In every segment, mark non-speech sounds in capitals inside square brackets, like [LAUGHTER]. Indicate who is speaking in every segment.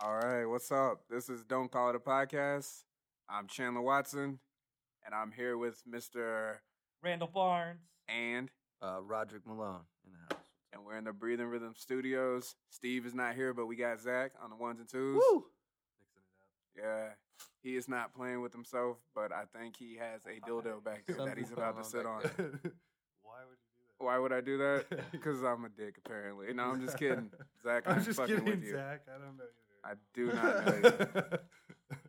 Speaker 1: All right, what's up? This is Don't Call It a Podcast. I'm Chandler Watson, and I'm here with Mr.
Speaker 2: Randall Barnes.
Speaker 1: And,
Speaker 3: Uh, Roderick Malone in the house.
Speaker 1: and we're in the Breathing Rhythm Studios. Steve is not here, but we got Zach on the ones and twos.
Speaker 3: Mixing it up.
Speaker 1: Yeah, he is not playing with himself, but I think he has a dildo back there that he's
Speaker 3: Something's
Speaker 1: about to
Speaker 3: going
Speaker 1: sit on.
Speaker 3: on back there. [LAUGHS] Why would you do that?
Speaker 1: [LAUGHS] Why would I
Speaker 3: [LAUGHS]
Speaker 1: do that? Because I'm a dick, apparently. No, I'm just kidding, Zach. I'm,
Speaker 3: I'm just
Speaker 1: fucking
Speaker 3: kidding,
Speaker 1: with you.
Speaker 3: Zach. I don't know either.
Speaker 1: I do not know. you.
Speaker 3: [LAUGHS]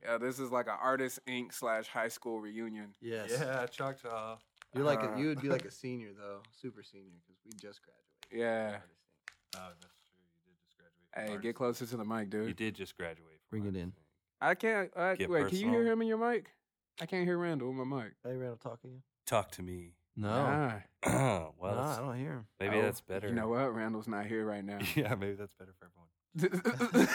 Speaker 1: Yeah, this is like an artist inc slash high school reunion.
Speaker 4: Yes.
Speaker 3: Yeah, Choctaw.
Speaker 4: You're like
Speaker 1: Uh,
Speaker 4: a, you would be like [LAUGHS] a senior though, super senior because we just graduated.
Speaker 1: Yeah.
Speaker 3: Oh, that's true. Oh, You did just graduate. from
Speaker 1: Hey,
Speaker 3: arts.
Speaker 1: get closer to the mic, dude.
Speaker 5: You did just graduate. From
Speaker 4: Bring it in.
Speaker 5: arts, I think.
Speaker 1: I can't. I, wait,
Speaker 5: Get
Speaker 1: can you hear
Speaker 5: personal.
Speaker 1: him in your mic? I can't hear Randall with my mic.
Speaker 4: Hey, Randall, talking to you?
Speaker 5: Talk to me. [CLEARS THROAT]
Speaker 4: No,
Speaker 1: Ah,
Speaker 5: well,
Speaker 4: no, I
Speaker 5: that's-
Speaker 4: don't hear him.
Speaker 5: maybe
Speaker 1: Oh,
Speaker 5: that's better.
Speaker 1: You know what? Randall's not here right now.
Speaker 5: [LAUGHS]
Speaker 1: [LAUGHS]
Speaker 5: Yeah, maybe that's better for everyone.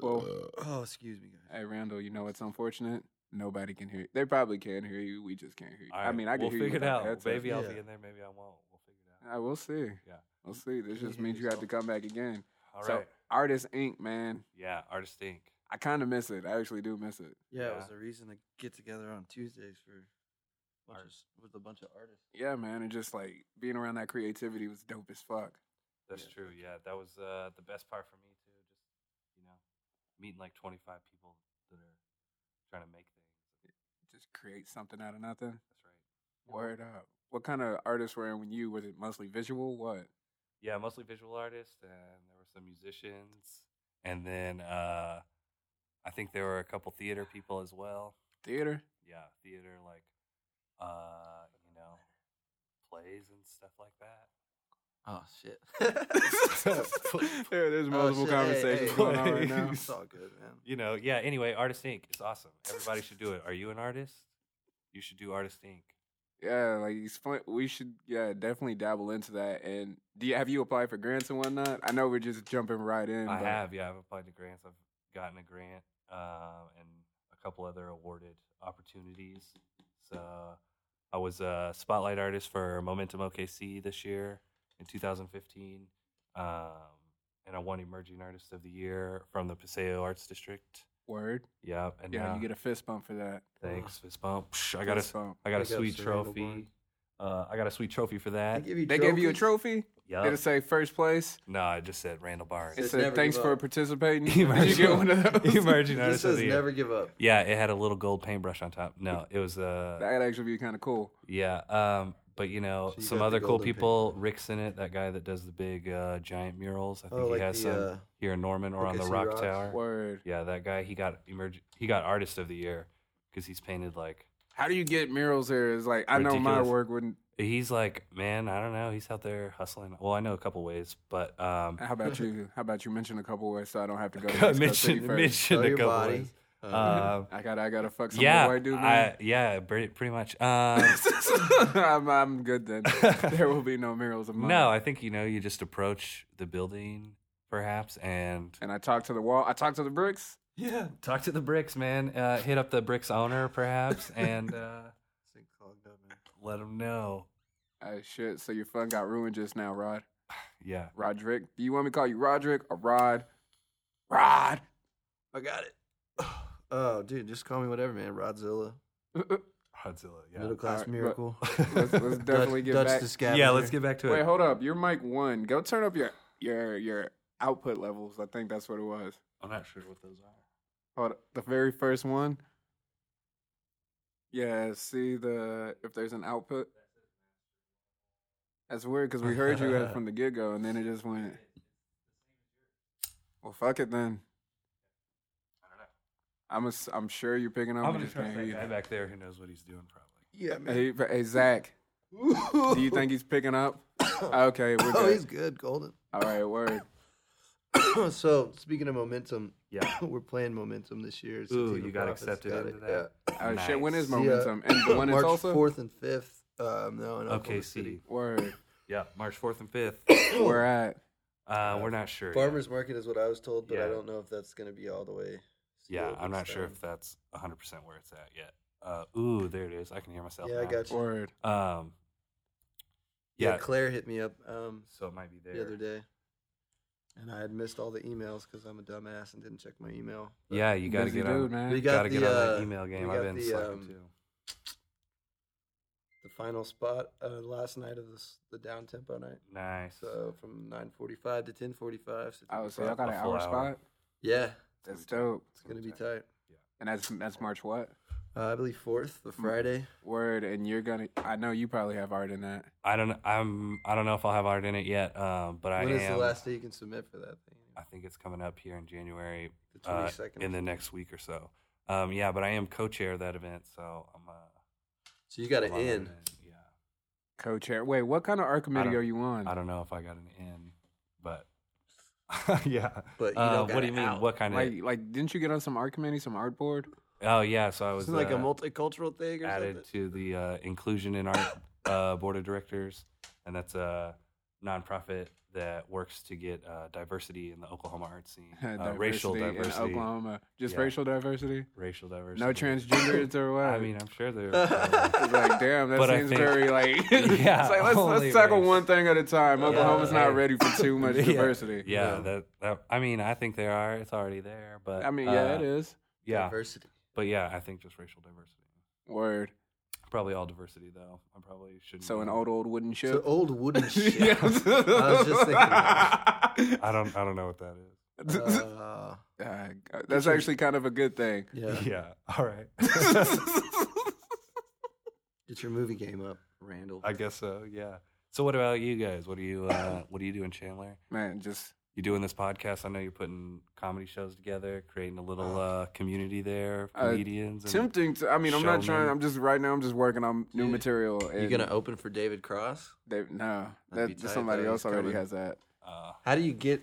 Speaker 1: well,
Speaker 4: oh, excuse me, guys.
Speaker 1: hey Randall, you know what's unfortunate? Nobody can hear. You. They probably can hear you. We just can't hear you.
Speaker 5: All
Speaker 1: I
Speaker 5: right,
Speaker 1: mean, I can
Speaker 5: we'll
Speaker 1: hear you.
Speaker 5: figure it
Speaker 1: without
Speaker 5: out.
Speaker 1: the headset.
Speaker 5: Maybe I'll be
Speaker 4: Yeah.
Speaker 5: in there. Maybe I won't. We'll figure it out.
Speaker 1: I will see.
Speaker 5: Yeah.
Speaker 1: we'll see. This
Speaker 4: Can you
Speaker 1: just
Speaker 4: hear
Speaker 1: means you have to come
Speaker 4: yourself?
Speaker 1: back again.
Speaker 5: All right.
Speaker 1: so, Artist Inc. Man,
Speaker 5: yeah, artist Inc.
Speaker 1: I kind of miss it. I actually do miss it.
Speaker 4: Yeah, it was
Speaker 5: Yeah.
Speaker 4: the reason to get together on Tuesdays for bunch of,
Speaker 5: Artists.
Speaker 4: with a bunch of artists.
Speaker 1: Yeah, man, and just like being around that creativity was dope as fuck.
Speaker 5: That's
Speaker 4: Yeah.
Speaker 5: true. Yeah, that was uh, the best part for me too. Just you know, meeting like 25 people that are trying to make things.
Speaker 1: Just create something out of nothing.
Speaker 5: That's right.
Speaker 1: Word up. What kind of artists were in when you? Was it mostly visual? What?
Speaker 5: Yeah, mostly visual artists, and there were some musicians, and then uh, I think there were a couple theater people as well.
Speaker 4: [LAUGHS]
Speaker 1: Theater?
Speaker 5: yeah, theater like uh, you know, plays and stuff like that.
Speaker 4: Oh
Speaker 5: [LAUGHS]
Speaker 4: shit.
Speaker 1: [LAUGHS] there, there's multiple
Speaker 4: [LAUGHS] Oh, shit. Hey,
Speaker 1: conversations
Speaker 4: hey,
Speaker 1: going on right
Speaker 4: [LAUGHS]
Speaker 1: now.
Speaker 4: It's all good, man.
Speaker 5: You know, yeah, anyway, Artist Inc. is awesome. Everybody should do it. Are you an artist? You should do Artist Inc.
Speaker 1: Yeah, like explain. We should, yeah, definitely dabble into that. And do you have you applied for grants and whatnot? I know we're just jumping right in.
Speaker 5: I
Speaker 1: but
Speaker 5: have, yeah, I've applied to grants. I've gotten a grant um, and a couple other awarded opportunities. So I was a spotlight artist for Momentum OKC this year in 2015. Um, and I won Emerging Artist of the Year from the Paseo Arts District.
Speaker 1: Word.
Speaker 5: Yeah, and
Speaker 1: Yeah,
Speaker 5: now-
Speaker 1: you get a fist bump for that.
Speaker 5: Thanks, fist bump. Psh, I got
Speaker 1: Fist
Speaker 5: a,
Speaker 1: bump.
Speaker 5: [LAUGHS] I got a
Speaker 4: Big ups
Speaker 5: sweet
Speaker 4: to Randall
Speaker 5: trophy.
Speaker 4: Barnes.
Speaker 5: Uh, I got a sweet trophy for
Speaker 4: They
Speaker 5: that.
Speaker 4: give you
Speaker 1: They gave you a
Speaker 4: trophies?
Speaker 1: trophy. Did
Speaker 5: Yeah.
Speaker 1: it say first place?
Speaker 5: No, I just said Randall Barnes.
Speaker 1: It
Speaker 4: Says
Speaker 1: said
Speaker 4: never
Speaker 1: thanks
Speaker 4: give
Speaker 1: for
Speaker 4: up.
Speaker 5: [LAUGHS]
Speaker 1: participating. Did you
Speaker 5: Emerging-
Speaker 1: get one
Speaker 5: [LAUGHS]
Speaker 1: of those?
Speaker 5: Emerging
Speaker 4: This
Speaker 5: artist of
Speaker 4: says
Speaker 5: the year.
Speaker 4: never give up.
Speaker 5: Yeah, it had a little gold paintbrush on top. No, it was uh,
Speaker 1: That'd actually be kind of cool.
Speaker 5: yeah. Um, but you know,
Speaker 4: So you
Speaker 5: some
Speaker 4: got the
Speaker 5: other cool
Speaker 4: golden
Speaker 5: people. Rick's in it. That guy that does the big uh, giant murals. I think
Speaker 4: Oh,
Speaker 5: he
Speaker 4: like
Speaker 5: has
Speaker 4: the,
Speaker 5: some
Speaker 4: uh,
Speaker 5: here in Norman or on the
Speaker 4: OKC
Speaker 5: Rock
Speaker 4: Rocks.
Speaker 5: Tower.
Speaker 1: Word.
Speaker 5: Yeah, that guy. He got emerg- He got artist of the year because he's painted like
Speaker 1: How do you get murals there? Is like I know my
Speaker 5: Ridiculous.
Speaker 1: work wouldn't.
Speaker 5: He's like, man, I don't know. He's out there hustling. Well, I know a couple ways, but um,
Speaker 1: How
Speaker 5: [LAUGHS]
Speaker 1: about you? How about you mention a couple ways so I don't have to [LAUGHS] go to Mexico City
Speaker 5: mention
Speaker 1: first?
Speaker 5: mention
Speaker 4: Sell
Speaker 5: a
Speaker 4: your
Speaker 5: couple
Speaker 4: body.
Speaker 5: ways.
Speaker 4: Uh, [LAUGHS]
Speaker 1: [LAUGHS]
Speaker 5: Um,
Speaker 1: I got. I got to fuck some
Speaker 5: yeah,
Speaker 1: old white dude.
Speaker 5: I,
Speaker 1: man.
Speaker 5: yeah, pretty,
Speaker 1: [LAUGHS]
Speaker 5: pretty much. Um,
Speaker 1: I'm, I'm good
Speaker 5: [LAUGHS]
Speaker 1: then. there will be no murals of mine.
Speaker 5: no, I think you know. You just approach the building, perhaps, and
Speaker 1: and I talk to the wall. I talk to the bricks.
Speaker 3: Yeah.
Speaker 5: talk to the bricks, man. Uh, hit up the bricks owner, perhaps, and uh, [LAUGHS]
Speaker 4: it's like clogged up, man.
Speaker 5: let him know.
Speaker 1: Uh, shit. So your fun got ruined just now, Rod.
Speaker 5: Yeah,
Speaker 1: Roderick. Do you want me to call you Roderick or Rod? Rod. [LAUGHS]
Speaker 4: I got it. [SIGHS] Oh, dude, just call me whatever, man. Rodzilla,
Speaker 5: Godzilla.
Speaker 4: middle
Speaker 1: All
Speaker 4: class
Speaker 1: right, but-
Speaker 4: miracle.
Speaker 1: let's, let's definitely
Speaker 4: [LAUGHS] Dutch,
Speaker 1: get
Speaker 4: Dutch
Speaker 1: back.
Speaker 4: the scavenger.
Speaker 5: yeah. Let's get back to
Speaker 1: Wait,
Speaker 5: it.
Speaker 1: hold up. Your mic one. Go turn up your your your output levels. I think that's what it was.
Speaker 5: I'm not sure what those are.
Speaker 1: Hold up. The very first one. Yeah, see the if there's an output. That's weird because we heard you at-
Speaker 4: [LAUGHS]
Speaker 1: from the get go, and then it just went. Well, fuck it then. I'm ass- I'm sure you're picking up. we
Speaker 5: I'm gonna
Speaker 1: just can't
Speaker 5: trust
Speaker 1: hear
Speaker 5: that
Speaker 1: you.
Speaker 5: guy back there who knows what he's doing, probably.
Speaker 4: Yeah, man.
Speaker 1: Hey, hey, Zach, do you
Speaker 4: [COUGHS]
Speaker 1: think [COUGHS] he's picking up? Okay, we're
Speaker 4: [LAUGHS] Oh, he's
Speaker 1: good.
Speaker 4: good, golden. [COUGHS]
Speaker 1: All right, word.
Speaker 4: so speaking of momentum,
Speaker 5: Yeah.
Speaker 4: [COUGHS] we're playing momentum this year. It's a
Speaker 5: Ooh,
Speaker 4: team
Speaker 5: you
Speaker 4: of
Speaker 5: got
Speaker 4: prophets.
Speaker 5: accepted
Speaker 4: Got
Speaker 5: into
Speaker 4: it,
Speaker 5: that?
Speaker 4: yeah.
Speaker 1: Oh shit, when is
Speaker 4: Nice. Yeah.
Speaker 1: momentum? And the one in
Speaker 4: March
Speaker 1: Tulsa.
Speaker 4: fourth and fifth. Um, no, in Oklahoma
Speaker 5: OKC?
Speaker 4: City.
Speaker 1: Word.
Speaker 5: Yeah, March fourth and fifth.
Speaker 1: We're at.
Speaker 5: Uh, we're not sure. yet.
Speaker 4: [COUGHS] Farmers market is what I was told, but
Speaker 5: Yeah.
Speaker 4: I don't know if that's going to be all the way.
Speaker 5: Yeah,
Speaker 4: sealed
Speaker 5: I'm
Speaker 4: and
Speaker 5: not sure
Speaker 4: signed.
Speaker 5: if that's 100 percent where it's at yet. Uh, ooh, there it is. I can hear myself.
Speaker 4: Yeah, I
Speaker 5: now.
Speaker 4: got you.
Speaker 1: Word.
Speaker 5: Um,
Speaker 4: Yeah,
Speaker 5: yeah,
Speaker 4: Claire hit me up um,
Speaker 5: so it might be there.
Speaker 4: the other day.
Speaker 2: and I had missed all the emails because I'm a dumbass and didn't check my email. But
Speaker 5: Yeah, you gotta
Speaker 1: Busy
Speaker 5: get
Speaker 1: dude,
Speaker 5: on.
Speaker 1: man.
Speaker 2: we got
Speaker 5: Gotta
Speaker 2: the
Speaker 5: get on that
Speaker 2: uh,
Speaker 5: email game.
Speaker 2: we
Speaker 5: I've
Speaker 2: got
Speaker 5: been
Speaker 2: the,
Speaker 5: slacking
Speaker 2: um,
Speaker 5: too.
Speaker 2: the final spot uh, last night of this, the down tempo night.
Speaker 5: Nice.
Speaker 2: So from 9:45 to 10:45. so
Speaker 1: Oh,
Speaker 2: it's
Speaker 1: so y'all got
Speaker 5: A
Speaker 1: an
Speaker 5: full
Speaker 1: hour,
Speaker 5: hour.
Speaker 1: spot?
Speaker 2: yeah,
Speaker 1: That's dope.
Speaker 2: it's gonna be tight.
Speaker 1: And that's that's March what?
Speaker 2: Uh, I believe fourth,
Speaker 1: Mm-hmm.
Speaker 2: the Friday.
Speaker 1: Word. And you're gonna. I know you probably have art in that.
Speaker 5: I don't. I'm. I don't know if I'll have art in it yet. Um, but I
Speaker 2: When is
Speaker 5: am.
Speaker 2: the last day you can submit for that thing?
Speaker 5: I think it's coming up here in January,
Speaker 2: The
Speaker 5: uh,
Speaker 2: 22nd.
Speaker 5: in the next week or so. Um, yeah, but I am co-chair of that event, so I'm. Uh,
Speaker 2: so you got an
Speaker 5: I'm on that
Speaker 2: in.
Speaker 5: event, Yeah.
Speaker 1: Co-chair. Wait, what kind of art committee
Speaker 5: don't-
Speaker 1: are you on?
Speaker 5: I don't know if I got an in, but [LAUGHS] yeah.
Speaker 2: But you
Speaker 5: Uh,
Speaker 2: don't got
Speaker 5: what do you
Speaker 2: an
Speaker 5: mean?
Speaker 2: out.
Speaker 5: What kind of?
Speaker 1: Like, like, didn't you get on some art committee, some art board?
Speaker 5: oh yeah, so I was
Speaker 2: Isn't it like a
Speaker 5: uh,
Speaker 2: multicultural thing or
Speaker 5: added
Speaker 2: something?
Speaker 5: to the uh, inclusion in
Speaker 1: [COUGHS]
Speaker 5: our uh, board of directors, and that's a nonprofit that works to get uh, diversity in the Oklahoma
Speaker 1: [LAUGHS]
Speaker 5: art scene, uh, racial
Speaker 1: in
Speaker 5: diversity,
Speaker 1: Oklahoma. Just
Speaker 5: Yeah.
Speaker 1: racial diversity.
Speaker 5: racial diversity.
Speaker 1: No transgenders
Speaker 5: [COUGHS]
Speaker 1: or what?
Speaker 5: I mean, I'm
Speaker 1: [LAUGHS]
Speaker 5: sure there. are
Speaker 1: It's like, damn, that
Speaker 5: But I
Speaker 1: seems
Speaker 5: think-
Speaker 1: very
Speaker 5: [LAUGHS]
Speaker 1: like. [LAUGHS]
Speaker 5: Yeah,
Speaker 1: it's like let's
Speaker 5: only
Speaker 1: let's tackle
Speaker 5: race.
Speaker 1: one thing at a time.
Speaker 2: Yeah.
Speaker 1: Oklahoma's
Speaker 5: Yeah.
Speaker 1: not ready for
Speaker 5: [LAUGHS]
Speaker 1: too much
Speaker 5: Yeah.
Speaker 1: diversity.
Speaker 5: yeah,
Speaker 2: Yeah.
Speaker 5: That, that. I mean, I think there are. It's already there, but
Speaker 1: I mean, yeah,
Speaker 5: uh,
Speaker 1: it is.
Speaker 5: Yeah,
Speaker 2: Diversity.
Speaker 5: but yeah, I think just racial diversity.
Speaker 1: Word.
Speaker 5: Probably all diversity though. I probably shouldn't.
Speaker 1: So
Speaker 5: be-
Speaker 1: an old old wooden ship.
Speaker 2: So old
Speaker 1: [LAUGHS]
Speaker 2: wooden shit.
Speaker 1: Yeah.
Speaker 2: was just
Speaker 1: [LAUGHS]
Speaker 2: thinking
Speaker 5: I don't. I don't know what that is.
Speaker 2: Uh,
Speaker 1: Uh, that's actually kind of a good thing. [LAUGHS]
Speaker 2: yeah.
Speaker 5: [LAUGHS] Yeah. All right. [LAUGHS]
Speaker 2: Get your movie game up, Randall.
Speaker 5: I guess so. Yeah. So what about you guys? What are you?
Speaker 1: [CLEARS THROAT]
Speaker 5: Uh, what are you doing, Chandler?
Speaker 1: Man, just
Speaker 5: You doing this podcast? I know you're putting comedy shows together, creating a little uh, community there, of
Speaker 1: Uh,
Speaker 5: comedians. and-
Speaker 1: tempting to. I mean, I'm not trying.
Speaker 5: Showman.
Speaker 1: I'm just right now. I'm just working on new
Speaker 2: Dude,
Speaker 1: material. And
Speaker 2: you gonna open for David Cross?
Speaker 1: They, no,
Speaker 2: That'd
Speaker 1: that,
Speaker 2: be tight,
Speaker 1: somebody
Speaker 2: though.
Speaker 1: else
Speaker 2: He's
Speaker 1: already
Speaker 2: coming.
Speaker 1: has
Speaker 2: [LAUGHS]
Speaker 1: that.
Speaker 5: uh,
Speaker 2: How do you get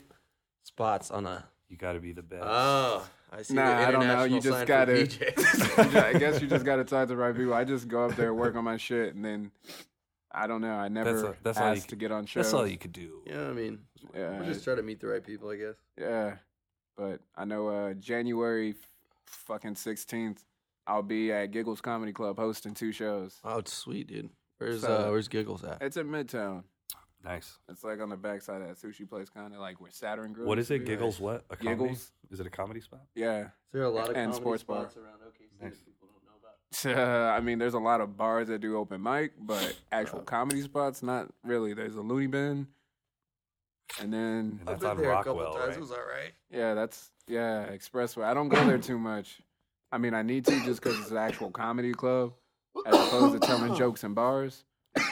Speaker 2: spots on a?
Speaker 5: you got to be the best.
Speaker 1: Uh,
Speaker 2: Oh, I see. the
Speaker 1: Nah, I don't know. You
Speaker 2: international sign
Speaker 1: just
Speaker 2: for
Speaker 1: gotta. [LAUGHS]
Speaker 2: DJ.
Speaker 1: I guess you just gotta talk to the right people. I just go up there, work on my shit, and then I don't know. I never
Speaker 5: a- that's all you
Speaker 1: asked
Speaker 5: can-
Speaker 1: to get on shows.
Speaker 5: That's all you could do.
Speaker 2: [LAUGHS] Yeah, I mean,
Speaker 1: Yeah,
Speaker 2: we're just trying to meet the right people, I guess.
Speaker 1: yeah. But I know uh, January f- fucking sixteenth, I'll be at Giggles Comedy Club hosting two shows.
Speaker 2: Oh, it's sweet, dude. Where's
Speaker 1: So-
Speaker 2: uh, where's Giggles at?
Speaker 1: It's in Midtown.
Speaker 5: Nice.
Speaker 1: It's like on the backside of that sushi place, kind of like where Saturn Grill.
Speaker 5: What
Speaker 1: used
Speaker 5: is
Speaker 1: to be.
Speaker 5: it? Giggles? What? A comedy?
Speaker 1: Giggles.
Speaker 5: Is it a comedy spot?
Speaker 1: Yeah. [LAUGHS]
Speaker 2: Is there a lot
Speaker 1: lot
Speaker 2: of
Speaker 1: of and comedy sports bar.
Speaker 2: spots
Speaker 1: spots
Speaker 2: around OKC
Speaker 5: Nice.
Speaker 2: that people don't know about?
Speaker 1: I mean, there's a lot of bars that do open mic, but actual
Speaker 5: Uh.
Speaker 1: comedy spots, not really. There's a Looney Bin, and then
Speaker 5: And that's on Rockwell, right?
Speaker 2: It was all right.
Speaker 1: yeah, that's yeah Expressway. I don't go there too much. I mean, I need to just because it's an actual comedy club, as opposed to telling jokes in bars.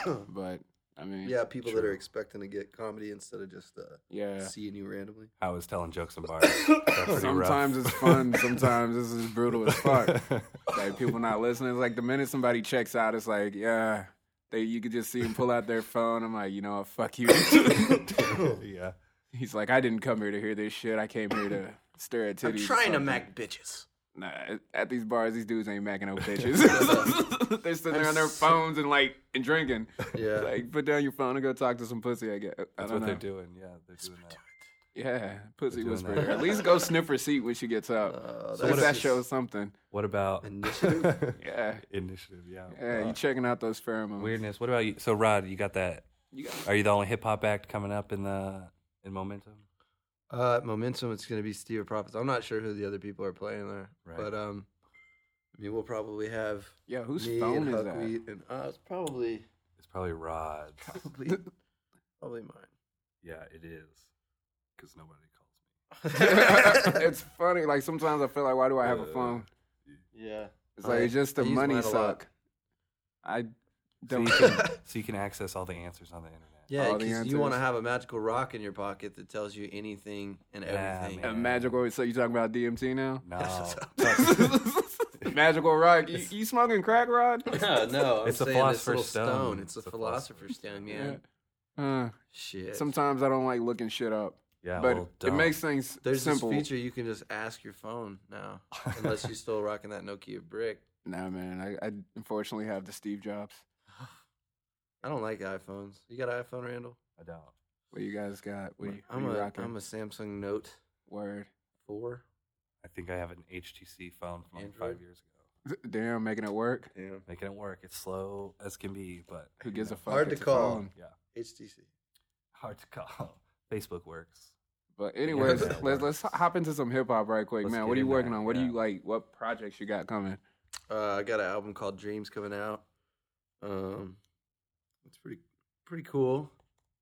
Speaker 1: But I mean,
Speaker 2: [LAUGHS] Yeah, people that
Speaker 5: True.
Speaker 2: are expecting to get comedy instead of just uh,
Speaker 1: yeah.
Speaker 2: seeing you randomly.
Speaker 5: I was telling jokes
Speaker 1: [COUGHS]
Speaker 5: and bars. That's pretty rough.
Speaker 1: Sometimes it's fun. Sometimes this is brutal as fuck. like people not listening. It's like the minute somebody checks out, it's like, yeah, they you could just see them pull out their phone. I'm like, you know what, fuck you.
Speaker 5: [LAUGHS]
Speaker 1: [LAUGHS] [COUGHS]
Speaker 5: yeah.
Speaker 1: He's like, I didn't come here to hear this shit. I came here to stare at titties.
Speaker 2: I'm
Speaker 1: or
Speaker 2: trying to
Speaker 1: something."
Speaker 2: mac bitches.
Speaker 1: Nah, at these bars, these dudes ain't
Speaker 2: [LAUGHS]
Speaker 1: macking no bitches. [LAUGHS] They're sitting there on their phones and like and drinking.
Speaker 2: [LAUGHS] Yeah.
Speaker 1: Like, put down your phone and go talk to some pussy. I guess I don't
Speaker 5: That's what they're
Speaker 1: know.
Speaker 5: doing. Yeah, they're doing that.
Speaker 1: Yeah, pussy
Speaker 5: They're doing
Speaker 1: whisperer.
Speaker 5: that.
Speaker 1: At least go sniff her seat when she gets up.
Speaker 2: Uh,
Speaker 1: At least
Speaker 5: what
Speaker 1: that
Speaker 2: just-
Speaker 1: shows something.
Speaker 5: What about
Speaker 2: Initiative?
Speaker 1: Yeah,
Speaker 5: [LAUGHS] Initiative, yeah.
Speaker 1: yeah. You checking out those pheromones?
Speaker 5: Uh, Weirdness. What about you? So, Rod, you got that?
Speaker 1: You got-
Speaker 5: Are you the only hip hop act coming up in the in momentum?
Speaker 2: Uh, momentum. It's gonna be Steve Profits. I'm not sure who the other people are playing there,
Speaker 5: Right.
Speaker 2: but um, I mean, we'll probably have
Speaker 1: Yeah, whose
Speaker 2: me
Speaker 1: phone
Speaker 2: and
Speaker 1: is that?
Speaker 2: Huckweed and us. Probably,
Speaker 5: It's probably Rod's.
Speaker 2: probably, probably
Speaker 5: yeah, it is. Because nobody
Speaker 2: [LAUGHS]
Speaker 5: calls
Speaker 1: [LAUGHS]
Speaker 2: mine.
Speaker 1: it's funny. Like sometimes I feel like, why do I have a phone?
Speaker 2: [LAUGHS] yeah.
Speaker 1: It's like
Speaker 2: I
Speaker 1: it's just the
Speaker 2: use
Speaker 1: money
Speaker 2: mine a lot.
Speaker 1: suck. I don't. [LAUGHS]
Speaker 5: me. So you, can, so you can access all the answers on the internet.
Speaker 2: Yeah,
Speaker 1: All the
Speaker 2: because you want to
Speaker 1: answers.
Speaker 2: have a magical rock in your pocket that tells you anything and
Speaker 5: Yeah,
Speaker 2: everything.
Speaker 5: man.
Speaker 1: Uh, magical. So you talking about DMT now?
Speaker 2: [LAUGHS]
Speaker 5: No.
Speaker 1: [LAUGHS] magical rock. You, you smoking crack, Rod?
Speaker 2: Yeah, [LAUGHS] no, I'm
Speaker 5: It's a
Speaker 2: saying this
Speaker 5: philosopher's
Speaker 2: little
Speaker 5: stone.
Speaker 2: It's a
Speaker 5: It's a
Speaker 2: philosopher's
Speaker 5: philosopher's
Speaker 2: stone,
Speaker 1: Yeah.
Speaker 2: man.
Speaker 1: Uh,
Speaker 2: Shit.
Speaker 1: sometimes I don't like looking shit up,
Speaker 5: yeah,
Speaker 1: but
Speaker 5: well,
Speaker 1: it
Speaker 5: don't.
Speaker 1: makes
Speaker 5: [LAUGHS]
Speaker 1: things
Speaker 2: There's
Speaker 1: simple.
Speaker 2: this feature you can just ask your phone now, unless you're still rocking that Nokia brick.
Speaker 1: Nah, man. I, I unfortunately have the Steve Jobs.
Speaker 2: [SIGHS] I don't like iPhones. You got an iPhone, Randall?
Speaker 5: I don't.
Speaker 1: What you guys got? What you, what
Speaker 2: I'm
Speaker 1: you
Speaker 2: a
Speaker 1: rocking?
Speaker 2: am a Samsung Note
Speaker 1: Word. [LAUGHS]
Speaker 2: four.
Speaker 5: I think I have an HTC phone from like
Speaker 2: Android?
Speaker 5: five years ago.
Speaker 1: Damn, making it work.
Speaker 2: Damn.
Speaker 5: Making it work. It's slow as can be, but
Speaker 1: Who
Speaker 5: you
Speaker 1: gives a
Speaker 5: know,
Speaker 1: fuck?
Speaker 2: Hard to
Speaker 1: It's a
Speaker 2: call.
Speaker 1: phone.
Speaker 5: Yeah,
Speaker 2: HTC.
Speaker 5: hard to call. [LAUGHS] Facebook works.
Speaker 1: But
Speaker 5: [LAUGHS]
Speaker 1: anyways,
Speaker 5: that
Speaker 1: let's let's
Speaker 5: works.
Speaker 1: hop into some hip hop right quick,
Speaker 5: Let's
Speaker 1: man.
Speaker 5: get
Speaker 1: What are you
Speaker 5: into
Speaker 1: working
Speaker 5: that,
Speaker 1: on? What do
Speaker 5: yeah.
Speaker 1: you like? What projects you got coming?
Speaker 2: Uh, I got an album called Dreams coming out. Um, it's pretty pretty cool.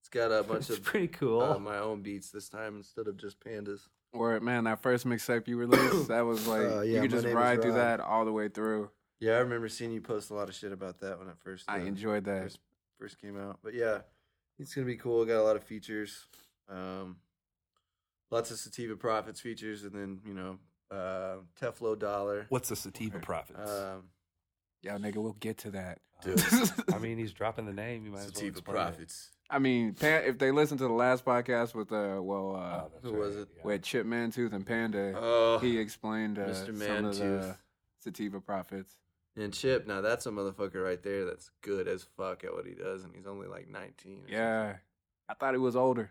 Speaker 2: It's got [LAUGHS] a
Speaker 5: [LAUGHS]
Speaker 2: bunch
Speaker 5: it's
Speaker 2: of
Speaker 5: pretty cool.
Speaker 2: uh, my own beats this time instead of just pandas.
Speaker 1: Or man, that first mixtape you released, that
Speaker 5: [CLEARS THROAT]
Speaker 1: was like
Speaker 2: Uh,
Speaker 1: you
Speaker 2: yeah,
Speaker 1: could
Speaker 2: My
Speaker 1: just
Speaker 2: Name Is
Speaker 1: ride through
Speaker 2: Rod.
Speaker 1: that all the way through.
Speaker 2: Yeah, I remember seeing you post a lot of shit about that when it first
Speaker 1: I
Speaker 2: uh,
Speaker 1: enjoyed that.
Speaker 2: first, first came out. But yeah, it's gonna be cool. Got a lot of features, um, lots of Sativa Profits features, and then you know uh, Teflo Dollar.
Speaker 5: What's the sativa profits? Uh,
Speaker 2: Um,
Speaker 1: Yeah, nigga, we'll get to
Speaker 5: [LAUGHS]
Speaker 1: that.
Speaker 2: Dude.
Speaker 5: I mean, he's dropping the name. You might as well
Speaker 2: Sativa
Speaker 5: explain it.
Speaker 2: Profits.
Speaker 1: [LAUGHS] I mean, Pan- if they listen to the last podcast with uh, well, uh,
Speaker 5: Oh, that's
Speaker 2: Who was it?
Speaker 5: yeah.
Speaker 1: with Chip Mantooth and Panda,
Speaker 2: Oh,
Speaker 1: he explained uh,
Speaker 2: Mr.
Speaker 1: some of the
Speaker 2: Mantooth.
Speaker 1: sativa profits.
Speaker 2: and Chip. Now that's a motherfucker right there. That's good as fuck at what he does, and he's only like nineteen. or something.
Speaker 1: Yeah, I thought he was
Speaker 5: [LAUGHS]
Speaker 1: older.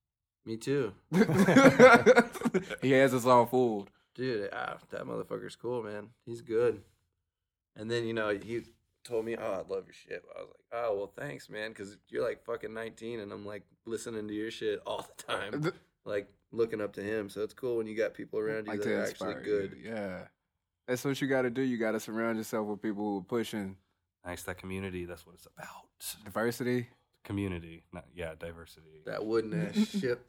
Speaker 1: [LAUGHS]
Speaker 2: me too,
Speaker 1: he has us all fooled.
Speaker 2: dude. Ah, that motherfucker's cool, man. He's good. And then you know he told me, "Oh, I love your shit." I was like, "Oh, well, thanks, man," because you're like fucking nineteen, and I'm like listening to your shit all the time.
Speaker 1: [LAUGHS]
Speaker 2: like looking up to him. So it's cool when you got people around you
Speaker 1: Like
Speaker 2: that
Speaker 1: to
Speaker 2: are
Speaker 1: inspire
Speaker 2: actually
Speaker 1: you.
Speaker 2: good.
Speaker 1: Yeah, that's what you got to do. You got to surround yourself with people who are pushing
Speaker 5: Nice that community. That's what it's about.
Speaker 1: diversity. [LAUGHS]
Speaker 5: Community, not yeah, diversity.
Speaker 2: That wooden ass shit.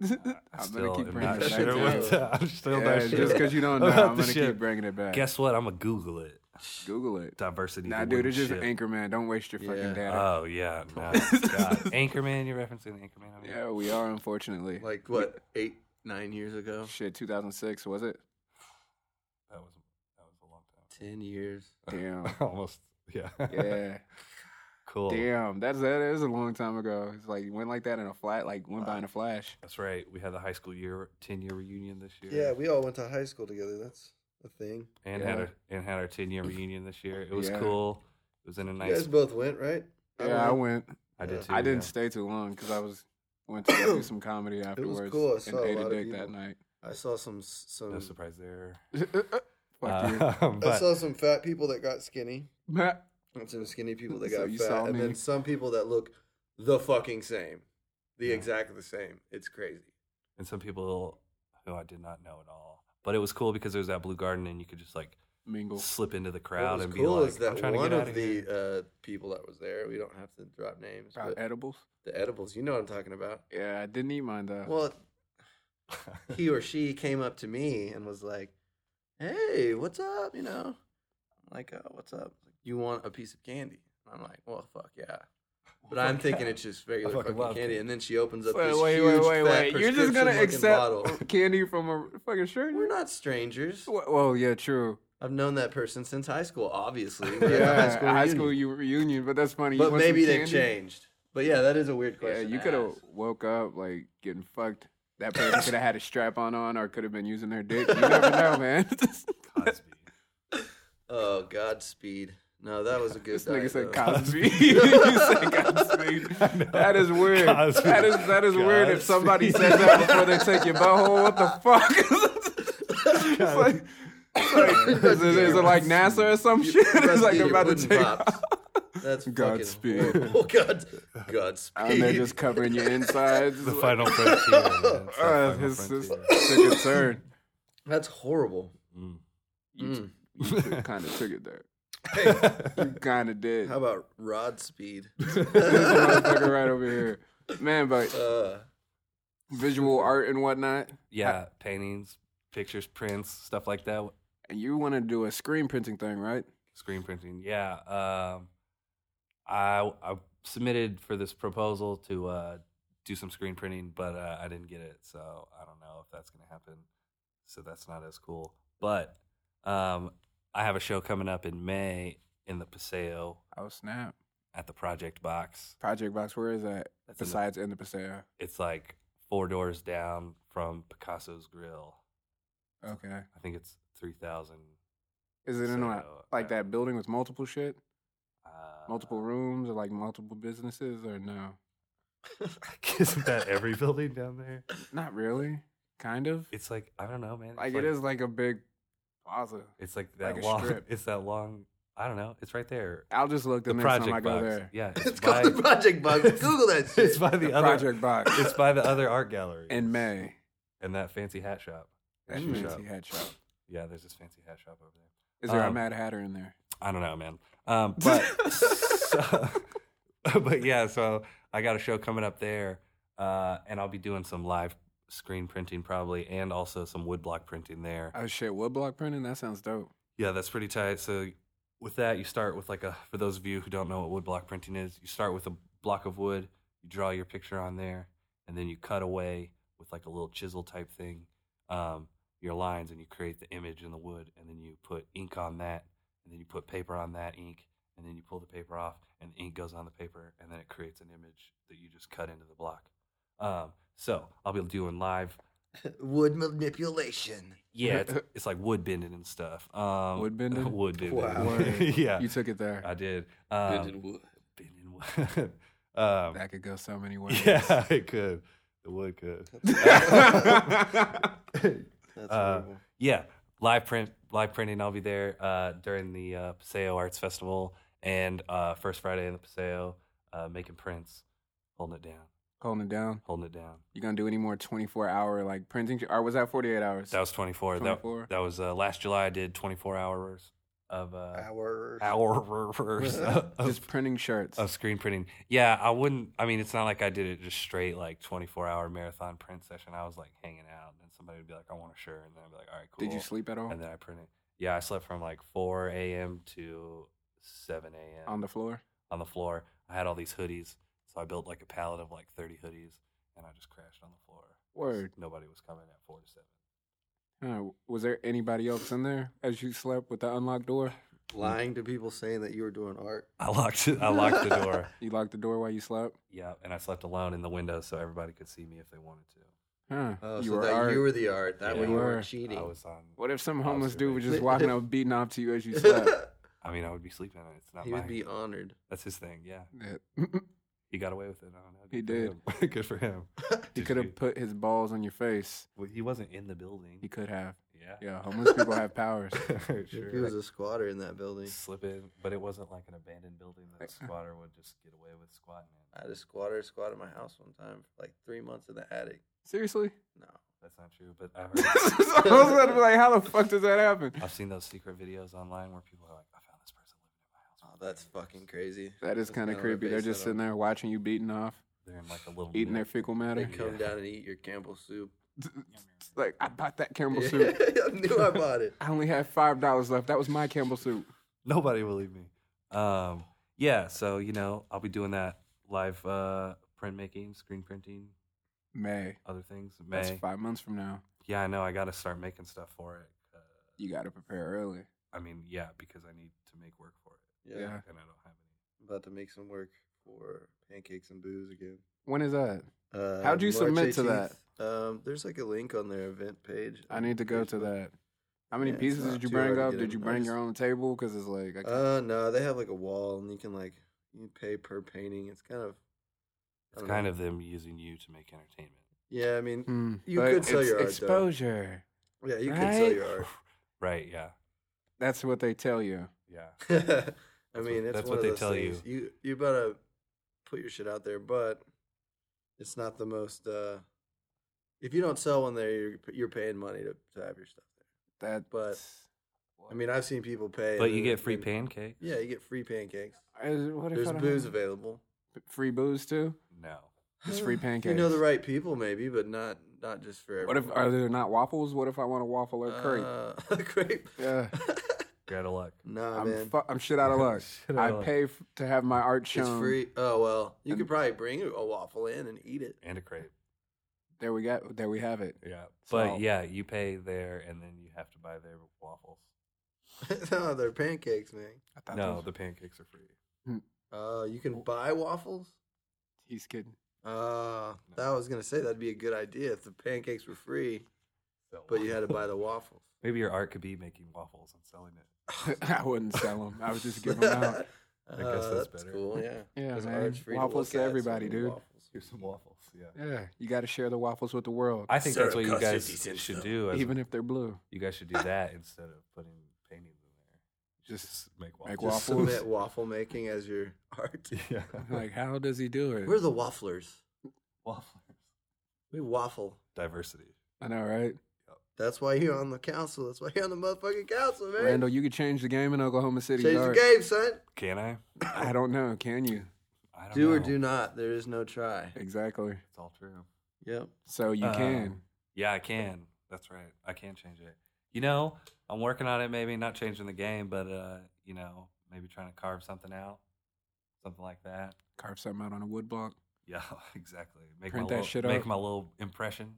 Speaker 1: I'm
Speaker 5: Uh, I still am not
Speaker 2: that
Speaker 5: sure
Speaker 2: back
Speaker 5: what
Speaker 1: up.
Speaker 5: to- I'm still
Speaker 1: Yeah,
Speaker 5: not sure.
Speaker 1: just because you
Speaker 5: [LAUGHS]
Speaker 1: don't know,
Speaker 5: About
Speaker 1: I'm
Speaker 5: the
Speaker 1: gonna
Speaker 5: shit.
Speaker 1: keep bringing it back.
Speaker 5: Guess what? I'm gonna Google it.
Speaker 1: Google it.
Speaker 5: Diversity.
Speaker 1: Nah,
Speaker 5: the
Speaker 1: dude,
Speaker 5: wooden
Speaker 1: it's just
Speaker 5: shit.
Speaker 1: Anchorman. Don't waste your fucking
Speaker 2: Yeah.
Speaker 1: data.
Speaker 5: Oh
Speaker 1: [LAUGHS]
Speaker 5: yeah, no, God. Anchorman. You're referencing Anchorman. over
Speaker 1: yeah,
Speaker 5: here?
Speaker 1: we are unfortunately.
Speaker 2: Like what, eight, nine years ago?
Speaker 1: Shit, 2006 was
Speaker 5: [LAUGHS]
Speaker 1: it?
Speaker 5: that was that was a long time.
Speaker 2: Ten years.
Speaker 1: Damn.
Speaker 5: [LAUGHS] Almost. Yeah. [LAUGHS]
Speaker 1: Yeah.
Speaker 5: coul
Speaker 1: Damn. That's that is a long time ago. It's like you went like that in a flat, like
Speaker 2: Uh,
Speaker 1: went by in a flash.
Speaker 5: That's right. We had the high school year, ten year reunion this year.
Speaker 2: we all went to high school together. That's a thing.
Speaker 5: and had
Speaker 1: Yeah.
Speaker 5: our and had our
Speaker 1: [LAUGHS]
Speaker 5: ten year reunion this year. It was
Speaker 1: Yeah.
Speaker 5: cool. It was in a nice.
Speaker 2: both went, right?
Speaker 1: Yeah, I went.
Speaker 5: I did too.
Speaker 1: I didn't
Speaker 5: yeah.
Speaker 1: stay too long because I was went to do
Speaker 2: [COUGHS]
Speaker 1: some comedy afterwards
Speaker 2: cool. I
Speaker 1: and
Speaker 2: saw a
Speaker 1: ate a
Speaker 2: lot of
Speaker 1: dick
Speaker 2: people.
Speaker 1: that night.
Speaker 2: I saw some some.
Speaker 5: No surprise there.
Speaker 1: [LAUGHS] Fuck you.
Speaker 5: Uh, [LAUGHS] but
Speaker 2: some fat people that got skinny. And some skinny people
Speaker 1: [LAUGHS]
Speaker 2: that
Speaker 1: So
Speaker 2: got
Speaker 1: you
Speaker 2: fat,
Speaker 1: saw
Speaker 2: and
Speaker 1: me.
Speaker 2: then some people that look the fucking same, the
Speaker 5: Yeah.
Speaker 2: exactly the same. It's crazy.
Speaker 5: and some people who I did not know at all. But it was cool because it was that blue garden, and you could just like
Speaker 1: Mingle.
Speaker 5: slip into the
Speaker 2: What
Speaker 5: crowd
Speaker 2: was
Speaker 5: and
Speaker 2: cool
Speaker 5: be like,
Speaker 2: is that
Speaker 5: "I'm trying
Speaker 2: one
Speaker 5: to get out
Speaker 2: of
Speaker 5: of
Speaker 2: the
Speaker 5: here."
Speaker 2: Uh, people that was there. We don't have to drop names.
Speaker 1: Uh,
Speaker 2: but
Speaker 1: edibles.
Speaker 2: the edibles, you know what I'm talking about.
Speaker 1: Yeah, I didn't eat mine though.
Speaker 2: Well,
Speaker 1: [LAUGHS]
Speaker 2: uh, he or she came up to me and was like, "Hey, what's up?" You know, I'm like, "Oh, what's up? You want a piece of candy?" And I'm like, "Well, fuck yeah." But I'm thinking it's just regular
Speaker 5: fucking
Speaker 2: fucking,
Speaker 5: love
Speaker 2: candy,
Speaker 5: it.
Speaker 2: and then she opens up
Speaker 1: Wait,
Speaker 2: this
Speaker 1: wait,
Speaker 2: huge
Speaker 1: wait, wait,
Speaker 2: fat
Speaker 1: wait. You're just gonna
Speaker 2: prescription-looking
Speaker 1: accept [LAUGHS]
Speaker 2: bottle.
Speaker 1: candy from a fucking shirt?
Speaker 2: We're not strangers.
Speaker 1: Well, well, yeah, true.
Speaker 2: I've known that person since high school,
Speaker 1: [LAUGHS]
Speaker 2: obviously. We
Speaker 1: Yeah,
Speaker 2: had a
Speaker 1: high
Speaker 2: reunion.
Speaker 1: school you reunion, but that's funny. You
Speaker 2: but
Speaker 1: want some
Speaker 2: maybe they've
Speaker 1: candy?
Speaker 2: changed. But yeah, that is a weird
Speaker 1: Yeah,
Speaker 2: question.
Speaker 1: you
Speaker 2: to
Speaker 1: could have
Speaker 2: ask.
Speaker 1: woke up like getting fucked. That
Speaker 2: [LAUGHS]
Speaker 1: person could have had a strap on on, or could have been using their dick. You never know, man. [LAUGHS] this
Speaker 5: [LAUGHS]
Speaker 2: [LAUGHS]
Speaker 5: Cosby.
Speaker 2: Oh, Godspeed. No, that was a
Speaker 1: [LAUGHS]
Speaker 2: good.
Speaker 1: nigga
Speaker 2: diet,
Speaker 1: said
Speaker 2: though.
Speaker 1: Cosby. [LAUGHS] you said Cosby.
Speaker 5: I know.
Speaker 1: That is weird.
Speaker 5: Cosby.
Speaker 1: That is that is weird. If
Speaker 5: Cosby.
Speaker 1: somebody says that before they take your butthole, what the fuck? [LAUGHS] it's like, it's like, is it, is it like NASA or some shit? [LAUGHS] It's like
Speaker 2: Rusty,
Speaker 1: about to
Speaker 2: your
Speaker 1: take.
Speaker 2: pudding pops. That's
Speaker 1: Godspeed.
Speaker 2: Oh [LAUGHS]
Speaker 1: [LAUGHS]
Speaker 2: God, Godspeed.
Speaker 1: And they're just covering your insides.
Speaker 5: [LAUGHS]
Speaker 1: It's
Speaker 5: the
Speaker 1: like,
Speaker 2: [LAUGHS]
Speaker 5: final frontier. man. It's the
Speaker 1: uh,
Speaker 5: final
Speaker 1: his his
Speaker 5: frontier.
Speaker 1: took a turn.
Speaker 2: That's horrible.
Speaker 5: Mm.
Speaker 1: You,
Speaker 2: Mm.
Speaker 1: kind of took it there.
Speaker 2: Hey,
Speaker 5: Mm.
Speaker 1: You kind of did.
Speaker 2: how about Rod
Speaker 1: [LAUGHS]
Speaker 2: Speed?
Speaker 1: this
Speaker 2: [LAUGHS]
Speaker 1: motherfucker right over here, man. But
Speaker 2: Uh,
Speaker 1: visual art and whatnot.
Speaker 5: [LAUGHS] Yeah, paintings, pictures, prints, stuff like that.
Speaker 1: And you want to do a screen printing thing, right?
Speaker 5: Screen printing. Yeah. Um, I I submitted for this proposal to uh, do some screen printing, but uh, I didn't get it, so I don't know if that's gonna happen. So that's not as cool. But um, I have a show coming up in May in the Paseo
Speaker 1: Oh snap!
Speaker 5: at the Project Box.
Speaker 1: Project Box, where is that?
Speaker 5: That's in the-
Speaker 1: Besides in the Paseo.
Speaker 5: it's like four doors down from Picasso's Grill.
Speaker 1: Okay.
Speaker 5: I think it's three thousand.
Speaker 1: Is it in a,
Speaker 5: So,
Speaker 1: like
Speaker 5: uh,
Speaker 1: that building with multiple shit,
Speaker 5: Uh,
Speaker 1: multiple rooms, or like multiple businesses, or no?
Speaker 5: [LAUGHS] Isn't that every building down there?
Speaker 1: Not really. Kind of.
Speaker 5: It's like I don't know, man. It's
Speaker 1: like it is like a big plaza.
Speaker 5: It's like that
Speaker 1: like a
Speaker 5: long.
Speaker 1: strip.
Speaker 5: [LAUGHS] It's that long. I don't know. It's right there.
Speaker 1: I'll just look the,
Speaker 5: the
Speaker 1: next
Speaker 5: project
Speaker 1: time I go
Speaker 5: box.
Speaker 1: there. [LAUGHS]
Speaker 5: Yeah, it's,
Speaker 2: it's
Speaker 5: by,
Speaker 2: called the Project Bugs. Google that shit.
Speaker 5: [LAUGHS] it's by the, [LAUGHS]
Speaker 1: The
Speaker 5: other.
Speaker 1: project box
Speaker 5: It's by the other art gallery.
Speaker 1: in May.
Speaker 5: and that fancy hat shop.
Speaker 1: That
Speaker 5: Shoe
Speaker 1: fancy
Speaker 5: shop.
Speaker 1: hat shop.
Speaker 5: Yeah, there's this fancy hat shop over there.
Speaker 1: Is there a
Speaker 5: Um,
Speaker 1: Mad Hatter in there?
Speaker 5: I don't know, man.
Speaker 1: [LAUGHS]
Speaker 5: Um, but so, [LAUGHS] but yeah, so I got a show coming up there, uh, and I'll be doing some live screen printing probably, and also some woodblock printing there.
Speaker 1: Oh shit, woodblock printing? That sounds dope.
Speaker 5: Yeah, that's pretty tight. So with that, you start with like a for those of you who don't know what wood block printing is, you start with a block of wood, you draw your picture on there, and then you cut away with like a little chisel type thing, um, your lines, and you create the image in the wood, and then you put ink on that, and then you put paper on that ink, and then you pull the paper off, and the ink goes on the paper, and then it creates an image that you just cut into the block. Um, so I'll be doing live.
Speaker 1: [LAUGHS]
Speaker 2: [LAUGHS] Wood manipulation. [LAUGHS]
Speaker 5: Yeah, it's, it's like wood bending and stuff. Um,
Speaker 1: Wood bending?
Speaker 5: [LAUGHS] Wood bending.
Speaker 4: Wow.
Speaker 1: Word.
Speaker 5: yeah.
Speaker 1: You took it there.
Speaker 5: I did.
Speaker 4: Bend
Speaker 5: Um,
Speaker 4: in wood.
Speaker 5: bend in wood. [LAUGHS] um,
Speaker 1: that could go so many ways.
Speaker 5: [LAUGHS] yeah, it could. The wood could.
Speaker 2: That's
Speaker 5: Uh,
Speaker 2: horrible.
Speaker 5: Yeah, live print, live printing. I'll be there uh, during the uh, Paseo Arts Festival and uh, first Friday in the Paseo, uh, making prints, holding it down,
Speaker 1: Holding it down.
Speaker 5: holding it down.
Speaker 1: You gonna do any more 24 hour like printing? Or was that 48 hours?
Speaker 5: That was twenty four. That
Speaker 1: 24?
Speaker 5: that was uh, last July. I did twenty four hours of uh,
Speaker 2: Hours.
Speaker 5: hours of
Speaker 1: [LAUGHS] Just printing shirts.
Speaker 5: Of screen printing. Yeah, I wouldn't. I mean, it's not like I did it just straight, like 24 hour marathon print session. I was like hanging out, and then somebody would be like, I want a shirt. And then I'd be like, all right, cool.
Speaker 1: Did you sleep at all?
Speaker 5: And then I print it. Yeah, I slept from like 4 a.m. to 7 a.m.
Speaker 1: On the floor?
Speaker 5: on the floor. I had all these hoodies. So I built like a pallet of like 30 hoodies, and I just crashed on the floor.
Speaker 1: Word.
Speaker 5: Nobody was coming at 4 to 7.
Speaker 1: Huh, was there anybody else in there as you slept with the unlocked door?
Speaker 2: Lying to people saying that you were doing art.
Speaker 5: I locked, I locked the
Speaker 1: [LAUGHS]
Speaker 5: door.
Speaker 1: You locked the door while you slept?
Speaker 5: Yeah, and I slept alone in the window so everybody could see me if they wanted to.
Speaker 1: Huh.
Speaker 2: Oh, so that you were Oh, the art. That
Speaker 5: Yeah.
Speaker 2: way you
Speaker 1: Were.
Speaker 2: weren't cheating.
Speaker 5: I [LAUGHS] was on.
Speaker 1: What if some
Speaker 5: was
Speaker 1: homeless dude
Speaker 5: doing-
Speaker 1: was
Speaker 2: [LAUGHS]
Speaker 1: just walking up beating off to you as you slept?
Speaker 5: I mean, I would be sleeping. and It's not
Speaker 2: he
Speaker 5: my.
Speaker 2: would be honored.
Speaker 5: [LAUGHS]
Speaker 2: [LAUGHS]
Speaker 5: That's his thing. Yeah,
Speaker 1: [LAUGHS] Yeah.
Speaker 5: he got away with it. I don't know.
Speaker 1: He
Speaker 5: for him. [LAUGHS] Good for him.
Speaker 1: he could have put his balls on your face.
Speaker 5: Well, he wasn't in the building.
Speaker 1: He could have.
Speaker 5: yeah. [LAUGHS]
Speaker 1: Yeah, homeless people have
Speaker 2: [LAUGHS]
Speaker 1: powers.
Speaker 2: If he
Speaker 5: sure.
Speaker 2: was a squatter in that building,
Speaker 5: Slip in, but it wasn't like an abandoned building that a squatter would just get away with squatting in.
Speaker 2: I had a squatter squat at my house one time for like three months in the attic. [LAUGHS]
Speaker 1: Seriously? [LAUGHS]
Speaker 2: No.
Speaker 5: That's not true. But I
Speaker 1: I
Speaker 5: heard,
Speaker 1: was about to be like, how the fuck does that happen?
Speaker 5: I've seen those secret videos online where people are like, "I found this person living in my house."
Speaker 2: Oh,
Speaker 5: for
Speaker 2: that's
Speaker 5: three years."
Speaker 2: fucking crazy.
Speaker 1: That is
Speaker 2: That's
Speaker 1: kind of
Speaker 2: kinda what I
Speaker 1: creepy. They're
Speaker 2: based
Speaker 1: just
Speaker 2: that
Speaker 1: sitting
Speaker 2: on.
Speaker 1: there watching you beating off,
Speaker 5: They're in like a little
Speaker 1: eating their
Speaker 5: nook.
Speaker 1: fecal
Speaker 2: They
Speaker 1: matter.
Speaker 5: Yeah.
Speaker 2: come down and eat your Campbell soup.
Speaker 1: [LAUGHS] like, I bought that Campbell
Speaker 2: Yeah,
Speaker 1: soup.
Speaker 2: [LAUGHS] I knew I bought it.
Speaker 1: I only had five dollars left. That was my Campbell soup.
Speaker 5: [LAUGHS] Nobody will leave me. Um, yeah. So you know, I'll be doing that live uh, printmaking, screen printing,
Speaker 1: May.
Speaker 5: other things. May.
Speaker 1: That's five months from now.
Speaker 5: Yeah, I know. I got to start making stuff for it. Uh,
Speaker 1: You got to prepare early.
Speaker 5: I mean, yeah, because I need to make work for it,
Speaker 2: Yeah.
Speaker 1: Yeah.
Speaker 5: and I don't have any.
Speaker 2: About to make some work for pancakes and booze again.
Speaker 1: When is that?
Speaker 2: Uh,
Speaker 1: How'd you submit to that?
Speaker 2: Um, there's like a link on their event page.
Speaker 1: I need to go
Speaker 2: There's
Speaker 1: to
Speaker 2: one.
Speaker 1: that. How many
Speaker 2: Yeah, it's
Speaker 1: pieces
Speaker 2: not
Speaker 1: did you
Speaker 2: too hard
Speaker 1: bring
Speaker 2: to
Speaker 1: up?
Speaker 2: get
Speaker 1: Did
Speaker 2: in.
Speaker 1: you
Speaker 2: I
Speaker 1: bring your
Speaker 2: just-
Speaker 1: own table? Because it's like, I can't-
Speaker 2: Uh, no, they have like a wall, and you can like you pay per painting. It's kind of I
Speaker 5: It's
Speaker 2: don't
Speaker 5: kind
Speaker 2: know.
Speaker 5: of them using you to make entertainment.
Speaker 2: yeah. I mean,
Speaker 1: Mm,
Speaker 2: You
Speaker 1: but
Speaker 2: could sell
Speaker 1: it's
Speaker 2: your art, though.
Speaker 1: exposure.
Speaker 2: yeah, you can sell
Speaker 1: Right?
Speaker 2: your
Speaker 5: [LAUGHS]
Speaker 2: art. [LAUGHS]
Speaker 5: Right? Yeah.
Speaker 1: That's what they tell you.
Speaker 5: Yeah.
Speaker 2: I
Speaker 5: That's
Speaker 2: mean,
Speaker 5: what-
Speaker 2: it's one
Speaker 5: that's what
Speaker 2: of
Speaker 5: they
Speaker 2: those
Speaker 5: tell
Speaker 2: things. you. You better put your shit out there, but it's not the most. uh If you don't sell one there, you're you're paying money to, to have your stuff there.
Speaker 1: That,
Speaker 2: But- I mean, I've seen people pay,
Speaker 5: But
Speaker 2: and
Speaker 5: you
Speaker 2: then-
Speaker 5: get free
Speaker 2: and-
Speaker 5: pancake?
Speaker 2: Yeah, you get free pancakes.
Speaker 1: I- what if
Speaker 2: There's
Speaker 1: I don't
Speaker 2: booze
Speaker 1: have-
Speaker 2: available.
Speaker 1: Free booze too.
Speaker 5: No.
Speaker 2: [LAUGHS]
Speaker 1: It's free
Speaker 2: If
Speaker 1: pancakes.
Speaker 2: You know the right people, maybe, but not not just for
Speaker 1: What
Speaker 2: everyone.
Speaker 1: if are there not waffles? What if I want a waffle or crepe?
Speaker 2: Uh, [LAUGHS] crepe.
Speaker 1: Yeah,
Speaker 5: You're out of luck.
Speaker 2: [LAUGHS] Nah,
Speaker 1: I'm
Speaker 2: man.
Speaker 1: fu- I'm shit out
Speaker 5: [LAUGHS]
Speaker 1: of luck.
Speaker 5: Shit out
Speaker 1: I
Speaker 5: of luck.
Speaker 1: pay f- to have my art shown.
Speaker 2: it's free. Oh well, you
Speaker 1: And-
Speaker 2: could probably bring a waffle in and eat it.
Speaker 5: and a crepe.
Speaker 1: There we go. There we have it.
Speaker 5: Yeah. But
Speaker 1: So-
Speaker 5: yeah, you pay there, and then you have to buy their waffles.
Speaker 2: [LAUGHS] no, they're pancakes, man.
Speaker 1: I thought
Speaker 5: no,
Speaker 1: those-
Speaker 5: the pancakes are free.
Speaker 2: Uh, you can buy waffles.
Speaker 1: he's kidding. [LAUGHS]
Speaker 2: Uh, that I was gonna say that'd be a good idea if the pancakes were free,
Speaker 5: So-
Speaker 2: but you had to buy the waffles.
Speaker 5: [LAUGHS] Maybe your art could be making waffles and selling it.
Speaker 1: I wouldn't sell them. [LAUGHS] I would just give them
Speaker 2: [LAUGHS]
Speaker 5: [LAUGHS]
Speaker 1: out.
Speaker 2: I
Speaker 5: guess that's better.
Speaker 2: Uh, cool. Yeah,
Speaker 1: [LAUGHS] Yeah,
Speaker 2: 'Cause
Speaker 1: man.
Speaker 2: art's free
Speaker 1: Waffles
Speaker 2: look
Speaker 1: to
Speaker 2: at, so
Speaker 1: everybody,
Speaker 2: many
Speaker 1: dude.
Speaker 2: waffles.
Speaker 5: Here's some waffles. Yeah.
Speaker 1: Yeah, you got to share the waffles with the world,
Speaker 5: I think that's what you
Speaker 2: Syrup costs
Speaker 5: guys
Speaker 2: 50 cents,
Speaker 5: should
Speaker 2: though.
Speaker 5: do. As
Speaker 1: even if they're blue. [LAUGHS]
Speaker 5: you guys should do that instead of putting paintings in there.
Speaker 1: Just
Speaker 5: make waffles.
Speaker 1: make
Speaker 2: Just
Speaker 1: Waffles.
Speaker 2: submit waffle making as your [LAUGHS] art.
Speaker 5: [LAUGHS] yeah.
Speaker 1: Like, how does he do it?
Speaker 2: We're the wafflers.
Speaker 5: waffles.
Speaker 2: We waffle.
Speaker 5: Diversity.
Speaker 1: I know, right?
Speaker 2: That's why you're on the council. That's why you're on the motherfucking council, man.
Speaker 1: Randall, you could change the game in Oklahoma City.
Speaker 2: Change
Speaker 1: dog.
Speaker 2: the game, son.
Speaker 5: Can I?
Speaker 1: I don't know. Can you?
Speaker 5: I
Speaker 2: [COUGHS]
Speaker 5: don't
Speaker 2: Do or
Speaker 5: know.
Speaker 2: do not. There is no try.
Speaker 1: Exactly.
Speaker 3: It's all true.
Speaker 2: Yep.
Speaker 1: So you
Speaker 5: Um,
Speaker 1: can.
Speaker 5: Yeah, I can. That's right. I can change it. You know, I'm working on it. Maybe not changing the game, but uh, you know, maybe trying to carve something out, something like that. [LAUGHS]
Speaker 1: Carve something out on a wood block.
Speaker 5: Yeah, [LAUGHS] exactly. Make
Speaker 1: Print
Speaker 5: my
Speaker 1: that
Speaker 5: little,
Speaker 1: shit
Speaker 5: Make
Speaker 1: up.
Speaker 5: my little impression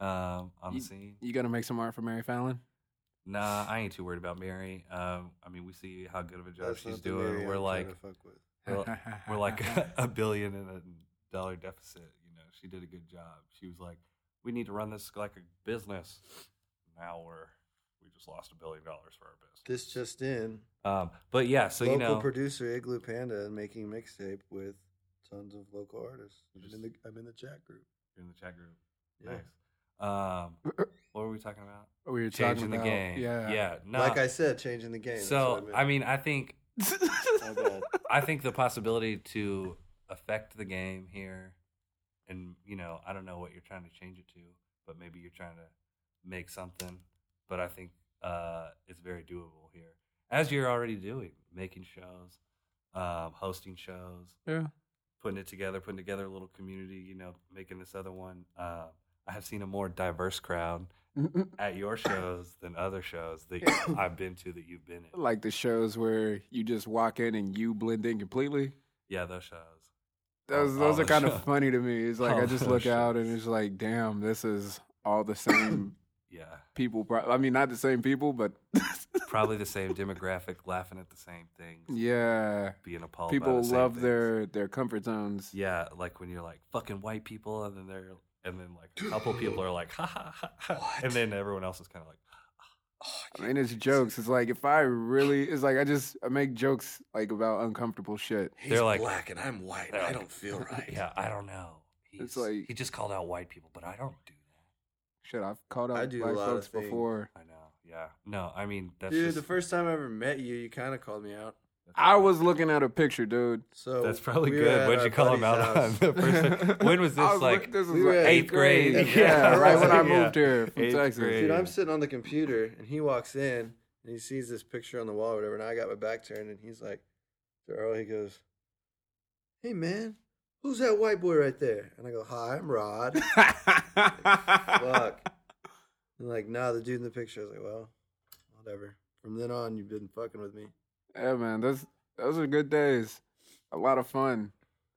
Speaker 5: um, on the scene.
Speaker 1: You gonna make some art for Mary Fallon?
Speaker 5: Nah, I ain't too worried about Mary. Um, I mean, we see how good of a job
Speaker 2: That's
Speaker 5: she's
Speaker 2: not the
Speaker 5: doing.
Speaker 2: Mary
Speaker 5: We're
Speaker 2: I'm
Speaker 5: like,
Speaker 2: trying to fuck with.
Speaker 5: Well, we're like [LAUGHS] a billion and a dollar deficit. You know, she did a good job. She was like, we need to run this like a business. Now we're we just lost a billion dollars for our business.
Speaker 2: This just in.
Speaker 5: Um, but yeah, so
Speaker 2: local
Speaker 5: you know,
Speaker 2: producer Igloo Panda is making mixtape with tons of local artists. I'm in the, I'm in the chat group.
Speaker 5: in the chat group,
Speaker 2: Yeah.
Speaker 5: nice. Um, what were we talking about?
Speaker 1: [LAUGHS] we were talking
Speaker 5: [LAUGHS] Changing the
Speaker 1: about-
Speaker 5: game.
Speaker 1: Yeah.
Speaker 5: yeah. No,
Speaker 2: Like I said, changing the game.
Speaker 5: so I mean, I think
Speaker 2: I
Speaker 5: [LAUGHS]
Speaker 2: mean,
Speaker 5: I think the possibility to affect the game here, and you know, I don't know what you're trying to change it to, but maybe you're trying to make something. But I think uh, it's very doable here, as you're already doing, making shows, um, hosting shows,
Speaker 1: Yeah.
Speaker 5: putting it together, putting together a little community. You know, making this other one. Uh, I have seen a more diverse crowd at your shows than other shows that I've been to that you've been in.
Speaker 1: like the shows where you just walk in and you blend in completely.
Speaker 5: Yeah, those shows.
Speaker 2: Oh,
Speaker 1: Those
Speaker 5: All-
Speaker 1: those
Speaker 5: all
Speaker 1: are kind
Speaker 5: the-
Speaker 1: of funny to me. It's like
Speaker 5: all
Speaker 1: I just
Speaker 5: the
Speaker 1: look out
Speaker 5: shows.
Speaker 1: and it's like, damn, this is all the
Speaker 2: [COUGHS]
Speaker 1: same
Speaker 5: Yeah.
Speaker 1: people. Pro- I mean, not the same people, but [LAUGHS]
Speaker 5: probably the same demographic, laughing at the same things,
Speaker 1: yeah,
Speaker 5: being appalled. by
Speaker 1: people
Speaker 5: the same
Speaker 1: love
Speaker 5: things.
Speaker 1: their their comfort zones.
Speaker 5: yeah, like when you're like fucking white people, and then they're and then like a couple people are like ha ha ha, ha, and then everyone else is kind of like
Speaker 2: Oh,
Speaker 1: I mean, it's jokes. It's like if I really, it's like I just I make jokes like about uncomfortable shit.
Speaker 4: He's
Speaker 5: They're like-
Speaker 4: black and I'm white.
Speaker 5: they're
Speaker 4: I
Speaker 5: like-
Speaker 4: don't
Speaker 5: [LAUGHS]
Speaker 4: feel right.
Speaker 5: yeah, I don't know. He's,
Speaker 1: It's like-
Speaker 5: he just called out white people, but I don't do that.
Speaker 1: Shit, I've called
Speaker 2: I
Speaker 1: out
Speaker 2: do a
Speaker 1: black
Speaker 2: lot of
Speaker 1: folks
Speaker 2: things.
Speaker 1: before.
Speaker 5: I know. Yeah. No, I mean that's
Speaker 2: dude,
Speaker 5: just,
Speaker 2: the first time I ever met you, you kind of called me out.
Speaker 1: I was looking [LAUGHS] at a picture, dude.
Speaker 2: So
Speaker 5: That's probably
Speaker 2: we were
Speaker 5: good.
Speaker 2: at
Speaker 5: What'd
Speaker 2: our
Speaker 5: you call him
Speaker 2: buddy's
Speaker 5: out on? [LAUGHS]
Speaker 2: house.
Speaker 5: The first, when was
Speaker 1: I
Speaker 5: this? Like,
Speaker 1: look- this was
Speaker 2: we were
Speaker 1: like
Speaker 2: at
Speaker 5: eighth grade.
Speaker 1: Yeah,
Speaker 5: Yeah,
Speaker 1: right when I
Speaker 5: yeah.
Speaker 1: moved here from
Speaker 5: Eighth
Speaker 1: Texas.
Speaker 5: grade.
Speaker 2: Dude, I'm sitting on the computer and he walks in and he sees this picture on the wall or whatever, and I got my back turned and he's like, to Earl, he goes, Hey man, who's that white boy right there? And I go, Hi, I'm Rod. Fuck.
Speaker 5: [LAUGHS]
Speaker 2: And like, nah, the dude in the picture. I was like, Well, whatever. From then on you've been fucking with me.
Speaker 1: Yeah, man, those those are good days. A lot of fun.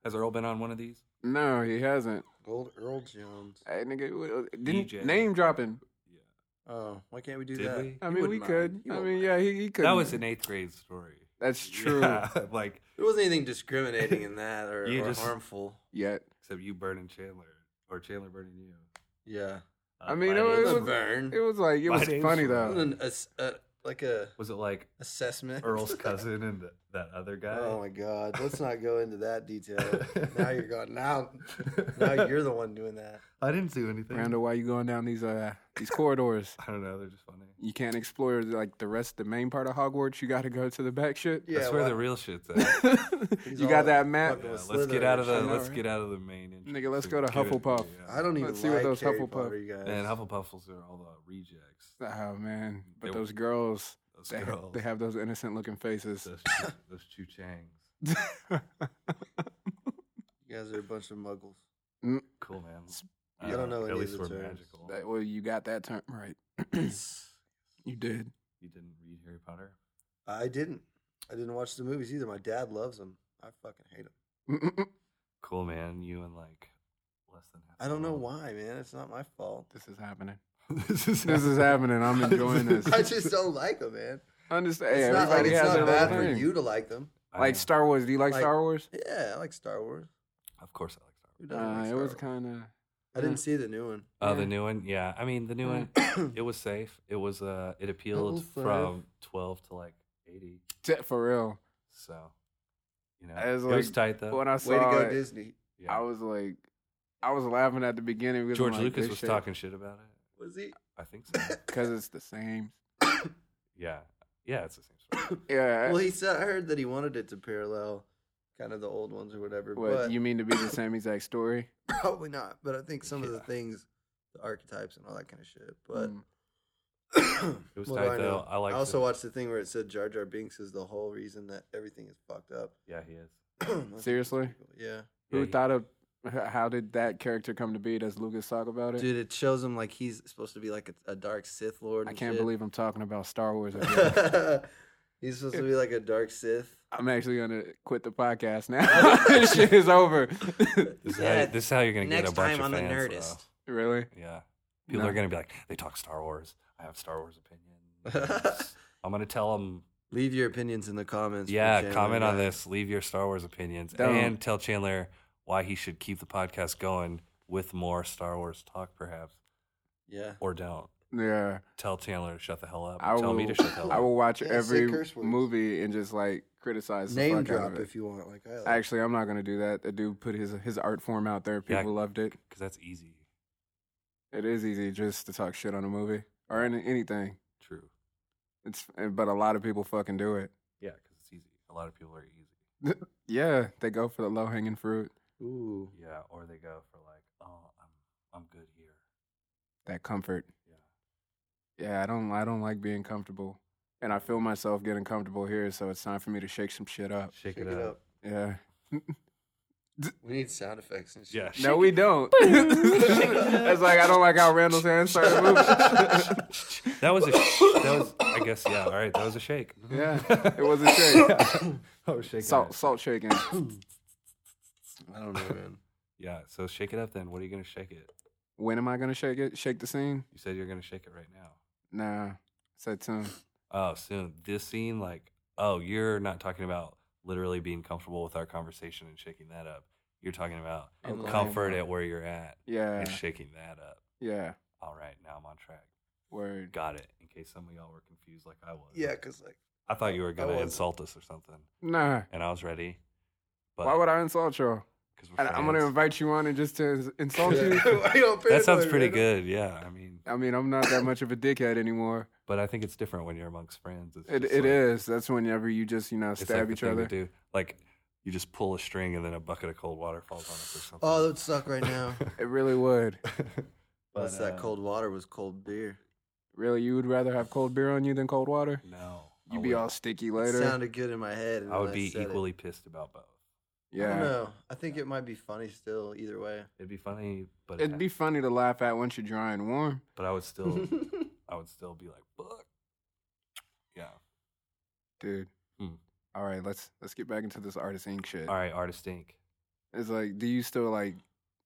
Speaker 5: has Earl been on one of these?
Speaker 1: No, he hasn't.
Speaker 2: Old Earl Jones.
Speaker 1: Hey, nigga, what- didn't
Speaker 5: DJ.
Speaker 1: name dropping.
Speaker 2: Oh, why can't we do
Speaker 5: Did
Speaker 2: that?
Speaker 5: we?
Speaker 1: I
Speaker 2: You
Speaker 1: mean, we
Speaker 2: wouldn't
Speaker 1: could.
Speaker 2: mind. You
Speaker 1: I
Speaker 2: won't
Speaker 1: mean,
Speaker 2: mind.
Speaker 1: yeah, he, he could.
Speaker 5: That was an eighth grade story.
Speaker 1: That's true.
Speaker 5: Yeah, [LAUGHS] like
Speaker 2: There wasn't anything discriminating in that or,
Speaker 5: [LAUGHS] You
Speaker 2: or
Speaker 5: just-
Speaker 2: harmful.
Speaker 1: Yet,
Speaker 5: except you burning Chandler or Chandler burning you. Uh,
Speaker 2: Yeah.
Speaker 1: I mean, it
Speaker 5: my
Speaker 1: was-
Speaker 5: name's-
Speaker 2: Wasn't Vern.
Speaker 1: it was like it
Speaker 5: My
Speaker 1: was
Speaker 5: name's
Speaker 1: funny
Speaker 2: It
Speaker 1: though.
Speaker 2: wasn't an ass- uh, like a
Speaker 5: was it like
Speaker 2: assessment. [LAUGHS]
Speaker 5: Earl's cousin and th- that other guy?
Speaker 2: Oh my god! Let's not go into that
Speaker 5: [LAUGHS]
Speaker 2: detail. now you're going. Now, now you're the one doing that.
Speaker 5: I didn't do anything.
Speaker 1: Randall, why you going down these uh these corridors?
Speaker 5: I don't know. They're just funny.
Speaker 1: You can't explore like the rest, the main part of Hogwarts. You got to go to the back shit. [LAUGHS]
Speaker 2: Yeah,
Speaker 5: That's where
Speaker 2: why-
Speaker 5: the real shit's at. Yeah,
Speaker 2: He's
Speaker 1: you got
Speaker 2: all
Speaker 1: that map?
Speaker 2: fucking with
Speaker 5: let's get
Speaker 2: Slytherin
Speaker 5: out of the
Speaker 2: and
Speaker 1: I know,
Speaker 5: let's
Speaker 1: right?
Speaker 5: get out of the main. entrance
Speaker 1: Nigga, let's
Speaker 5: and
Speaker 1: go to
Speaker 5: get it-
Speaker 1: Hufflepuff.
Speaker 5: yeah.
Speaker 2: shit. I don't even
Speaker 1: Let's see
Speaker 2: like
Speaker 1: what those
Speaker 2: Harry
Speaker 1: Hufflepuff-
Speaker 2: Potter, you guys.
Speaker 5: And Hufflepuffs are all the rejects.
Speaker 1: Oh man, but
Speaker 5: They-
Speaker 1: those girls,
Speaker 5: Those
Speaker 1: they,
Speaker 5: girls.
Speaker 1: they have those innocent looking faces.
Speaker 5: those, Chu- those Chu Changs.
Speaker 2: you guys are a bunch of muggles.
Speaker 5: Cool man.
Speaker 2: I don't know
Speaker 5: At
Speaker 2: any of
Speaker 5: least
Speaker 2: the
Speaker 5: we're
Speaker 2: terms.
Speaker 5: magical.
Speaker 1: [LAUGHS] That- well, you got that term right. [CLEARS THROAT]
Speaker 5: [CLEARS THROAT]
Speaker 1: you did. [CLEARS THROAT]
Speaker 5: You didn't read Harry Potter.
Speaker 2: I didn't. I didn't watch the movies either. My dad loves them. I fucking hate them.
Speaker 1: this
Speaker 5: Cool man. You and like less than half.
Speaker 2: I don't
Speaker 5: the
Speaker 2: know
Speaker 5: world.
Speaker 2: why, man. It's not my
Speaker 5: [LAUGHS]
Speaker 2: fault.
Speaker 1: is happening.
Speaker 5: this
Speaker 1: [LAUGHS]
Speaker 5: is
Speaker 1: This is happening. I'm enjoying this.
Speaker 2: I just don't like them, man.
Speaker 1: Understand?
Speaker 2: It's
Speaker 1: Hey,
Speaker 2: not like
Speaker 1: everybody
Speaker 2: it's
Speaker 1: has
Speaker 2: not
Speaker 1: their
Speaker 2: bad
Speaker 1: own
Speaker 2: for
Speaker 1: thing.
Speaker 2: you to like them.
Speaker 1: [LAUGHS]
Speaker 5: I
Speaker 1: Like
Speaker 5: know.
Speaker 1: Star Wars. Do you like,
Speaker 2: Like-
Speaker 1: Star Wars?
Speaker 2: Yeah, I like Star Wars.
Speaker 5: Of course, I like Star Wars.
Speaker 2: Who doesn't
Speaker 1: Uh,
Speaker 2: like
Speaker 1: it
Speaker 2: Star
Speaker 1: was
Speaker 2: Wars?
Speaker 1: kind of.
Speaker 2: I didn't see the new
Speaker 5: [COUGHS]
Speaker 2: one.
Speaker 5: Oh, the
Speaker 1: Yeah.
Speaker 5: new one. Yeah, I mean the new one. It was safe. It was uh, it appealed
Speaker 2: was safe.
Speaker 5: from twelve to like eighty.
Speaker 1: for real.
Speaker 5: So, you know,
Speaker 1: I was
Speaker 5: it was
Speaker 1: like-
Speaker 5: tight though.
Speaker 1: When I
Speaker 2: Way to
Speaker 1: saw
Speaker 2: go,
Speaker 1: it,
Speaker 2: Disney.
Speaker 5: yeah.
Speaker 1: I was like, I was laughing at the beginning because
Speaker 5: George
Speaker 1: I'm like,
Speaker 5: Lucas
Speaker 1: this
Speaker 5: was
Speaker 1: shit-
Speaker 5: talking shit about it.
Speaker 2: Was [COUGHS] he?
Speaker 5: I
Speaker 1: [LAUGHS]
Speaker 5: think so.
Speaker 1: because it's the same.
Speaker 5: [COUGHS]
Speaker 1: [COUGHS]
Speaker 2: [COUGHS]
Speaker 5: yeah, yeah, it's the same story.
Speaker 1: Yeah.
Speaker 2: Well, he said I heard that he wanted it to parallel kind of the old ones or whatever, [LAUGHS]
Speaker 1: what
Speaker 2: but [CLEARS THROAT]
Speaker 1: you mean to be the same exact story?
Speaker 2: probably not. But I think some of the
Speaker 5: Yeah.
Speaker 2: things the archetypes and all that kind of shit. But [CLEARS THROAT]
Speaker 1: Mm.
Speaker 5: It was
Speaker 2: What do
Speaker 5: tight
Speaker 2: I know?
Speaker 5: though. I like.
Speaker 2: I also watched the thing where it said Jar Jar Binks is the whole reason that everything is fucked up. [CLEARS THROAT]
Speaker 5: Yeah, he is.
Speaker 2: That's
Speaker 1: Seriously?
Speaker 2: pretty cool. Yeah.
Speaker 1: Who
Speaker 5: Yeah, he-
Speaker 1: thought of h- how did that character come to be? Does Lucas talk about it?
Speaker 2: Dude, it shows him like he's supposed to be like a, a dark Sith Lord.
Speaker 1: I
Speaker 2: and
Speaker 1: can't
Speaker 2: shit. [LAUGHS]
Speaker 1: believe I'm talking about Star Wars. again.
Speaker 2: he's supposed to be like a dark
Speaker 5: [LAUGHS]
Speaker 2: Sith.
Speaker 1: I'm actually gonna quit the podcast now. [LAUGHS]
Speaker 2: [LAUGHS]
Speaker 1: this shit is over.
Speaker 5: [LAUGHS] This,
Speaker 2: Yeah,
Speaker 5: is how, this is how you're gonna get a
Speaker 2: next
Speaker 5: bunch
Speaker 2: time
Speaker 5: of
Speaker 2: on The
Speaker 5: fans, though.
Speaker 2: Nerdist.
Speaker 1: really?
Speaker 5: Yeah, people
Speaker 1: No.
Speaker 5: are gonna be like, they talk Star Wars. I have Star Wars
Speaker 2: [LAUGHS]
Speaker 5: opinions. I'm gonna tell them.
Speaker 2: Leave your opinions in the comments. for
Speaker 5: Yeah,
Speaker 2: Chandler
Speaker 5: comment on
Speaker 2: Ryan.
Speaker 5: this. Leave your Star Wars opinions
Speaker 1: Don't.
Speaker 5: and tell Chandler why he should keep the podcast going with more Star Wars talk, perhaps,
Speaker 2: Yeah.
Speaker 5: or don't.
Speaker 1: Yeah.
Speaker 5: Tell Chandler to shut the hell up.
Speaker 1: I
Speaker 5: tell me
Speaker 1: will-
Speaker 5: to shut the hell
Speaker 1: I
Speaker 5: up.
Speaker 1: will watch
Speaker 2: Yeah, say
Speaker 1: every
Speaker 2: curse words.
Speaker 1: movie and just like criticize. the
Speaker 2: Name
Speaker 1: fuck out
Speaker 2: drop
Speaker 1: of it.
Speaker 2: if you want. Like I like.
Speaker 1: Actually, I'm not gonna do that. The dude put his his art form out there.
Speaker 5: Yeah.
Speaker 1: People loved it.
Speaker 5: Because that's easy.
Speaker 1: It is easy just to talk shit on a movie or any, anything.
Speaker 5: True.
Speaker 1: It's but a lot of people fucking do it. [LAUGHS]
Speaker 5: Yeah, because it's easy. A lot of people are easy.
Speaker 1: Yeah, they go for the low hanging fruit,
Speaker 2: Ooh.
Speaker 5: Yeah, or they go for like, oh, I'm I'm good here.
Speaker 1: that comfort.
Speaker 5: Yeah.
Speaker 1: Yeah, I don't I don't like being comfortable. And I feel myself getting comfortable here, so it's time for me to Oh, shake some shit up.
Speaker 5: Shake,
Speaker 2: Pick it up.
Speaker 1: Yeah.
Speaker 2: We need sound effects and shit. [LAUGHS]
Speaker 5: Yeah.
Speaker 1: No, we don't. [LAUGHS] it's like I don't like how Randall's hands started
Speaker 2: [LAUGHS]
Speaker 5: [LAUGHS]
Speaker 1: moving.
Speaker 5: That was a
Speaker 1: [COUGHS]
Speaker 5: sh- that was I guess yeah. All right, that was a shake. [LAUGHS] Oh,
Speaker 1: yeah, it was a shake.
Speaker 5: [COUGHS] I was shaking.
Speaker 1: Salt, salt
Speaker 5: [COUGHS]
Speaker 1: shaking.
Speaker 2: I don't know, man.
Speaker 5: Yeah, so shake it up then. What are you gonna shake it?
Speaker 1: When am I gonna shake it? Shake the scene?
Speaker 5: You said you're gonna shake it right now.
Speaker 1: Nah, said soon.
Speaker 5: Oh, soon this scene, like, oh, you're not talking about literally being comfortable with our conversation and shaking that up. You're talking about
Speaker 2: In line.
Speaker 5: comfort at where you're at
Speaker 1: Yeah,
Speaker 5: and shaking that up.
Speaker 1: yeah.
Speaker 5: All right, now I'm on track.
Speaker 1: Word.
Speaker 5: Got it. In case some of y'all were confused, like I was.
Speaker 2: Yeah, cause like
Speaker 5: I thought you were gonna
Speaker 2: wasn't.
Speaker 5: insult us or something,
Speaker 1: Nah.
Speaker 5: and I was ready. But
Speaker 1: Why would I insult you?
Speaker 5: Because
Speaker 1: I, I'm gonna invite you on and just to insult you.
Speaker 2: [LAUGHS]
Speaker 5: [LAUGHS]
Speaker 2: that
Speaker 5: That sounds pretty good. Yeah, I mean,
Speaker 1: I mean, I'm not that much of a dickhead anymore.
Speaker 5: but I think it's different when you're amongst friends. It's
Speaker 1: It,
Speaker 5: just
Speaker 1: it
Speaker 5: like-
Speaker 1: is. That's whenever you just you know
Speaker 5: It's
Speaker 1: stab
Speaker 5: like the
Speaker 1: each
Speaker 5: thing
Speaker 1: other.
Speaker 5: to do. Like you just pull a string and then a bucket of cold water falls on us or something.
Speaker 2: Oh, that would suck right
Speaker 5: [LAUGHS]
Speaker 2: now.
Speaker 1: It really would.
Speaker 2: Unless
Speaker 5: uh,
Speaker 2: that cold water was cold beer.
Speaker 1: Really, you would rather have cold beer on you than cold water?
Speaker 5: No, I
Speaker 1: You'd be
Speaker 5: would-
Speaker 1: all sticky
Speaker 2: It
Speaker 1: later.
Speaker 2: sounded good in my head. and
Speaker 5: I would
Speaker 2: then
Speaker 5: be
Speaker 2: said it.
Speaker 5: equally pissed about both.
Speaker 2: I don't
Speaker 1: yeah.
Speaker 2: know. I think it might be funny still, either way.
Speaker 5: It'd be funny, but it
Speaker 1: It'd be
Speaker 5: ha-
Speaker 1: funny to laugh at once you're dry and warm.
Speaker 5: But I
Speaker 1: [LAUGHS]
Speaker 2: [LAUGHS]
Speaker 5: would still, I would still be like, "Fuck." Yeah.
Speaker 1: Dude.
Speaker 5: Hmm.
Speaker 1: All right, let's let's get back into this artist ink shit.
Speaker 5: All right, artist ink.
Speaker 1: It's like, do you still like?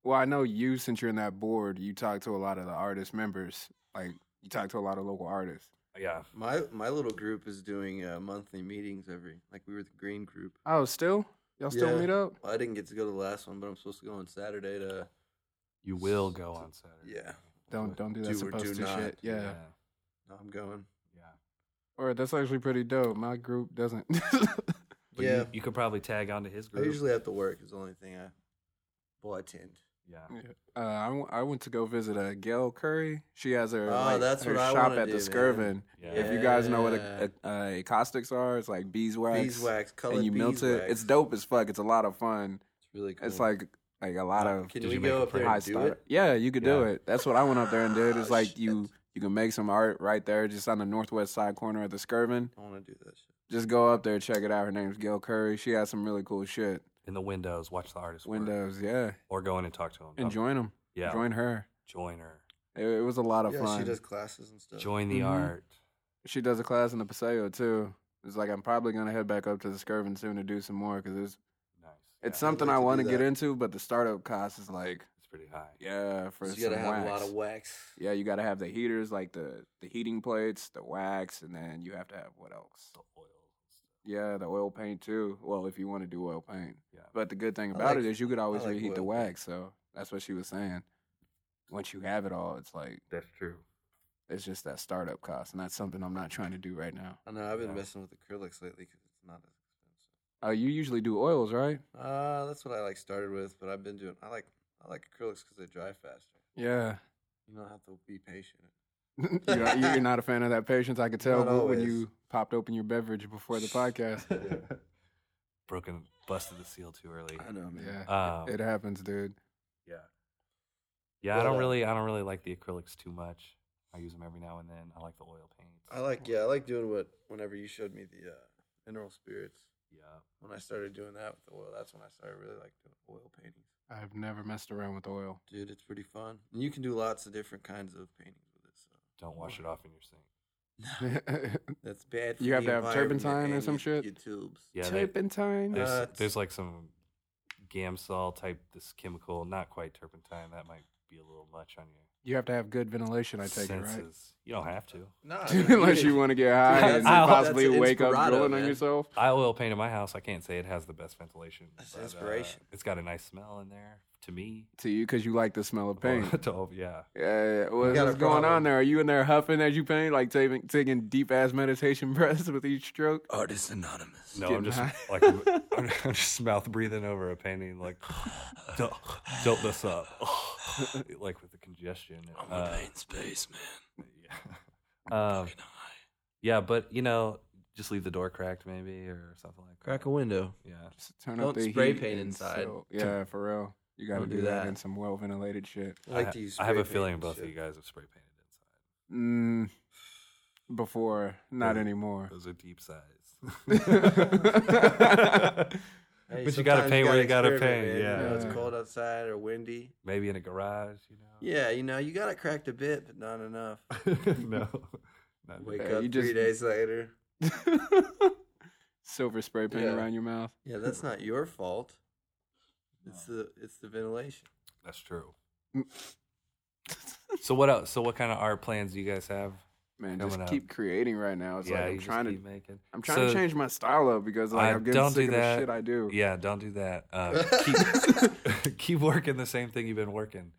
Speaker 1: Well, I know you since you're in that board, you talk to a lot of the artist members. Like, you talk to a lot of local artists.
Speaker 5: Yeah.
Speaker 2: my my little group is doing uh, monthly meetings every. Like we were the green group.
Speaker 1: Oh, still? Y'all still
Speaker 2: Yeah.
Speaker 1: meet up?
Speaker 2: Well, I didn't get to go to the last one, but I'm supposed to go on Saturday to.
Speaker 5: You will go on Saturday.
Speaker 2: Yeah.
Speaker 1: Don't don't do that
Speaker 2: Do or do
Speaker 1: supposed to
Speaker 2: not.
Speaker 1: shit. Yeah.
Speaker 5: Yeah.
Speaker 2: No, I'm going.
Speaker 5: yeah.
Speaker 1: All right, that's actually pretty dope. My group doesn't. [LAUGHS]
Speaker 5: But
Speaker 2: yeah.
Speaker 5: You, you could probably tag onto his
Speaker 2: I
Speaker 5: group.
Speaker 2: usually have to work. Is the only thing I. Well, I tend.
Speaker 1: [LAUGHS]
Speaker 5: yeah.
Speaker 1: Uh, I, w- I went to go visit uh, Gail Curry. She has her,
Speaker 2: Oh,
Speaker 1: like,
Speaker 2: that's
Speaker 1: her
Speaker 2: what I
Speaker 1: shop
Speaker 2: wanna
Speaker 1: at the
Speaker 2: do,
Speaker 1: Skirvin.
Speaker 2: man.
Speaker 5: Yeah.
Speaker 1: If you guys know what
Speaker 2: Yeah.
Speaker 1: a, a, a acoustics are, it's like beeswax.
Speaker 2: Beeswax, colored
Speaker 1: And you melt
Speaker 2: beeswax.
Speaker 1: it. It's dope as fuck. It's a lot of fun.
Speaker 2: It's really cool.
Speaker 1: It's like like a lot of
Speaker 2: Can
Speaker 5: Did
Speaker 2: we
Speaker 5: you make
Speaker 2: go
Speaker 5: it
Speaker 2: up there
Speaker 1: high
Speaker 2: and do
Speaker 1: star.
Speaker 2: it?
Speaker 1: Yeah, you could do
Speaker 5: Yeah.
Speaker 1: it. That's what I went up there and
Speaker 2: [LAUGHS]
Speaker 1: did. It's
Speaker 2: Oh,
Speaker 1: like
Speaker 2: shit.
Speaker 1: you you can make some art right there, just on the northwest side corner of the Skirvin.
Speaker 2: I want to do that shit.
Speaker 1: Just go up there, check it out. Her name's Gail Curry. She has some really cool shit.
Speaker 5: In the windows, watch the artist. work.
Speaker 1: Windows, yeah.
Speaker 5: Or go in and talk to him.
Speaker 1: And join them.
Speaker 5: Yeah.
Speaker 1: Join her.
Speaker 5: join her.
Speaker 1: It, it was a lot of
Speaker 2: yeah,
Speaker 1: fun.
Speaker 2: she does classes and stuff.
Speaker 5: Join the
Speaker 1: Mhm.
Speaker 5: art.
Speaker 1: She does a class in the Paseo too. It's like I'm probably gonna head back up to the Skirvin soon to do some more because it's
Speaker 5: Nice.
Speaker 1: it's
Speaker 5: Yeah,
Speaker 1: something
Speaker 2: like
Speaker 1: I
Speaker 2: to do
Speaker 1: want to get
Speaker 2: that.
Speaker 1: into, but the startup cost is like
Speaker 5: It's pretty high.
Speaker 1: yeah for
Speaker 2: So
Speaker 1: some
Speaker 2: you gotta have
Speaker 1: wax.
Speaker 2: a lot of wax.
Speaker 1: yeah, you gotta have the heaters like the the heating plates, the wax, and then you have to have what else?
Speaker 5: The oil.
Speaker 1: Yeah, the oil paint too. Well, if you want to do oil paint,
Speaker 5: Yeah.
Speaker 1: but the good thing
Speaker 2: I
Speaker 1: about
Speaker 2: like-
Speaker 1: it is you could always
Speaker 2: like
Speaker 1: reheat the
Speaker 2: oil paint.
Speaker 1: wax. So that's what she was saying. Once you have it all, it's like
Speaker 5: That's
Speaker 1: [LAUGHS]
Speaker 5: true.
Speaker 1: it's just that startup cost, and that's something I'm not trying to do right now.
Speaker 2: I know I've been
Speaker 5: Yeah.
Speaker 2: messing with acrylics lately because it's not as expensive.
Speaker 1: Uh, you usually do oils, right?
Speaker 2: Uh, that's what I like started with, but I've been doing. I like I like acrylics because they dry faster.
Speaker 1: Yeah.
Speaker 2: You don't have to be patient.
Speaker 1: you don't- you're not a fan of that patience. I could tell
Speaker 2: Not
Speaker 1: when- when
Speaker 2: always.
Speaker 1: you popped open your beverage before
Speaker 2: [LAUGHS]
Speaker 1: the podcast.
Speaker 5: Broken, busted the seal too early.
Speaker 2: I know, man.
Speaker 1: Yeah,
Speaker 5: Um,
Speaker 1: it happens, dude.
Speaker 5: yeah. Yeah, I don't
Speaker 1: uh,
Speaker 6: Yeah.
Speaker 5: really, I don't really like the acrylics too much. I use them every now and then. I like the oil paints.
Speaker 6: I like
Speaker 2: Yeah, I like doing what whenever you showed me the uh, mineral spirits.
Speaker 5: Yeah.
Speaker 2: When I started doing that with the oil, that's when I started really like doing oil paintings.
Speaker 1: I've never messed around with oil. [LAUGHS]
Speaker 2: Dude, it's pretty fun. And you can do lots of different kinds of paintings with it. So
Speaker 5: Don't wash it off in your sink.
Speaker 2: that's bad. For
Speaker 1: You have
Speaker 2: the
Speaker 1: to have
Speaker 2: environment
Speaker 1: turpentine or
Speaker 2: and
Speaker 1: some
Speaker 2: your-
Speaker 1: shit?
Speaker 2: Your tubes.
Speaker 5: [LAUGHS] Yeah, they,
Speaker 1: Turpentine.
Speaker 5: there's
Speaker 2: Nuts.
Speaker 5: there's like some Gamsol type this chemical, not quite turpentine. That might be a little much on your
Speaker 1: you have to have good ventilation. I take
Speaker 5: senses.
Speaker 1: it right.
Speaker 5: You don't have to.
Speaker 2: Nah,
Speaker 1: [LAUGHS] Unless you want to get high
Speaker 2: that's-
Speaker 1: and
Speaker 5: that's
Speaker 1: possibly
Speaker 2: an
Speaker 1: wake up
Speaker 2: inspirato,
Speaker 1: drooling on
Speaker 2: man.
Speaker 1: yourself.
Speaker 5: I oil painted my house. I can't say it has the best ventilation.
Speaker 2: That's
Speaker 5: but, uh,
Speaker 2: inspiration.
Speaker 5: it's got a nice smell in there to me.
Speaker 1: To you because you like the smell of paint.
Speaker 5: [LAUGHS] to, oh, yeah.
Speaker 1: Yeah, what's,
Speaker 6: got a
Speaker 1: what's going
Speaker 6: problem.
Speaker 1: on there? Are you in there huffing as you paint, like taking, taking deep ass meditation [LAUGHS] breaths with each stroke?
Speaker 2: Artist Anonymous.
Speaker 5: No, I'm
Speaker 1: Getting
Speaker 5: just
Speaker 1: high.
Speaker 5: like I'm, I'm just mouth breathing over a painting, like don't, don't
Speaker 6: [LAUGHS]
Speaker 5: this up, like with the congestion.
Speaker 2: I'm gonna
Speaker 5: Uh,
Speaker 2: paint space, man.
Speaker 5: yeah. [LAUGHS] Um,
Speaker 2: Fucking high.
Speaker 5: yeah, but you know, just leave the door cracked, maybe, or something like that.
Speaker 2: Crack a window.
Speaker 5: Yeah,
Speaker 1: Just turn up
Speaker 2: Don't
Speaker 1: the
Speaker 2: spray
Speaker 1: heat
Speaker 2: paint
Speaker 1: and
Speaker 2: inside.
Speaker 5: [LAUGHS]
Speaker 1: so- yeah, for real. You got to
Speaker 2: Don't
Speaker 1: do
Speaker 2: do
Speaker 1: that
Speaker 2: that.
Speaker 1: in some well ventilated shit.
Speaker 6: I like
Speaker 5: ha-
Speaker 6: to use
Speaker 5: have a
Speaker 6: spray
Speaker 5: feeling
Speaker 6: paint
Speaker 5: both
Speaker 6: and
Speaker 5: of you guys have spray painted
Speaker 1: Mm,
Speaker 5: inside.
Speaker 1: before, not
Speaker 5: Those-
Speaker 1: anymore. [LAUGHS]
Speaker 5: Those are deep sighs. [LAUGHS]
Speaker 2: [LAUGHS]
Speaker 6: Hey,
Speaker 5: but you gotta
Speaker 6: sometimes
Speaker 5: paint where you gotta
Speaker 6: experiment,
Speaker 5: paint.
Speaker 6: man.
Speaker 5: Yeah.
Speaker 6: You know,
Speaker 1: Yeah.
Speaker 6: it's cold outside or windy.
Speaker 5: maybe in a garage, you know.
Speaker 2: Yeah, you know, you got it cracked a bit, but not enough.
Speaker 5: [LAUGHS] no, not
Speaker 2: Wake
Speaker 1: Yeah,
Speaker 2: up
Speaker 1: you just-
Speaker 2: three days later.
Speaker 1: Silver spray paint
Speaker 2: Yeah.
Speaker 1: around your mouth.
Speaker 2: Yeah, that's not your fault. It's the it's the ventilation.
Speaker 5: That's true.
Speaker 1: Mm.
Speaker 5: so what else? So what kind of art plans do you guys have?
Speaker 1: Man, just
Speaker 5: Coming up.
Speaker 1: keep creating right now. It's like
Speaker 5: you
Speaker 1: I'm
Speaker 5: just
Speaker 1: trying to,
Speaker 5: keep making.
Speaker 1: I'm trying to
Speaker 5: So-
Speaker 1: change my style up because like
Speaker 5: I
Speaker 1: I'm getting
Speaker 5: don't
Speaker 1: sick
Speaker 5: do
Speaker 1: of the
Speaker 5: that.
Speaker 1: shit I do.
Speaker 5: Yeah, don't do that.
Speaker 1: [LAUGHS]
Speaker 5: Uh, keep [LAUGHS] keep working the same thing you've been working.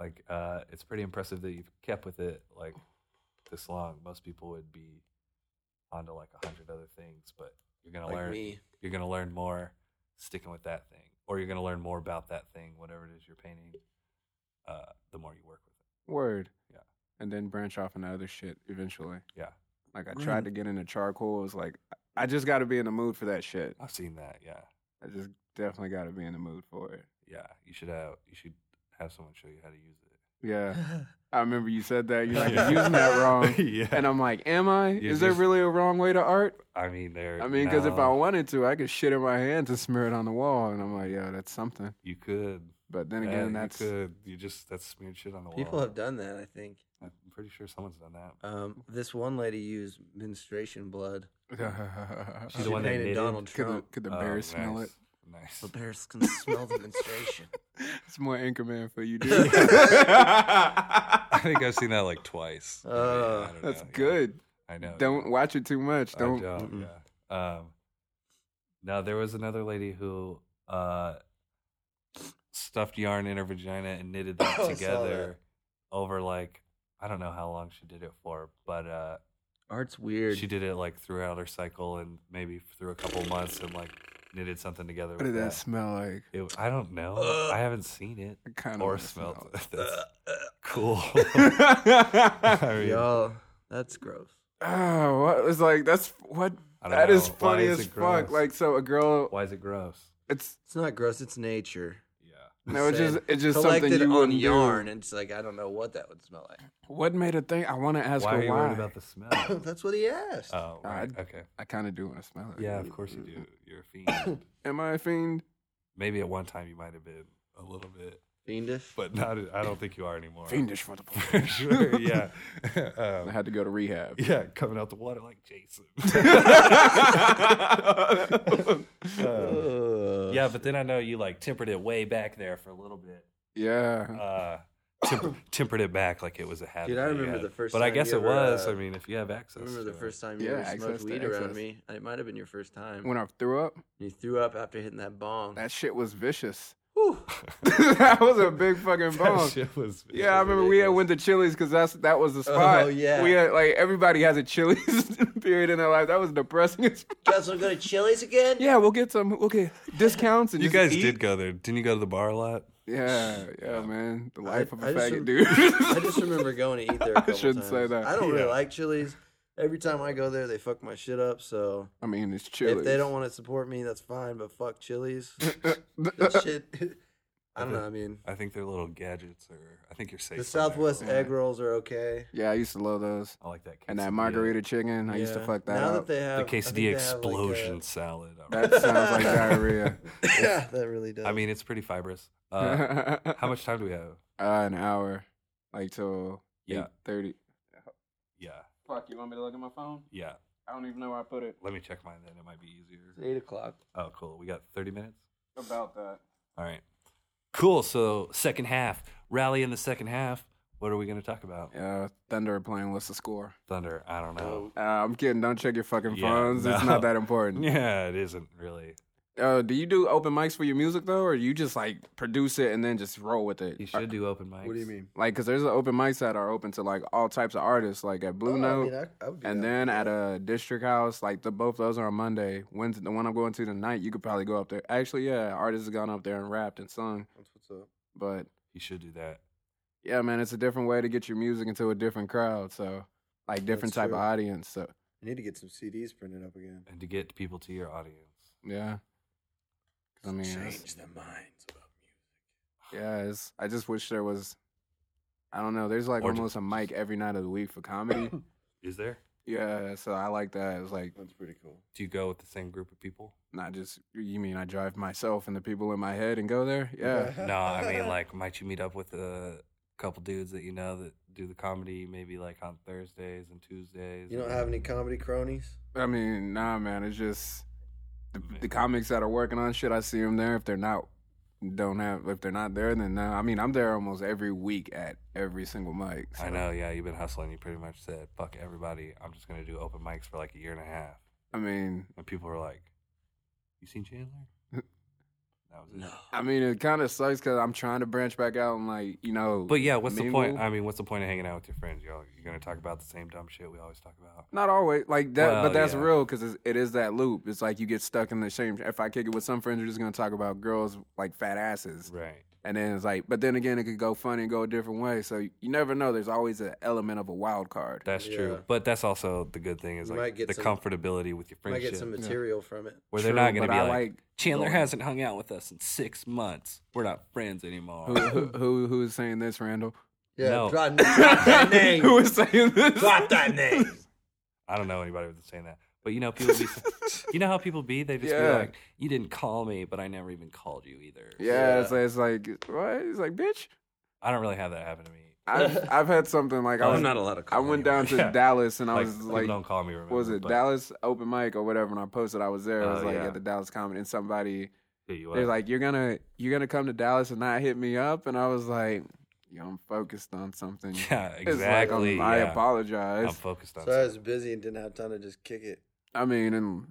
Speaker 5: Like uh, it's pretty impressive that you've kept with it like this long. Most people would be onto like a hundred other things, but you're gonna
Speaker 2: Like
Speaker 5: learn.
Speaker 2: me.
Speaker 5: You're gonna learn more sticking with that thing, or you're gonna learn more about that thing, whatever it is you're painting. Uh, the more you work with it,
Speaker 1: Word.
Speaker 5: Yeah.
Speaker 1: And then branch off into other shit eventually.
Speaker 5: Yeah.
Speaker 1: Like I
Speaker 2: Right.
Speaker 1: tried to get into charcoal. It was like I just got to be in the mood for that shit.
Speaker 5: I've seen that. Yeah,
Speaker 1: I just definitely got to be in the mood for it.
Speaker 5: yeah. You should have you should have someone show you how to use
Speaker 1: [LAUGHS]
Speaker 5: it.
Speaker 1: Yeah. I remember you said that. You're
Speaker 5: [LAUGHS]
Speaker 1: like, you're using that wrong.
Speaker 5: yeah.
Speaker 1: Um, And I'm like, am I?
Speaker 5: You
Speaker 1: Is there
Speaker 5: just-
Speaker 1: really a wrong way to art?
Speaker 5: I mean, there.
Speaker 1: I mean, because if I
Speaker 5: no,
Speaker 1: wanted to, I could shit in my hands and smear it on the wall. And I'm like, yo, that's something.
Speaker 5: you could.
Speaker 1: But then
Speaker 5: Yeah,
Speaker 1: again,
Speaker 5: you
Speaker 1: that's. [LAUGHS]
Speaker 5: could. You just that's smeared shit on
Speaker 2: [LAUGHS]
Speaker 5: the
Speaker 2: People
Speaker 5: wall.
Speaker 2: have done that, I think.
Speaker 5: I'm pretty sure someone's done that.
Speaker 2: Um, this one lady used menstruation blood.
Speaker 5: She's
Speaker 2: she
Speaker 5: the one that [LAUGHS]
Speaker 2: painted
Speaker 5: knitted?
Speaker 2: Donald
Speaker 1: could the, [LAUGHS]
Speaker 2: Trump.
Speaker 1: could the
Speaker 5: Oh,
Speaker 1: bears smell
Speaker 5: nice.
Speaker 1: it?
Speaker 5: Nice. [LAUGHS]
Speaker 2: The bears can [LAUGHS] smell the menstruation.
Speaker 1: [LAUGHS] It's more Anchorman for
Speaker 5: [LAUGHS]
Speaker 1: you, dude. [LAUGHS]
Speaker 5: I think I've seen that
Speaker 2: [LAUGHS]
Speaker 5: like twice. Yeah,
Speaker 2: Oh,
Speaker 5: I don't
Speaker 1: That's
Speaker 5: know, yeah.
Speaker 1: good.
Speaker 5: I know.
Speaker 1: Don't
Speaker 5: yeah.
Speaker 1: watch it too much.
Speaker 5: I
Speaker 1: Don't.
Speaker 5: don't.
Speaker 2: Mm-mm.
Speaker 5: Yeah. Um, no, there was another lady who uh, stuffed yarn in her vagina and knitted
Speaker 1: [COUGHS]
Speaker 5: that
Speaker 1: Oh,
Speaker 2: I saw
Speaker 5: together over like I don't know how long she did it for, but uh,
Speaker 2: [LAUGHS] Art's weird.
Speaker 5: She did it like throughout her cycle and maybe through a couple months and like knitted something together.
Speaker 1: What
Speaker 5: With
Speaker 1: did that
Speaker 5: that.
Speaker 1: smell like?
Speaker 5: It- I don't know.
Speaker 2: Ugh.
Speaker 5: I haven't seen it
Speaker 1: I kind of
Speaker 5: or
Speaker 1: wanna
Speaker 5: smelled
Speaker 1: smell
Speaker 5: it. [LAUGHS] That's
Speaker 1: [LAUGHS]
Speaker 5: cool. [LAUGHS]
Speaker 1: it. [LAUGHS]
Speaker 5: I mean,
Speaker 2: Y'all, that's gross.
Speaker 1: oh, what was like? That's what.
Speaker 5: I don't
Speaker 1: That is
Speaker 5: know. Why
Speaker 1: funny
Speaker 5: is
Speaker 1: as
Speaker 5: it
Speaker 1: fuck.
Speaker 5: gross?
Speaker 1: Like, so a girl.
Speaker 5: why is it gross?
Speaker 1: It's
Speaker 2: It's not gross. It's nature.
Speaker 5: Yeah.
Speaker 1: no, it's
Speaker 2: Said,
Speaker 1: just it's just something
Speaker 2: Collected
Speaker 1: you
Speaker 2: on
Speaker 1: wouldn't
Speaker 2: yarn. and It's like I don't know what that would smell
Speaker 1: [COUGHS]
Speaker 2: like.
Speaker 1: Do. What made her think? I want to ask
Speaker 5: Why
Speaker 1: her
Speaker 5: are you
Speaker 1: why.
Speaker 5: worried about the [COUGHS] smell?
Speaker 2: that's what he asked.
Speaker 5: oh, right.
Speaker 1: I'd-
Speaker 5: okay.
Speaker 1: I kind of do want to smell it.
Speaker 5: Yeah, of course you do. You're a fiend.
Speaker 1: Am I a
Speaker 5: [LAUGHS]
Speaker 1: fiend?
Speaker 5: maybe at one time you might have been a little bit,
Speaker 2: Fiendish.
Speaker 5: but not. I don't think you are anymore.
Speaker 1: Fiendish
Speaker 5: [LAUGHS]
Speaker 1: for the
Speaker 5: For sure. [LAUGHS] Yeah.
Speaker 1: [LAUGHS] I
Speaker 5: Um,
Speaker 1: had to go to rehab.
Speaker 5: yeah, coming out the water like [LAUGHS] Jason. Um,
Speaker 2: Ugh.
Speaker 5: Yeah, but then I know you like tempered it way back there for a little bit.
Speaker 1: yeah.
Speaker 5: Uh, temper, tempered it back like it was a habit.
Speaker 2: Dude, I
Speaker 5: that you
Speaker 2: remember
Speaker 5: had.
Speaker 2: the first
Speaker 5: But I
Speaker 2: time
Speaker 5: guess
Speaker 2: you
Speaker 5: it
Speaker 2: ever,
Speaker 5: was.
Speaker 2: uh,
Speaker 5: I mean, if you have access.
Speaker 2: I remember the
Speaker 5: to it.
Speaker 2: first time you
Speaker 1: Yeah,
Speaker 2: ever
Speaker 1: access
Speaker 2: smoked
Speaker 1: to
Speaker 2: weed around
Speaker 1: access.
Speaker 2: me. It might have been your first time.
Speaker 1: When I threw up,
Speaker 2: you threw up after hitting that bong.
Speaker 1: that shit was vicious.
Speaker 2: Whew.
Speaker 1: [LAUGHS] that was a big fucking
Speaker 5: That
Speaker 1: bone.
Speaker 5: shit was. Oh,
Speaker 1: Yeah, I remember we had went to Chili's because that's that was the spot.
Speaker 2: yeah.
Speaker 1: we had like everybody has a Chili's [LAUGHS] period in their life. That was depressing. as [LAUGHS] fuck.
Speaker 2: Guys, want to go to Chili's again?
Speaker 1: yeah, we'll get some. We'll get discounts and
Speaker 5: You
Speaker 1: just
Speaker 5: guys
Speaker 1: eat.
Speaker 5: did go there, didn't you? Go to the bar a lot.
Speaker 1: Yeah, yeah, man. The life of a
Speaker 2: I just
Speaker 1: faggot,
Speaker 2: rem-
Speaker 1: dude.
Speaker 2: I
Speaker 1: [LAUGHS]
Speaker 2: just remember going to eat there. I
Speaker 1: I shouldn't say that.
Speaker 2: I don't
Speaker 5: Yeah.
Speaker 2: really like Chili's. Every time I go there, they fuck my shit up. So
Speaker 1: I mean, [LAUGHS] it's Chili's. [LAUGHS]
Speaker 2: if they don't want to support me, that's fine. But fuck Chili's. That shit. [LAUGHS] I don't know. I mean,
Speaker 5: I think their little gadgets are. I think you're safe.
Speaker 2: the
Speaker 5: from there.
Speaker 2: Southwest
Speaker 1: Yeah.
Speaker 2: egg rolls are okay.
Speaker 1: Yeah, I used to love those.
Speaker 5: I like that.
Speaker 1: And that
Speaker 5: quesadilla.
Speaker 1: margarita chicken, I used to
Speaker 2: Yeah.
Speaker 1: fuck that
Speaker 2: Now
Speaker 1: up.
Speaker 2: that they have
Speaker 5: The
Speaker 2: I think they have, like,
Speaker 5: quesadilla
Speaker 2: a-
Speaker 5: explosion salad. I
Speaker 1: [LAUGHS] That sounds like diarrhea.
Speaker 2: [LAUGHS] yeah, that really does.
Speaker 5: [LAUGHS] I mean, it's
Speaker 1: [LAUGHS]
Speaker 5: pretty fibrous. Uh, how much time do we have?
Speaker 1: Uh, an hour, like till
Speaker 5: Yeah.
Speaker 1: eight thirty.
Speaker 5: Yeah,
Speaker 1: Fuck, you want me to look at my phone?
Speaker 5: yeah.
Speaker 1: I don't even know where I put it.
Speaker 5: Let me check mine then. It might be easier.
Speaker 4: It's eight o'clock.
Speaker 5: Oh, cool. We got 30 minutes.
Speaker 1: About that.
Speaker 5: All right. Cool. So second half rally in the second half. What are we going to talk about?
Speaker 1: Yeah, Thunder playing. What's the score?
Speaker 5: Thunder. I don't
Speaker 2: Oh,
Speaker 5: know.
Speaker 1: Uh, I'm kidding. Don't check your fucking
Speaker 5: Yeah,
Speaker 1: phones. It's
Speaker 5: no.
Speaker 1: not that
Speaker 5: [LAUGHS]
Speaker 1: important.
Speaker 5: Yeah, it isn't really.
Speaker 1: Uh, do you do open mics for your music though, or you just like produce it and then just roll with it?
Speaker 5: You should do open mics.
Speaker 2: Uh, what do you mean?
Speaker 1: Like, cause there's open mics that are open to like all types of artists, like at Blue
Speaker 2: Oh,
Speaker 1: Note.
Speaker 2: I mean, I, I would be
Speaker 1: And
Speaker 2: down.
Speaker 1: then at a district house, like the both those are on Monday. Wednesday, the one I'm going to tonight, you could probably go up there. Actually, yeah, artists have gone up there and rapped and sung.
Speaker 2: That's what's up.
Speaker 1: But
Speaker 5: You should do that.
Speaker 1: yeah, man, it's a different way to get your music into a different crowd. So like different
Speaker 2: That's
Speaker 1: type
Speaker 2: true.
Speaker 1: of audience. So
Speaker 2: I need to get some CDs printed up again.
Speaker 5: And to get people to your audience.
Speaker 1: yeah. 'Cause, I mean, it's-
Speaker 4: Change their minds about
Speaker 1: yeah, it's, I just wish there was. I don't know. There's like
Speaker 5: Or ju-
Speaker 1: almost a mic every night of the week for comedy.
Speaker 5: Is there?
Speaker 1: yeah, so I like that. It's like
Speaker 2: That's pretty cool.
Speaker 5: Do you go with the same group of
Speaker 2: [LAUGHS]
Speaker 5: people?
Speaker 1: not just you mean I drive myself and the people in my head and go there.
Speaker 2: [LAUGHS]
Speaker 1: Yeah,
Speaker 5: No, I mean, like, might you meet up with a couple dudes that you know that do the comedy maybe like on Thursdays and Tuesdays?
Speaker 2: you don't
Speaker 5: and-
Speaker 2: have any comedy cronies?
Speaker 1: I mean, nah, man. It's just the, the comics that are working on shit. I see them there. If they're not, don't have. If they're not there, then nah. I mean, I'm there almost every week at every single mic. so-
Speaker 5: I know, yeah, you've been hustling. You pretty much said, fuck everybody. I'm just going to do open mics for like a year and a half.
Speaker 1: I mean,
Speaker 5: And people are like, you seen Chandler? [LAUGHS] that was it.
Speaker 1: I mean, it kind of sucks because I'm trying to branch back out and like you know.
Speaker 5: But yeah, what's the point?
Speaker 1: mingle.
Speaker 5: I mean, what's the point of hanging out with your friends? Y'all, you're gonna talk about the same dumb shit we always talk about.
Speaker 1: Not always like that,
Speaker 5: Well,
Speaker 1: but that's
Speaker 5: yeah.
Speaker 1: real because it is that loop. It's like you get stuck in the same. If I kick it with some friends, you're just gonna talk about girls like fat asses,
Speaker 5: Right.
Speaker 1: and then it's like. But then again, it could go funny and go a different way. So you never know. There's always an element of a wild card.
Speaker 5: That's true.
Speaker 2: Yeah.
Speaker 5: But that's also the good thing is
Speaker 2: You
Speaker 5: like
Speaker 2: might get
Speaker 5: the
Speaker 2: some-
Speaker 5: comfortability with your
Speaker 2: Might
Speaker 5: friendship,
Speaker 2: get some material from it.
Speaker 5: where they're
Speaker 1: True,
Speaker 5: not gonna
Speaker 1: but
Speaker 5: be
Speaker 1: I
Speaker 5: like,
Speaker 1: like
Speaker 5: Chandler
Speaker 1: going-
Speaker 5: hasn't hung out with us in six months. We're not friends anymore.
Speaker 1: Who, who,
Speaker 5: "Oh."
Speaker 1: who, who is saying this,
Speaker 2: [LAUGHS]
Speaker 1: Randall?
Speaker 2: Yeah,
Speaker 5: No.
Speaker 2: drop, drop that name.
Speaker 1: who is saying this?
Speaker 2: [LAUGHS] drop
Speaker 1: [LAUGHS]
Speaker 2: that name.
Speaker 5: I don't know anybody that's saying that. But you know, people
Speaker 1: [LAUGHS]
Speaker 5: be, you know how people be. They just
Speaker 1: Yeah.
Speaker 5: be like, you didn't call me, but I never even called you either.
Speaker 1: Yeah, It's, it's like, what? It's like, bitch.
Speaker 5: I don't really have that happen to me.
Speaker 2: [LAUGHS]
Speaker 1: I've, I've had something like I
Speaker 4: I'm
Speaker 1: was.
Speaker 4: not allowed to
Speaker 1: I
Speaker 4: call.
Speaker 1: went
Speaker 4: anyone.
Speaker 1: down to
Speaker 5: [LAUGHS] Yeah.
Speaker 1: Dallas and I
Speaker 5: Like,
Speaker 1: was
Speaker 5: people
Speaker 1: like,
Speaker 5: don't call me. Remember,
Speaker 1: what was it
Speaker 5: but-
Speaker 1: Dallas open mic or whatever? And I posted I was there. I was
Speaker 5: Oh,
Speaker 1: like
Speaker 5: yeah.
Speaker 1: at the Dallas comedy, and somebody
Speaker 5: Yeah, you
Speaker 1: they're
Speaker 5: are.
Speaker 1: like, you're gonna you're gonna come to Dallas and not hit me up, and I was like, yo, I'm focused on
Speaker 5: [LAUGHS]
Speaker 1: something.
Speaker 5: [LAUGHS] yeah,
Speaker 1: It's like, I'm-
Speaker 5: exactly.
Speaker 1: I
Speaker 5: yeah. I'm
Speaker 1: apologize.
Speaker 5: focused on.
Speaker 2: So I
Speaker 5: something.
Speaker 2: was busy and didn't have time to just kick it.
Speaker 1: I mean,
Speaker 5: [LAUGHS]
Speaker 1: and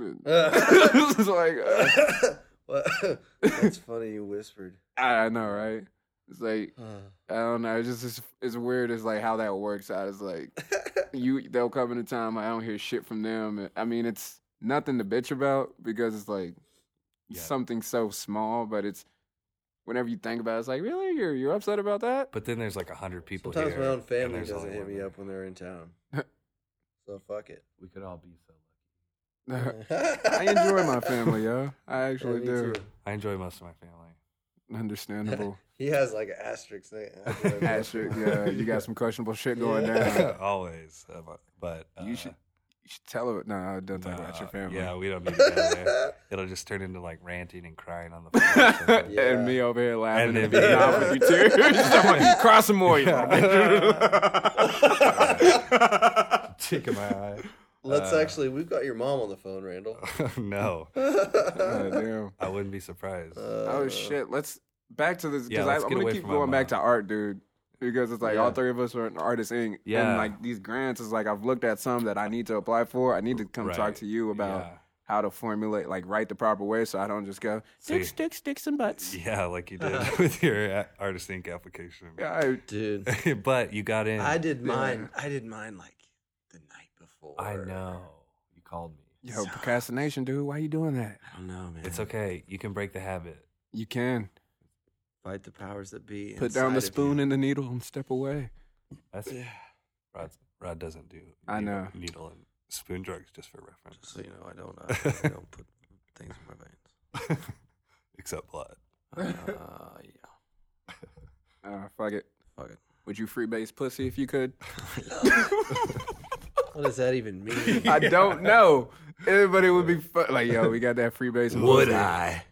Speaker 2: Uh.
Speaker 1: [LAUGHS] it's
Speaker 5: [LAUGHS]
Speaker 1: like. uh,
Speaker 2: What? That's funny. You whispered.
Speaker 1: I I know, right? It's like
Speaker 2: Uh.
Speaker 1: I don't know. It's just it's, it's weird. It's like how that works out. It's like you they'll come in a time I don't hear shit from them. I mean, it's nothing to bitch about because it's like
Speaker 5: Yeah.
Speaker 1: something so small, but it's whenever you think about it, it's like really you're you're upset about that. [LAUGHS]
Speaker 5: But then there's like a hundred people
Speaker 2: Sometimes
Speaker 5: here.
Speaker 2: my own
Speaker 5: and
Speaker 2: family
Speaker 5: there's
Speaker 2: doesn't
Speaker 5: only
Speaker 2: hit
Speaker 5: one
Speaker 2: me
Speaker 5: there.
Speaker 2: up when they're in town. so fuck it.
Speaker 5: We could all be so lucky.
Speaker 1: I enjoy
Speaker 2: [LAUGHS]
Speaker 5: [LAUGHS]
Speaker 1: my family, yo. I actually do.
Speaker 5: I enjoy most of my family.
Speaker 1: [LAUGHS]
Speaker 5: [LAUGHS]
Speaker 1: Understandable.
Speaker 2: He has like an asterisk. next- I enjoy my
Speaker 1: [LAUGHS] Asterisk,
Speaker 2: family.
Speaker 1: yeah. You got some questionable shit going
Speaker 2: Yeah.
Speaker 5: [LAUGHS]
Speaker 1: down.
Speaker 5: Always, uh, but- but uh,
Speaker 1: You should you should tell her. No, don't talk
Speaker 5: nah,
Speaker 1: about your family.
Speaker 5: Yeah, we don't need to go
Speaker 1: [LAUGHS]
Speaker 5: there. It'll just turn into like ranting and crying on the phone. or something.
Speaker 2: Yeah.
Speaker 1: and me over here laughing
Speaker 5: And
Speaker 1: and
Speaker 5: then- [LAUGHS]
Speaker 1: being off with you [LAUGHS] tears. I'm like, cross some more. you know, bitch."
Speaker 5: Tick in my eye.
Speaker 2: Let's
Speaker 5: Uh,
Speaker 2: actually. We've got your mom on the phone,
Speaker 4: [LAUGHS]
Speaker 2: Randall.
Speaker 5: [LAUGHS] no,
Speaker 1: Oh, damn.
Speaker 5: I wouldn't be surprised.
Speaker 2: Uh,
Speaker 1: Oh shit. Let's back to this
Speaker 5: Yeah,
Speaker 1: because
Speaker 5: let's
Speaker 1: I'm
Speaker 5: get
Speaker 1: gonna
Speaker 5: away
Speaker 1: keep
Speaker 5: from my
Speaker 1: going back to
Speaker 5: mom.
Speaker 1: art, dude. Because it's like
Speaker 2: Yeah.
Speaker 1: all three of us are in artist inc.
Speaker 5: Yeah.
Speaker 1: And like these grants is like I've looked at some that I need to apply for. I need to come talk
Speaker 5: Right.
Speaker 1: to you about how to formulate like write the proper way so I don't just go
Speaker 5: So you-
Speaker 1: sticks, sticks, sticks and butts.
Speaker 5: yeah, yeah, like you did
Speaker 2: [LAUGHS]
Speaker 5: with your a- Artist Inc. application.
Speaker 1: Yeah, I,
Speaker 4: dude.
Speaker 5: [LAUGHS] but you got in.
Speaker 4: I did mine. I did mine like the night before.
Speaker 5: I know. You called me.
Speaker 1: yo, procrastination, dude. Why you doing that?
Speaker 4: I don't know, man.
Speaker 5: It's okay. You can break the habit.
Speaker 1: You can
Speaker 4: Fight the powers that be.
Speaker 1: put down
Speaker 4: inside
Speaker 1: the
Speaker 4: of
Speaker 1: spoon
Speaker 4: you.
Speaker 1: and the needle and step away.
Speaker 5: That's
Speaker 4: Yeah.
Speaker 5: Rod. Rod doesn't do.
Speaker 1: I
Speaker 5: needle-
Speaker 1: know.
Speaker 5: Needle and spoon drugs, just for reference.
Speaker 4: uh,
Speaker 5: [LAUGHS]
Speaker 4: Just so you know, I don't. I, I don't put things in my veins.
Speaker 5: Except blood. [LAUGHS]
Speaker 4: Uh, yeah.
Speaker 1: Uh, fuck it.
Speaker 4: Fuck it.
Speaker 1: Would you freebase pussy if you
Speaker 4: [LAUGHS]
Speaker 1: could? [LAUGHS]
Speaker 2: What does that even mean?
Speaker 1: [LAUGHS] I don't know. Everybody would be fu- like, yo, we got that freebase. [LAUGHS] pussy.
Speaker 4: I?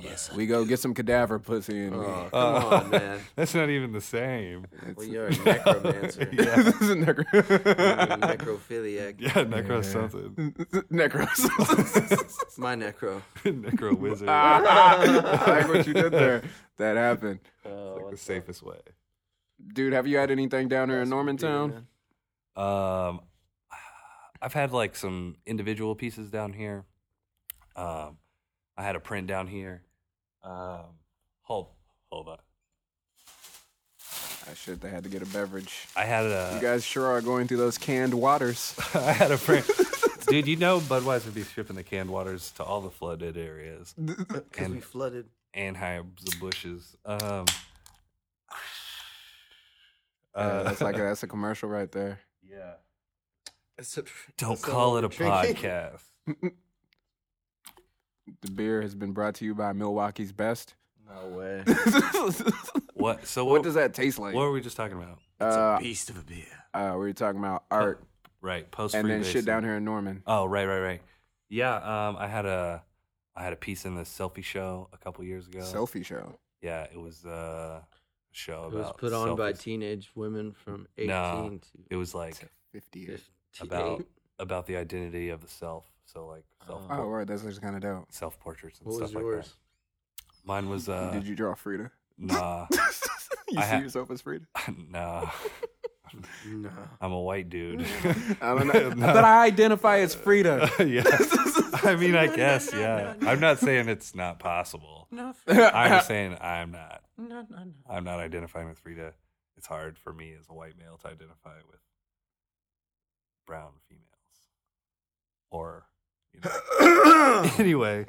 Speaker 5: yes.
Speaker 1: We go get some cadaver pussy and we-
Speaker 4: Oh, come
Speaker 5: [LAUGHS]
Speaker 4: on, man.
Speaker 3: That's not even the same.
Speaker 4: Well, you're a
Speaker 5: [LAUGHS]
Speaker 4: necromancer.
Speaker 1: [LAUGHS] this is necro. [LAUGHS]
Speaker 4: You're a necrophiliac.
Speaker 3: Yeah, necro
Speaker 5: [LAUGHS]
Speaker 3: something.
Speaker 1: [LAUGHS] necro.
Speaker 4: It's my necro.
Speaker 3: necro wizard.
Speaker 1: Ah. I like what you did there. That happened.
Speaker 4: Oh,
Speaker 3: like the safest way.
Speaker 1: Dude, have you had anything down here in Normantown?
Speaker 4: man.
Speaker 5: [LAUGHS] Um, I've had like some individual pieces down here. Um, I had a print down here. Um, hold, hold up.
Speaker 1: I should. They had to get a beverage.
Speaker 5: I had
Speaker 4: Uh,
Speaker 1: You
Speaker 5: a,
Speaker 1: guys sure are going through those canned waters.
Speaker 5: [LAUGHS] I had
Speaker 1: [LAUGHS]
Speaker 5: a print. Dude, you know Budweiser be shipping the canned waters to all the flooded areas.
Speaker 4: Because we flooded.
Speaker 5: and high the bushes.
Speaker 1: [SIGHS]
Speaker 5: Um,
Speaker 1: Uh, that's
Speaker 4: [LAUGHS]
Speaker 1: like a, that's a commercial right there.
Speaker 5: yeah.
Speaker 4: Except
Speaker 5: [LAUGHS] Don't
Speaker 2: That's not
Speaker 5: call
Speaker 2: what
Speaker 5: it
Speaker 1: [LAUGHS]
Speaker 5: a
Speaker 2: we're drinking.
Speaker 5: podcast.
Speaker 1: The beer has been brought to you by Milwaukee's
Speaker 4: [LAUGHS]
Speaker 1: Best.
Speaker 4: no way.
Speaker 5: What? So what?
Speaker 1: what does that taste like?
Speaker 5: What were we just talking about?
Speaker 1: [LAUGHS] Uh,
Speaker 4: beast of a beer.
Speaker 1: uh, we were talking about
Speaker 5: [LAUGHS]
Speaker 1: art
Speaker 5: Right. Post
Speaker 1: and then
Speaker 5: freebase
Speaker 1: shit down here in Norman.
Speaker 5: Oh, right, right, right. Yeah. Um, I had a, I had a piece in the selfie show a couple years ago.
Speaker 1: Selfie show.
Speaker 5: Yeah, it was uh, a show
Speaker 4: It
Speaker 5: about.
Speaker 4: was put on by
Speaker 5: selfies.
Speaker 4: teenage women from 18
Speaker 5: No,
Speaker 4: to
Speaker 5: It was like
Speaker 1: 50 years.
Speaker 4: 58.
Speaker 5: about about the identity of the self. So like self
Speaker 1: Oh, word. That's just kind of dope.
Speaker 5: self portraits and
Speaker 4: What
Speaker 5: stuff
Speaker 4: was
Speaker 5: like
Speaker 4: yours?
Speaker 5: that. Mine was uh,
Speaker 1: Did you draw Frida? [LAUGHS]
Speaker 5: nah, [LAUGHS]
Speaker 1: you
Speaker 5: I
Speaker 1: see
Speaker 5: ha-
Speaker 1: yourself as
Speaker 5: [LAUGHS]
Speaker 1: Frida?
Speaker 5: nah.
Speaker 4: No.
Speaker 5: I'm a white dude. [LAUGHS]
Speaker 1: I don't know.
Speaker 5: No.
Speaker 1: But I identify as
Speaker 5: [LAUGHS]
Speaker 1: Frida.
Speaker 5: yeah. I mean, I guess, yeah. I'm not saying it's not possible.
Speaker 4: No,
Speaker 1: [LAUGHS]
Speaker 5: I'm saying I'm not.
Speaker 4: no, no, no.
Speaker 5: I'm not identifying with Frida. It's hard for me as a white male to identify with brown females. Or,
Speaker 1: [LAUGHS]
Speaker 5: you know. [LAUGHS] anyway,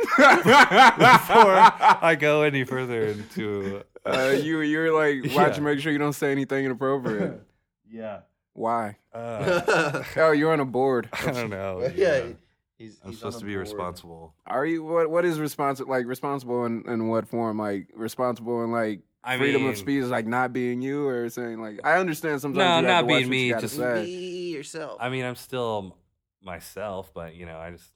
Speaker 5: before [LAUGHS] I go any further into.
Speaker 1: Uh, you you're like watch
Speaker 5: Yeah.
Speaker 1: make sure you don't say anything
Speaker 5: [LAUGHS]
Speaker 1: inappropriate.
Speaker 5: Yeah.
Speaker 1: Why?
Speaker 5: Uh,
Speaker 4: [LAUGHS]
Speaker 1: Oh, you're on a board.
Speaker 5: I don't know.
Speaker 2: [LAUGHS] yeah,
Speaker 5: yeah.
Speaker 2: he's,
Speaker 5: I'm
Speaker 2: he's
Speaker 5: supposed
Speaker 2: on
Speaker 5: to
Speaker 2: a
Speaker 5: be
Speaker 2: board.
Speaker 5: responsible.
Speaker 1: Are you what? What is responsible? Like responsible in, in what form? Like responsible in like
Speaker 5: I
Speaker 1: freedom
Speaker 5: mean-
Speaker 1: of speech is like not being you or saying like I understand sometimes.
Speaker 5: No,
Speaker 1: you
Speaker 5: not
Speaker 1: have to watch
Speaker 5: being
Speaker 1: what
Speaker 5: me,
Speaker 1: You gotta
Speaker 5: just-
Speaker 1: say.
Speaker 2: Be yourself.
Speaker 5: I mean, I'm still myself, but, you know, I just.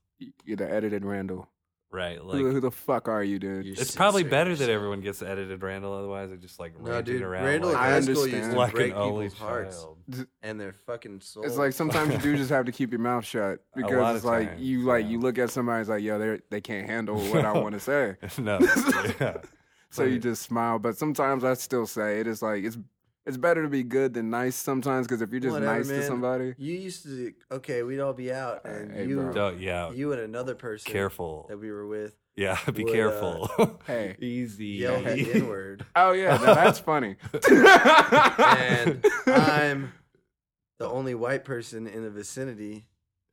Speaker 1: You're the edited Randall.
Speaker 5: Right.
Speaker 1: who,
Speaker 5: Like,
Speaker 1: who the fuck are you, dude?
Speaker 4: You're
Speaker 5: It's probably
Speaker 4: censoring
Speaker 5: better
Speaker 4: yourself.
Speaker 5: that everyone gets edited, Randall. Otherwise, I just like
Speaker 4: No,
Speaker 5: ranting
Speaker 4: dude.
Speaker 5: around.
Speaker 4: Randall in
Speaker 5: like,
Speaker 1: I
Speaker 4: high school used
Speaker 1: understand.
Speaker 4: to
Speaker 5: like
Speaker 4: break
Speaker 5: an only
Speaker 4: people's hearts
Speaker 5: child. [LAUGHS]
Speaker 4: and their fucking soul.
Speaker 1: It's like sometimes you do just have to keep your mouth
Speaker 5: [LAUGHS]
Speaker 1: shut
Speaker 5: lot
Speaker 1: because it's
Speaker 5: of
Speaker 1: like
Speaker 5: times,
Speaker 1: you like
Speaker 5: yeah.
Speaker 1: you look at somebody it's like yo they they can't handle what I want to say
Speaker 2: [LAUGHS]
Speaker 5: no. [LAUGHS] Yeah.
Speaker 1: [LAUGHS] so you
Speaker 5: Right.
Speaker 1: just smile but sometimes I still say it is like it's it's better to be good than nice sometimes because if you're just
Speaker 2: Whatever,
Speaker 1: nice to
Speaker 2: man. [LAUGHS]
Speaker 1: somebody
Speaker 2: You used to okay, we'd all be out, and
Speaker 1: Hey,
Speaker 2: you,
Speaker 1: bro.
Speaker 5: Don't, yeah.
Speaker 2: you and another person,
Speaker 5: careful.
Speaker 2: that we were with,
Speaker 5: Yeah. [LAUGHS] Be
Speaker 2: would, uh,
Speaker 5: careful. [LAUGHS]
Speaker 1: hey
Speaker 5: Easy.
Speaker 2: yelled
Speaker 5: [LAUGHS]
Speaker 2: at the N word,
Speaker 1: oh yeah now that's funny
Speaker 2: and I'm
Speaker 5: [LAUGHS]
Speaker 2: the only white person in the vicinity,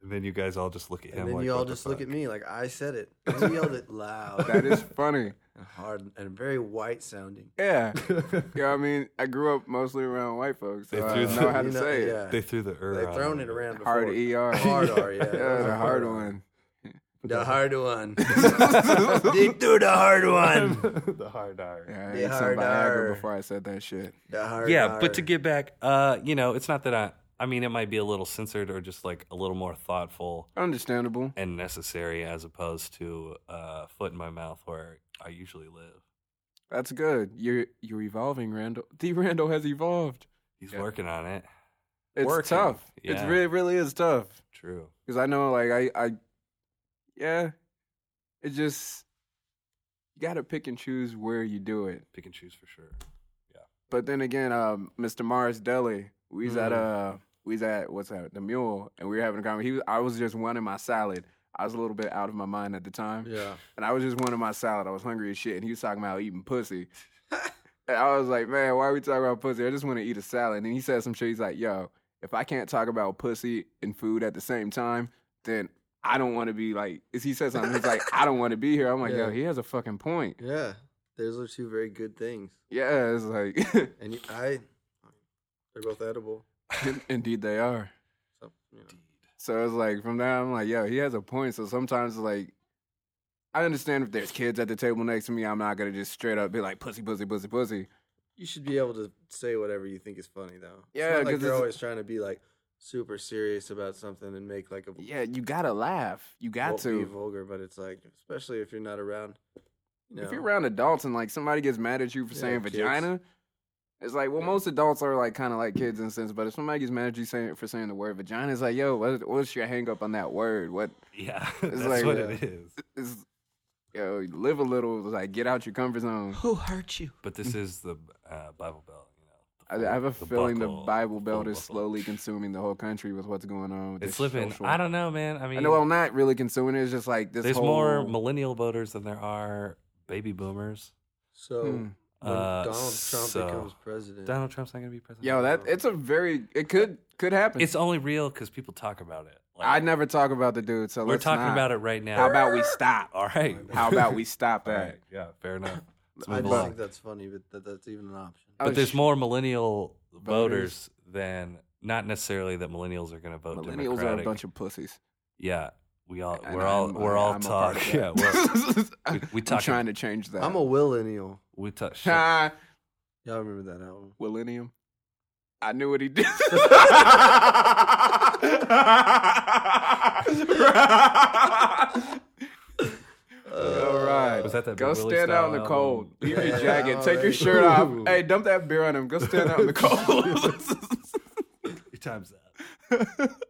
Speaker 5: And then you guys all just look at him.
Speaker 2: and then
Speaker 5: like,
Speaker 2: you all
Speaker 5: what the
Speaker 2: just look
Speaker 5: fuck?
Speaker 2: at me like I said
Speaker 5: [LAUGHS]
Speaker 2: it. You yelled it loud
Speaker 1: [LAUGHS] that is funny
Speaker 2: and hard and very white sounding.
Speaker 1: yeah you know what I mean I grew up mostly around white folks so
Speaker 5: They
Speaker 1: I
Speaker 5: threw
Speaker 1: know
Speaker 5: the-
Speaker 1: how to
Speaker 2: [LAUGHS] You know,
Speaker 1: say it
Speaker 2: yeah.
Speaker 5: They threw the er.
Speaker 2: They've
Speaker 5: on
Speaker 2: thrown it
Speaker 5: [LAUGHS]
Speaker 2: around before.
Speaker 1: hard er
Speaker 2: [LAUGHS] Hard R, yeah.
Speaker 1: [LAUGHS] yeah the hard one
Speaker 2: The hard
Speaker 1: [LAUGHS]
Speaker 2: one. [LAUGHS]
Speaker 4: they threw the hard one.
Speaker 5: [LAUGHS] the hard R.
Speaker 1: yeah I
Speaker 2: The
Speaker 1: ate some
Speaker 2: hard
Speaker 1: Viagra
Speaker 2: R.
Speaker 1: before I said that shit
Speaker 2: The hard
Speaker 5: Yeah, but to
Speaker 2: R.
Speaker 5: get back, uh, you know, it's not that I. I mean, it might be a little censored or just like a little more thoughtful
Speaker 1: understandable
Speaker 5: and necessary as opposed to uh, foot in my mouth where I usually live.
Speaker 1: That's good. You're you're evolving, Randall. [LAUGHS] D Randall has evolved.
Speaker 5: He's
Speaker 1: Yeah.
Speaker 5: working on it.
Speaker 1: It's
Speaker 5: Working.
Speaker 1: tough. It's
Speaker 5: Yeah.
Speaker 1: really really is tough.
Speaker 5: True.
Speaker 1: Because I know like I I yeah. It just you gotta pick and choose where you do it.
Speaker 5: Pick and choose for sure.
Speaker 1: But then again, um, Mr. Mars Deli, we was at
Speaker 4: Mm.
Speaker 1: uh we was at what's that, the mule and we were having a conversation. He was, I was just wanting my salad. I was a little bit out of my mind at the time.
Speaker 4: Yeah.
Speaker 1: and I was just wanting my salad. I was hungry as shit, and he was talking about eating pussy. [LAUGHS] and I was like, man, why are we talking about pussy? I just want to eat a salad. And he said some shit. He's like, yo, if I can't talk about pussy and food at the same time, then I don't want to be like. Is he said something? He's like, I don't want to be here. I'm like, yo,
Speaker 2: Yeah.
Speaker 1: he has a fucking point.
Speaker 2: Yeah, those are two very good things,
Speaker 1: Yeah, it's like, [LAUGHS]
Speaker 2: and you, I, they're both edible.
Speaker 1: indeed they are.
Speaker 2: So you know.
Speaker 1: So it's like from there, I'm like, yo, he has a point. So sometimes like I understand if there's kids at the table next to me, I'm not gonna just straight up be like pussy, pussy, pussy, pussy.
Speaker 2: You should be able to say whatever you think is funny, though. It's
Speaker 1: Yeah,
Speaker 2: not
Speaker 1: 'cause
Speaker 2: like they're
Speaker 1: it's-
Speaker 2: always trying to be like super serious about something and make like a
Speaker 1: Yeah, you gotta laugh. You got
Speaker 2: won't be
Speaker 1: to.
Speaker 2: vulgar, but it's like especially if you're not around. You know,
Speaker 1: If you're around adults and like somebody gets mad at you for
Speaker 2: Yeah,
Speaker 1: saying
Speaker 2: kids.
Speaker 1: vagina, it's like well,
Speaker 2: Yeah.
Speaker 1: most adults are like kind of like kids in a sense. But if somebody gets mad at you saying for saying the word vagina, it's like yo, what, what's your hang up on that word? What
Speaker 5: Yeah, [LAUGHS] that's
Speaker 1: like, uh,
Speaker 5: what
Speaker 2: yeah.
Speaker 5: it is.
Speaker 1: is yo live a little? Like get out your comfort zone.
Speaker 2: who hurt you?
Speaker 5: But this is the uh, Bible Belt. You know,
Speaker 1: I,
Speaker 5: the
Speaker 1: I have a
Speaker 5: full-
Speaker 1: feeling
Speaker 5: buckle,
Speaker 1: the Bible
Speaker 5: full
Speaker 1: Belt is
Speaker 5: buckle.
Speaker 1: slowly consuming the whole country with what's going on. With
Speaker 5: It's
Speaker 1: this
Speaker 5: slipping.
Speaker 1: social-
Speaker 5: I don't know, man. I mean,
Speaker 1: I know I'm not really consuming it. It's just like this
Speaker 5: there's
Speaker 1: whole.
Speaker 5: more millennial voters than there are baby boomers.
Speaker 2: So
Speaker 1: Hmm.
Speaker 2: when
Speaker 5: Uh,
Speaker 2: Donald Trump
Speaker 5: so-
Speaker 2: becomes president,
Speaker 5: Donald Trump's not gonna be president.
Speaker 1: Yo, that it's a very it could could happen.
Speaker 5: it's only real because people talk about it. Like,
Speaker 1: I never talk about the dude, so
Speaker 5: We're
Speaker 1: let's
Speaker 5: talking
Speaker 1: not.
Speaker 5: about it right now.
Speaker 1: How about we stop?
Speaker 5: All right.
Speaker 1: [LAUGHS] How about we stop
Speaker 5: [LAUGHS] All
Speaker 1: that?
Speaker 5: right. Yeah. Fair enough. Let's
Speaker 2: I
Speaker 5: move
Speaker 2: just
Speaker 5: along.
Speaker 2: think that's funny, but that, that's even an option.
Speaker 1: [LAUGHS] Oh,
Speaker 5: but there's
Speaker 1: sh-
Speaker 5: more millennial
Speaker 1: Voters.
Speaker 5: voters, than not necessarily that millennials are going to vote
Speaker 1: millennials
Speaker 5: Democratic.
Speaker 1: are a bunch of pussies.
Speaker 5: yeah, we all
Speaker 1: And
Speaker 5: we're all
Speaker 1: I'm-
Speaker 5: we're
Speaker 1: I'm-
Speaker 5: all
Speaker 1: I'm a part
Speaker 5: [LAUGHS] talk.
Speaker 1: of
Speaker 5: Yeah,
Speaker 1: that.
Speaker 5: we're,
Speaker 1: [LAUGHS]
Speaker 5: we- we
Speaker 1: I'm
Speaker 5: talking-
Speaker 1: trying to change that. [LAUGHS]
Speaker 2: I'm a willennial.
Speaker 5: we talk. shit.
Speaker 1: Ha,
Speaker 2: Y'all remember that album?
Speaker 1: millennium. I knew what he
Speaker 5: [LAUGHS]
Speaker 1: did. All right.
Speaker 5: Was that that
Speaker 1: Go
Speaker 5: Big Willie
Speaker 1: stand out in the
Speaker 5: style
Speaker 1: cold.
Speaker 5: album?
Speaker 1: Leave
Speaker 2: Yeah,
Speaker 1: your jacket.
Speaker 2: all
Speaker 1: Take your
Speaker 2: right.
Speaker 1: shirt off.
Speaker 2: Ooh.
Speaker 1: Hey, dump that beer on him. Go stand out in the
Speaker 5: [LAUGHS]
Speaker 1: cold.
Speaker 5: Your time's up.
Speaker 2: [LAUGHS]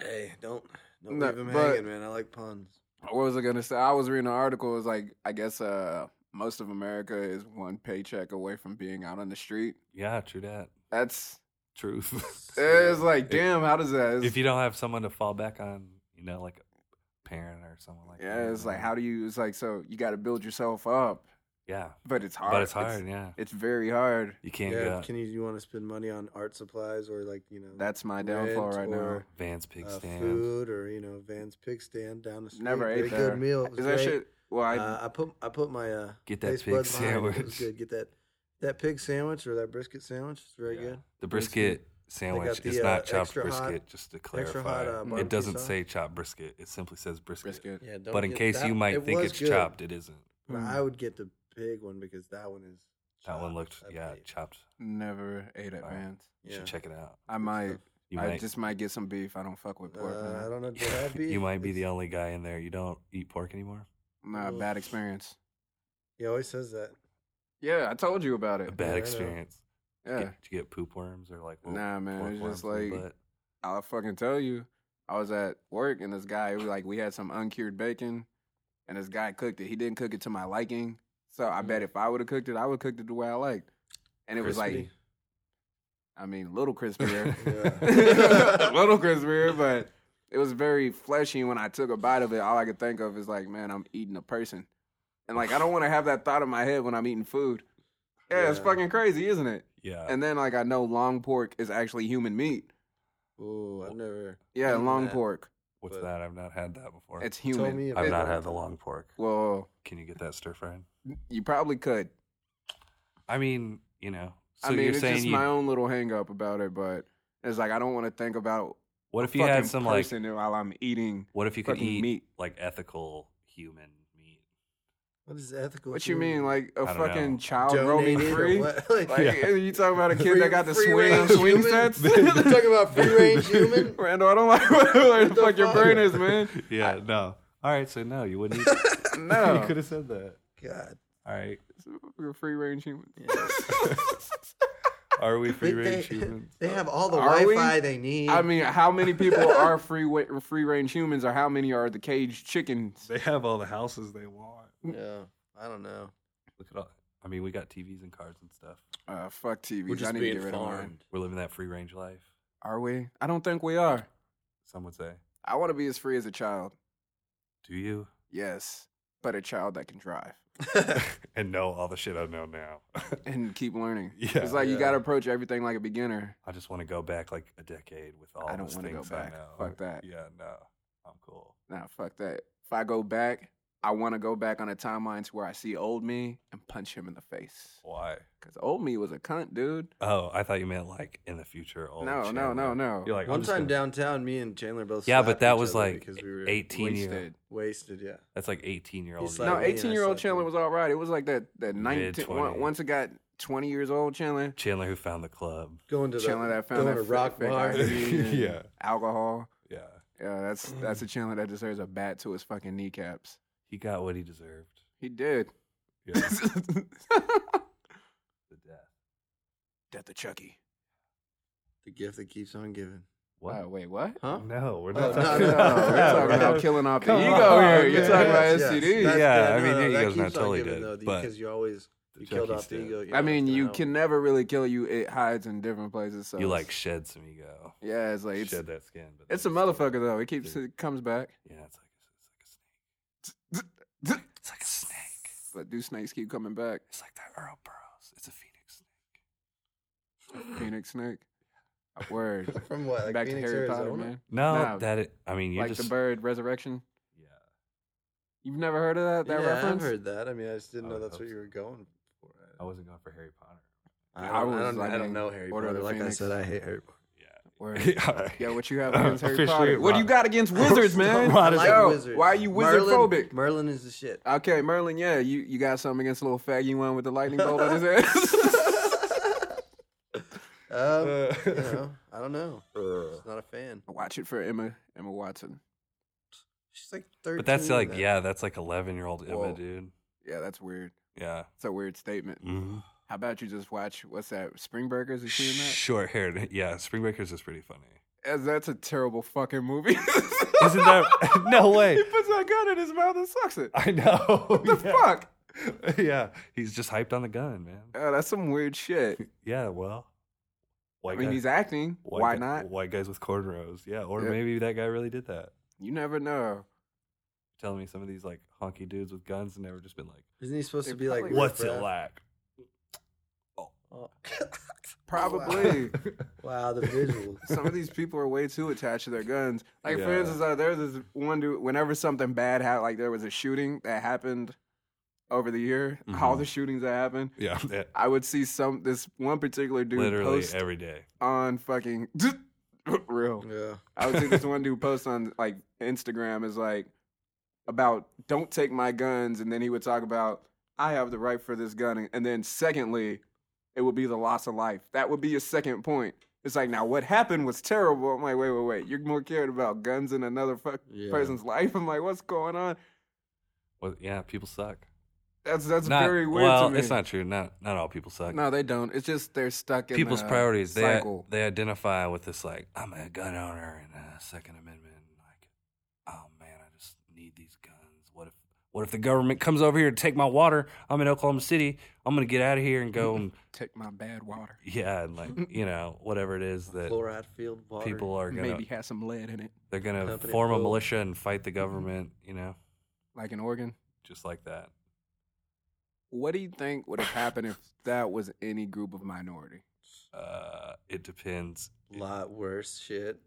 Speaker 2: Hey, don't don't
Speaker 1: No,
Speaker 2: leave him
Speaker 1: but-
Speaker 2: hanging, man. I like
Speaker 5: [LAUGHS]
Speaker 2: puns.
Speaker 1: what was I gonna say? I was reading an article. It was like, I guess uh, most of America is one paycheck away from being out on the street.
Speaker 5: Yeah, true that.
Speaker 1: That's
Speaker 5: Truth. [LAUGHS]
Speaker 1: it's like, damn, how does that? It's,
Speaker 5: if you don't have someone to fall back on, you know, like a parent or someone like that.
Speaker 1: yeah, it's like, how do you? It's like, so you got to build yourself up,
Speaker 5: Yeah,
Speaker 1: but it's hard.
Speaker 5: but it's hard. yeah,
Speaker 1: It's, very hard.
Speaker 5: you can't
Speaker 2: yeah,
Speaker 5: go out.
Speaker 2: can you? You want to spend money on art supplies or like you know
Speaker 1: That's my
Speaker 2: rent
Speaker 1: downfall right now.
Speaker 2: or,
Speaker 5: Vans pig
Speaker 2: uh,
Speaker 5: stand.
Speaker 2: food or you know Van's pig stand down the street?
Speaker 1: Never
Speaker 2: Very
Speaker 1: ate there.
Speaker 2: good meal. It
Speaker 1: Is
Speaker 2: was
Speaker 1: that
Speaker 2: great.
Speaker 1: shit? Well, I,
Speaker 2: Uh, I put I put my uh,
Speaker 5: Get that
Speaker 2: taste
Speaker 5: pig
Speaker 2: buds behind it. It was
Speaker 5: sandwich.
Speaker 2: good. Get that that pig sandwich or that brisket sandwich. It's very
Speaker 5: Yeah.
Speaker 2: good.
Speaker 5: The brisket sandwich
Speaker 2: the,
Speaker 5: is
Speaker 2: uh,
Speaker 5: not chopped
Speaker 2: extra
Speaker 5: brisket,
Speaker 2: hot-
Speaker 5: just to
Speaker 2: extra
Speaker 5: clarify.
Speaker 2: hot, uh, barbecue
Speaker 5: it doesn't
Speaker 2: sauce.
Speaker 5: say chopped brisket, it simply says brisket.
Speaker 1: Mm-hmm. brisket.
Speaker 2: Yeah, don't
Speaker 5: But in
Speaker 2: get
Speaker 5: case
Speaker 2: that-
Speaker 5: you might
Speaker 2: it
Speaker 5: think
Speaker 2: was
Speaker 5: it's
Speaker 2: good,
Speaker 5: chopped, it isn't.
Speaker 2: but
Speaker 1: Mm.
Speaker 2: I would get the pig one because that one is.
Speaker 5: That one
Speaker 2: chopped,
Speaker 5: looked,
Speaker 2: I
Speaker 5: yeah,
Speaker 2: believe.
Speaker 5: chopped.
Speaker 1: Never ate at
Speaker 5: Wow.
Speaker 1: Vans.
Speaker 5: You should check it out.
Speaker 1: I might.
Speaker 2: stuff.
Speaker 5: You
Speaker 1: I
Speaker 5: might,
Speaker 1: just might get some beef. I don't fuck with pork.
Speaker 2: Uh, I
Speaker 1: man.
Speaker 2: don't know. Do I have beef?
Speaker 5: [LAUGHS] you might be the
Speaker 2: It's-
Speaker 5: only guy in there. You don't eat pork anymore.
Speaker 1: Nah,
Speaker 2: Ugh.
Speaker 1: bad experience.
Speaker 2: He always says that.
Speaker 1: Yeah, I told you about
Speaker 5: A
Speaker 1: it.
Speaker 2: I
Speaker 5: bad
Speaker 2: know.
Speaker 5: experience.
Speaker 1: Yeah,
Speaker 5: Get, did you get poop worms or like?
Speaker 1: Nah, man,
Speaker 5: pork
Speaker 1: it's just
Speaker 5: worms in the
Speaker 1: like-
Speaker 5: butt?
Speaker 1: I'll fucking tell you. I was at work and this guy was like, we had some uncured bacon, and this guy cooked it. He didn't cook it to my liking, so I
Speaker 2: Mm-hmm.
Speaker 1: bet if I would have cooked it, I would have cooked it the way I liked. And it was like,
Speaker 2: Crispy.
Speaker 1: I mean, a little
Speaker 5: [LAUGHS]
Speaker 1: crispier,
Speaker 2: [LAUGHS]
Speaker 1: [LAUGHS]
Speaker 2: Yeah.
Speaker 1: a little crispier, but it was very fleshy. When I took a bite of it, all I could think of is like, man, I'm eating a person, and like I don't want to have that thought in my head when I'm eating food. Yeah, it's
Speaker 2: Yeah.
Speaker 1: fucking crazy, isn't it?
Speaker 5: yeah.
Speaker 1: And then like I know long pork is actually human meat.
Speaker 2: Ooh, I've never.
Speaker 1: Yeah,
Speaker 2: eaten
Speaker 1: long
Speaker 2: that.
Speaker 1: pork.
Speaker 5: What's
Speaker 2: but-
Speaker 5: that? I've not had that before.
Speaker 1: It's
Speaker 2: Tell
Speaker 1: human.
Speaker 2: me if
Speaker 5: I've
Speaker 2: you
Speaker 5: not
Speaker 2: want
Speaker 5: had the
Speaker 2: that.
Speaker 5: long pork.
Speaker 1: Well,
Speaker 5: Can you get that stir fried?
Speaker 1: you probably could.
Speaker 5: I mean, you know. So
Speaker 1: I mean,
Speaker 5: you're
Speaker 1: it's
Speaker 5: saying
Speaker 1: just
Speaker 5: you,
Speaker 1: my own little hang up about it, but it's like I don't want to think about
Speaker 5: what if you
Speaker 1: fucking
Speaker 5: had some like
Speaker 1: person while I'm eating.
Speaker 5: What if you could
Speaker 1: fucking
Speaker 5: eat
Speaker 1: meat.
Speaker 5: like ethical human meat?
Speaker 2: What is ethical?
Speaker 1: What you
Speaker 2: food?
Speaker 1: mean, like a
Speaker 5: I don't
Speaker 1: fucking
Speaker 5: know.
Speaker 1: child
Speaker 2: Donated
Speaker 1: roaming
Speaker 2: or
Speaker 1: free? Like,
Speaker 2: what? [LAUGHS] Like,
Speaker 1: are you talking about a kid
Speaker 2: Free-
Speaker 1: that got the
Speaker 2: free
Speaker 1: swing on
Speaker 2: range
Speaker 1: swing
Speaker 2: human? [LAUGHS]
Speaker 1: sets?
Speaker 2: You talking about free range human?
Speaker 1: [LAUGHS] Randall, I don't like [LAUGHS] where the
Speaker 2: the
Speaker 1: fuck your
Speaker 2: fuck?
Speaker 1: brain is, man.
Speaker 2: [LAUGHS]
Speaker 5: Yeah, no. All right, so no, you
Speaker 1: [LAUGHS]
Speaker 5: wouldn't. Eat [LAUGHS]
Speaker 1: No,
Speaker 5: have said that.
Speaker 2: God.
Speaker 1: [LAUGHS]
Speaker 5: All right,
Speaker 2: [LAUGHS]
Speaker 1: free range human.
Speaker 5: are we free
Speaker 2: They-
Speaker 5: range
Speaker 2: they,
Speaker 5: humans?
Speaker 1: [LAUGHS]
Speaker 2: they have all the
Speaker 1: Are we?
Speaker 2: Wi-Fi they
Speaker 1: [LAUGHS]
Speaker 2: need.
Speaker 1: I mean, how many people are free wa- free range humans, or how many are the caged chickens?
Speaker 3: They have all the houses they want.
Speaker 2: yeah, I don't know.
Speaker 5: Look at all. I mean, we got TVs and cars and stuff.
Speaker 1: Uh, fuck TVs.
Speaker 2: We're
Speaker 1: I
Speaker 2: just
Speaker 1: need to
Speaker 2: being
Speaker 1: get rid of mine.
Speaker 2: farmed.
Speaker 5: We're living that free range life.
Speaker 1: Are we? I don't think we are.
Speaker 5: Some would say.
Speaker 1: I want to be as free as a child. [LAUGHS]
Speaker 5: Do you? [LAUGHS]
Speaker 1: Yes, but a child that can drive
Speaker 5: and know all the shit I know now. [LAUGHS]
Speaker 1: and keep learning.
Speaker 5: Yeah.
Speaker 1: it's like you
Speaker 2: [LAUGHS] Yeah.
Speaker 1: got to approach everything like a beginner.
Speaker 5: I just want to go back like a decade with all
Speaker 1: I don't
Speaker 5: those
Speaker 1: wanna go
Speaker 5: things I
Speaker 1: back.
Speaker 5: know.
Speaker 1: Fuck that.
Speaker 5: Yeah, no, I'm cool.
Speaker 1: Nah, fuck that. If I go back, I want to go back on a timeline to where I see old me and punch him in the face.
Speaker 5: Why?
Speaker 1: Because old me was a cunt, dude.
Speaker 5: Oh, I thought you meant like in the future. Old
Speaker 1: no, no,
Speaker 5: Chandler.
Speaker 1: no, no,
Speaker 5: You're like I'm
Speaker 2: One
Speaker 5: just
Speaker 2: time
Speaker 5: gonna-
Speaker 2: downtown, me and Chandler both.
Speaker 5: Yeah,
Speaker 2: slapped
Speaker 5: but that
Speaker 2: each
Speaker 5: was
Speaker 2: other
Speaker 5: like
Speaker 2: because we were
Speaker 5: 18 year.
Speaker 1: Wasted.
Speaker 2: wasted. Yeah,
Speaker 5: That's like 18 year
Speaker 2: He's
Speaker 5: old.
Speaker 2: like-
Speaker 1: No,
Speaker 2: I mean, I
Speaker 1: 18 year old
Speaker 2: slept
Speaker 1: Chandler
Speaker 2: in-
Speaker 1: was all right. It was like that, that 19,
Speaker 5: Mid-twenty.
Speaker 1: on- once it got 20 years old, Chandler,
Speaker 5: Chandler who found
Speaker 1: [LAUGHS]
Speaker 5: the club.
Speaker 2: going to the
Speaker 1: Chandler that found
Speaker 2: going
Speaker 1: that
Speaker 2: to rock
Speaker 1: fake
Speaker 2: bar.
Speaker 1: ID.
Speaker 2: [LAUGHS]
Speaker 5: [LAUGHS]
Speaker 3: yeah,
Speaker 1: alcohol.
Speaker 5: Yeah,
Speaker 1: Yeah, that's
Speaker 2: Mm.
Speaker 1: that's a Chandler that deserves a bat to his fucking kneecaps.
Speaker 5: he got what he deserved.
Speaker 1: He did. [LAUGHS]
Speaker 5: Yeah, the death.
Speaker 1: Death of Chucky.
Speaker 2: the gift that keeps on giving.
Speaker 5: What?
Speaker 1: Wow, Uh, wait, what?
Speaker 2: Huh?
Speaker 5: No, we're
Speaker 2: Oh, no,
Speaker 5: not.
Speaker 1: No, no,
Speaker 2: no,
Speaker 5: talking
Speaker 1: we're
Speaker 5: about-
Speaker 1: talking
Speaker 5: Yeah,
Speaker 1: about
Speaker 5: we're-
Speaker 1: killing off the
Speaker 5: Come
Speaker 1: ego
Speaker 5: on,
Speaker 1: here. You're
Speaker 5: man.
Speaker 1: talking about
Speaker 2: Yes, yes.
Speaker 1: STDs.
Speaker 2: That's
Speaker 5: Yeah,
Speaker 2: good.
Speaker 5: I mean,
Speaker 2: No, no,
Speaker 5: your
Speaker 2: that
Speaker 5: ego's
Speaker 2: keeps
Speaker 5: not
Speaker 2: on
Speaker 5: totally
Speaker 2: giving,
Speaker 5: dead,
Speaker 2: though,
Speaker 5: but-
Speaker 2: because you always
Speaker 5: the E.
Speaker 2: you killed
Speaker 5: Chucky
Speaker 2: off the
Speaker 5: stuff.
Speaker 2: ego. you
Speaker 1: I
Speaker 2: know,
Speaker 1: mean,
Speaker 2: after
Speaker 1: you
Speaker 2: that
Speaker 1: [LAUGHS] can never really kill you. It hides in different places. So
Speaker 5: You
Speaker 1: it's-
Speaker 5: like shed some ego.
Speaker 1: Yeah, it's like it's,
Speaker 5: shed that skin. But
Speaker 1: it's a
Speaker 5: then
Speaker 1: motherfucker
Speaker 5: still-
Speaker 1: though. It keeps
Speaker 5: Dude.
Speaker 1: it comes back.
Speaker 5: Yeah, it's like it's like a snake. It's like a snake.
Speaker 1: [LAUGHS] But do snakes keep coming back?
Speaker 5: It's like that Earl Burrows. It's a phoenix snake.
Speaker 1: Phoenix snake. A word.
Speaker 2: one. from what [LAUGHS] like
Speaker 1: back
Speaker 2: Phoenix,
Speaker 1: to Harry
Speaker 2: Arizona?
Speaker 1: Potter, man.
Speaker 5: No,
Speaker 1: No.
Speaker 5: that it, I mean, you
Speaker 1: Like
Speaker 5: just
Speaker 1: the bird resurrection.
Speaker 5: yeah.
Speaker 1: You've never heard of that? That
Speaker 2: yeah,
Speaker 1: reference?
Speaker 2: I've heard that. I mean, I just didn't
Speaker 5: I
Speaker 2: know
Speaker 5: would
Speaker 2: that's
Speaker 5: hope
Speaker 2: what you
Speaker 5: so.
Speaker 2: were going for.
Speaker 5: I wasn't going for Harry Potter.
Speaker 2: I
Speaker 1: I
Speaker 2: don't, I
Speaker 1: was
Speaker 2: don't, I
Speaker 1: like
Speaker 2: don't
Speaker 1: in
Speaker 2: know Harry
Speaker 1: Order of
Speaker 2: Potter.
Speaker 1: the
Speaker 2: Like I
Speaker 1: Phoenix.
Speaker 2: said, I hate Harry Potter.
Speaker 5: Yeah.
Speaker 1: [LAUGHS] Word.
Speaker 5: [LAUGHS]
Speaker 1: Yeah, what you have
Speaker 5: Uh,
Speaker 1: against Harry
Speaker 3: Officially
Speaker 1: Potter? What do you
Speaker 3: rotten.
Speaker 1: got against wizards, man?
Speaker 3: Rotten. I
Speaker 2: like
Speaker 1: Yo,
Speaker 2: wizards.
Speaker 1: Why are you
Speaker 2: Merlin-
Speaker 1: wizardphobic?
Speaker 2: Merlin is the shit.
Speaker 1: Okay, Merlin, yeah, you, you got something against the little faggy one with the lightning bolt on his
Speaker 5: [LAUGHS]
Speaker 1: head.
Speaker 2: [LAUGHS] Um, you know, I don't know. Just not a fan.
Speaker 1: Watch it for Emma Emma Watson.
Speaker 2: She's like 13.
Speaker 5: But that's like,
Speaker 2: man.
Speaker 5: yeah, that's like 11 year old
Speaker 1: Whoa.
Speaker 5: Emma, dude.
Speaker 1: Yeah, that's weird.
Speaker 5: Yeah.
Speaker 1: It's a weird statement.
Speaker 5: Mhm.
Speaker 1: How about you just watch what's that? Spring Breakers? You seen that?
Speaker 5: Short haired. Yeah, Spring Breakers is pretty funny.
Speaker 1: As- That's a terrible fucking movie.
Speaker 5: [LAUGHS] Isn't that? [LAUGHS] No way.
Speaker 1: he puts that gun in his mouth and sucks
Speaker 5: [LAUGHS]
Speaker 1: it.
Speaker 5: [LAUGHS] I know. [LAUGHS]
Speaker 1: What the fuck?
Speaker 5: fuck? [LAUGHS] Yeah. He's just hyped on the gun, man.
Speaker 1: Uh, that's some weird shit.
Speaker 5: Yeah, well. White
Speaker 1: I mean,
Speaker 5: guy-
Speaker 1: he's acting.
Speaker 5: white
Speaker 1: Why
Speaker 5: guy-
Speaker 1: not?
Speaker 5: White guys with cornrows. Yeah. Or
Speaker 1: Yeah.
Speaker 5: maybe that guy really did that.
Speaker 1: You never know.
Speaker 5: telling me some of these like honky dudes with guns have never just been like,
Speaker 2: Isn't he supposed
Speaker 1: They
Speaker 2: to be like.
Speaker 1: probably-
Speaker 5: what's it
Speaker 2: riffraff?
Speaker 5: like?
Speaker 2: Oh. [LAUGHS]
Speaker 1: Probably.
Speaker 2: Wow, the visual.
Speaker 1: some of these people are way too attached to their guns. Like for
Speaker 5: Yeah.
Speaker 1: instance, uh, there was this one dude. Whenever something bad happened, like there was a shooting that happened over the year, all
Speaker 5: Mhm.
Speaker 1: the shootings that happened.
Speaker 5: [LAUGHS] yeah. yeah.
Speaker 1: I would see some this one particular dude
Speaker 5: Literally
Speaker 1: post
Speaker 5: every day.
Speaker 1: on fucking [LAUGHS] real.
Speaker 2: yeah.
Speaker 1: I would see this one dude post on like Instagram is like about don't take my guns, and then he would talk about I have the right for this gun, and- and then secondly, it would be the loss of life. That would be your second point. It's like now what happened was terrible. I'm like, wait, wait, wait. You're more cared about guns in another fuck
Speaker 2: Yeah.
Speaker 1: person's life. I'm like, what's going on?
Speaker 5: Well, yeah, people suck.
Speaker 1: That's that's
Speaker 5: Not-
Speaker 1: very weird
Speaker 5: Well,
Speaker 1: to me.
Speaker 5: it's not true. Not not all people suck.
Speaker 1: No, they don't. It's just they're stuck in
Speaker 5: People's
Speaker 1: the
Speaker 5: priorities. They
Speaker 1: uh, Cycle.
Speaker 5: they identify with this like I'm a gun owner and a Second Amendment. and, Like, oh man, I just need these guns. What if what if the government comes over here to take my water? I'm in Oklahoma City. I'm gonna get out of here and go
Speaker 1: [LAUGHS]
Speaker 5: and [LAUGHS]
Speaker 1: Take my bad water.
Speaker 5: yeah and like you know whatever it is that
Speaker 2: Fluoride field water.
Speaker 5: people are gonna
Speaker 1: Maybe has some lead in Mm-hmm. it,
Speaker 5: they're gonna
Speaker 2: Company
Speaker 5: form a
Speaker 2: pool.
Speaker 5: militia and fight the government. You know,
Speaker 1: like an organ.
Speaker 5: just like that.
Speaker 1: What do you think would have happened if that was any group of minority?
Speaker 5: Uh, it depends.
Speaker 2: lot worse shit.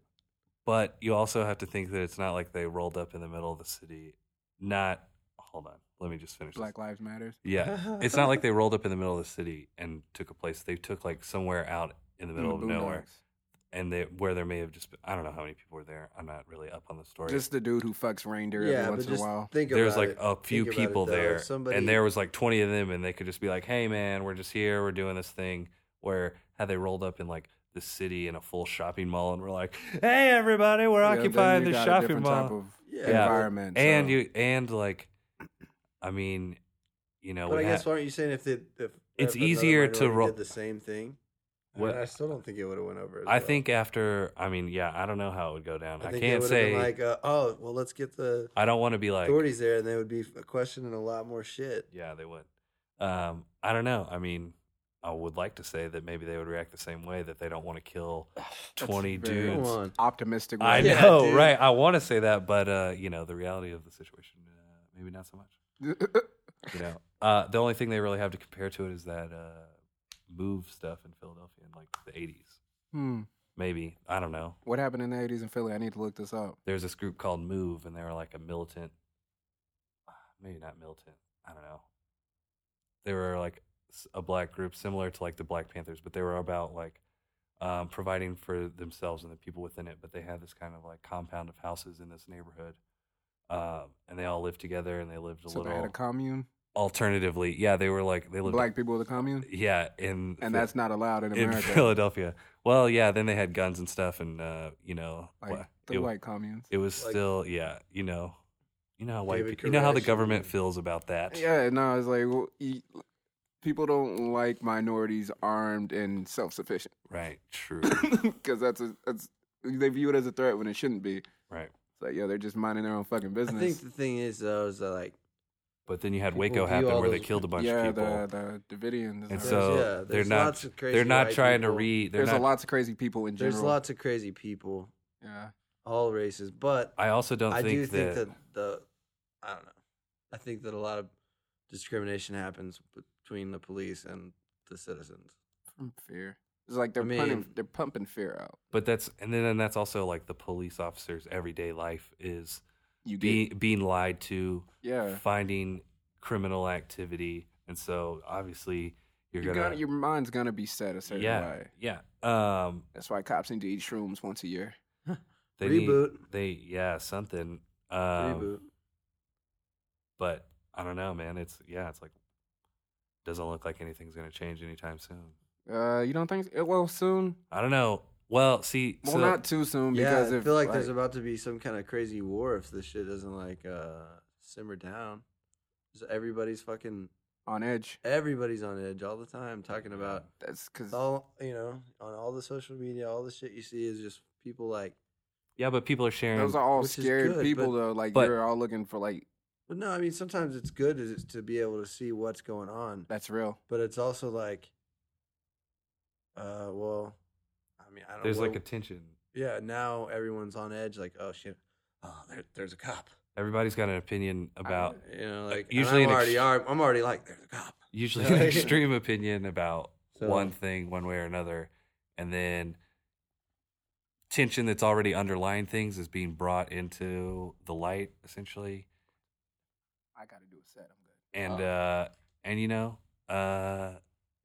Speaker 5: But you also have to think that it's not like they rolled up in the middle of the city. Not hold on. Let me just finish. this.
Speaker 1: Black Lives Matters.
Speaker 5: Yeah.
Speaker 2: [LAUGHS]
Speaker 5: It's not like they rolled up in the middle of the city and took a place. They took like somewhere out in
Speaker 1: in the
Speaker 5: the middle of nowhere.
Speaker 1: boondocks.
Speaker 5: And they where there may have just been, I don't know how many people were there. I'm not really up on the story.
Speaker 1: Just the dude who fucks reindeer
Speaker 2: yeah,
Speaker 1: every
Speaker 2: but
Speaker 1: once in a
Speaker 2: just
Speaker 1: while.
Speaker 2: think
Speaker 5: there's
Speaker 2: about
Speaker 5: like
Speaker 2: it.
Speaker 5: a few
Speaker 2: Think about it,
Speaker 5: people
Speaker 2: though.
Speaker 5: there
Speaker 2: If somebody-
Speaker 5: and there was like 20 of them and they could just be like hey man we're just here we're doing this thing where had they rolled up in like the city in a full shopping mall and we're like hey everybody we're
Speaker 1: Yeah, then
Speaker 5: occupying
Speaker 1: you
Speaker 5: the
Speaker 1: got a
Speaker 5: shopping
Speaker 1: different
Speaker 5: mall
Speaker 1: type of
Speaker 2: Yeah.
Speaker 1: environment.
Speaker 5: and
Speaker 1: so-
Speaker 2: [SIGHS]
Speaker 5: you and like i mean you know
Speaker 2: But I
Speaker 5: we
Speaker 2: guess
Speaker 5: ha-
Speaker 2: why aren't you saying if the if
Speaker 5: It's
Speaker 2: if another
Speaker 5: easier to
Speaker 2: minority
Speaker 5: roll-
Speaker 2: did the same thing?
Speaker 5: What-
Speaker 2: I, mean, I still don't think it would have went over. as
Speaker 5: I
Speaker 2: well.
Speaker 5: think after i mean yeah i don't know how it would go down i,
Speaker 2: think they
Speaker 5: can't
Speaker 2: would've
Speaker 5: say
Speaker 2: been like uh, oh well let's get the
Speaker 5: i don't want to be like
Speaker 2: authorities there and they would be questioning a lot more shit.
Speaker 5: Yeah, they would. Um, I don't know. I mean, I would like to say that maybe they would react the same way that they don't want to kill [SIGHS] twenty
Speaker 1: very-
Speaker 5: dudes.
Speaker 2: Come on.
Speaker 1: optimistic.
Speaker 5: I
Speaker 1: way.
Speaker 2: Yeah,
Speaker 5: know,
Speaker 2: dude.
Speaker 5: right? I want to say that, but uh, you know, the reality of the situation, uh, maybe not so much. You
Speaker 2: [LAUGHS]
Speaker 5: know, uh, the only thing they really have to compare to it is that uh, move stuff in Philadelphia in like the '80s.
Speaker 1: [LAUGHS] Hmm.
Speaker 5: Maybe I don't know.
Speaker 1: What happened in the eighties in Philly? I need to look this up.
Speaker 5: There's this group called Move, and they were like a militant. maybe not Milton. I don't know. They were like s- a black group similar to like the Black Panthers, but they were about like um, providing for themselves and the people within it. But they had this kind of like compound of houses in this neighborhood, um, and they all lived together and they lived a
Speaker 1: So they
Speaker 5: little.
Speaker 1: had a commune.
Speaker 5: alternatively, yeah, they were like they lived
Speaker 1: Black people with a commune,
Speaker 5: yeah, in
Speaker 1: and
Speaker 5: Phil-
Speaker 1: that's not allowed in
Speaker 5: in
Speaker 1: America.
Speaker 5: Philadelphia. Well, yeah, then they had guns and stuff, and uh, you know,
Speaker 1: like
Speaker 5: wha-
Speaker 1: the
Speaker 5: it,
Speaker 1: white communes.
Speaker 5: it was
Speaker 4: like-
Speaker 5: still yeah, you know, you know how white,
Speaker 2: David
Speaker 5: pe- you know how the
Speaker 2: Koresh
Speaker 5: government
Speaker 2: and-
Speaker 5: feels about that.
Speaker 1: Yeah, no, it's like well, e- people don't like minorities armed and self-sufficient [LAUGHS]
Speaker 5: Right.
Speaker 2: [COUGHS]
Speaker 5: True.
Speaker 1: because that's a, that's they view it as a threat when it shouldn't be. It's
Speaker 5: right.
Speaker 1: like yo, they're just minding their own fucking
Speaker 4: I
Speaker 1: business.
Speaker 4: think the thing is though is that like
Speaker 5: But then you had
Speaker 2: People
Speaker 5: Waco
Speaker 2: view
Speaker 5: happen
Speaker 2: all
Speaker 5: where they
Speaker 2: those-
Speaker 5: killed a bunch
Speaker 1: yeah,
Speaker 5: of people.
Speaker 1: the the Davidians
Speaker 5: And
Speaker 1: are-
Speaker 5: so
Speaker 2: yeah,
Speaker 5: they're
Speaker 2: there's
Speaker 5: not-
Speaker 2: lots of crazy
Speaker 5: they're not
Speaker 2: white
Speaker 5: trying to
Speaker 2: people.
Speaker 5: read. They're
Speaker 1: there's
Speaker 5: not,
Speaker 1: a lot of crazy people in
Speaker 2: There's
Speaker 1: general.
Speaker 2: lots of crazy people,
Speaker 1: Yeah,
Speaker 2: all races, but
Speaker 5: I also don't
Speaker 2: I
Speaker 5: think,
Speaker 2: do think
Speaker 5: that,
Speaker 2: that, the I don't know.
Speaker 4: I think that a lot of discrimination happens between the police and the citizens.
Speaker 1: from fear. It's like they're
Speaker 4: I mean-
Speaker 1: punting, they're pumping fear out.
Speaker 5: But that's and then and that's also like the police officers' everyday life is
Speaker 1: You get
Speaker 5: being being lied to,
Speaker 1: yeah.
Speaker 5: finding criminal activity, and so obviously you're
Speaker 1: You
Speaker 5: gonna
Speaker 1: gotta- your mind's gonna be set a certain
Speaker 5: yeah
Speaker 1: way.
Speaker 5: yeah um
Speaker 1: That's why cops need to eat shrooms once a year.
Speaker 5: they need-
Speaker 4: Reboot.
Speaker 5: they yeah something um
Speaker 4: Reboot.
Speaker 5: but I don't know man it's yeah it's like doesn't look like anything's gonna change anytime soon
Speaker 1: Uh, you don't think? eh, Well, soon.
Speaker 5: I don't know well see
Speaker 1: Well,
Speaker 5: so-
Speaker 1: not too soon
Speaker 4: Yeah,
Speaker 1: because
Speaker 4: I
Speaker 1: if,
Speaker 4: feel like, there's about to be some kind of crazy war if this shit doesn't like uh simmer down. So everybody's fucking
Speaker 1: on edge.
Speaker 4: everybody's on edge all the time talking about
Speaker 1: That's because
Speaker 4: it's
Speaker 5: Oh,
Speaker 4: all you know on all the social media all the shit you see is just people like
Speaker 5: yeah but people are sharing
Speaker 1: those are all
Speaker 4: which is
Speaker 1: scared
Speaker 4: good,
Speaker 1: people
Speaker 4: but-
Speaker 1: though. Like
Speaker 5: but-
Speaker 1: you're all looking for like
Speaker 4: but no i mean sometimes it's good is to be able to see what's going on
Speaker 1: that's real.
Speaker 4: but it's also like uh well i mean i don't
Speaker 5: there's
Speaker 4: know
Speaker 5: like a tension
Speaker 4: yeah now everyone's on edge like oh shit oh there, there's a cop
Speaker 5: everybody's got an opinion
Speaker 1: [LAUGHS]
Speaker 5: about
Speaker 4: you know like and
Speaker 5: usually
Speaker 4: i'm
Speaker 5: an
Speaker 4: already
Speaker 5: ex-
Speaker 4: ar- i'm already like there's a cop
Speaker 5: usually an
Speaker 4: Right.
Speaker 5: extreme opinion about
Speaker 4: So-
Speaker 5: one thing one way or another and then tension that's already underlying things is being brought into the light essentially
Speaker 1: I gotta do a set. I'm good.
Speaker 5: and
Speaker 1: Oh.
Speaker 5: uh and you know uh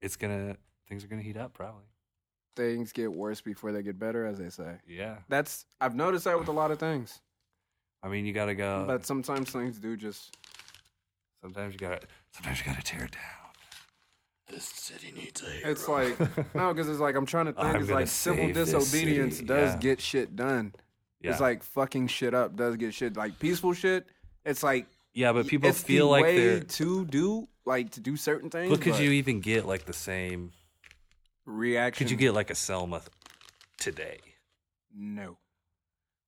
Speaker 5: it's gonna things are gonna heat up probably
Speaker 1: Things get worse before they get better, as they say.
Speaker 5: yeah
Speaker 1: That's I've noticed that with a lot of things.
Speaker 5: i mean you gotta go
Speaker 1: but sometimes things do just
Speaker 5: sometimes you gotta sometimes you gotta tear it down
Speaker 4: this city needs a hero.
Speaker 1: It's like no, because it's like I'm trying to think.
Speaker 5: [LAUGHS] I'm
Speaker 1: it's
Speaker 5: gonna
Speaker 1: like civil
Speaker 5: save this
Speaker 1: disobedience
Speaker 5: city,
Speaker 1: does
Speaker 5: yeah.
Speaker 1: get shit done.
Speaker 5: yeah
Speaker 1: It's like fucking shit up does get shit. Like peaceful shit. It's like
Speaker 5: yeah but people
Speaker 1: it's the
Speaker 5: feel like
Speaker 1: way
Speaker 5: they're
Speaker 1: to do like to do certain things.
Speaker 5: but could
Speaker 1: but
Speaker 5: you even get like the same
Speaker 1: reaction?
Speaker 5: could you get like a selma th- today
Speaker 1: no?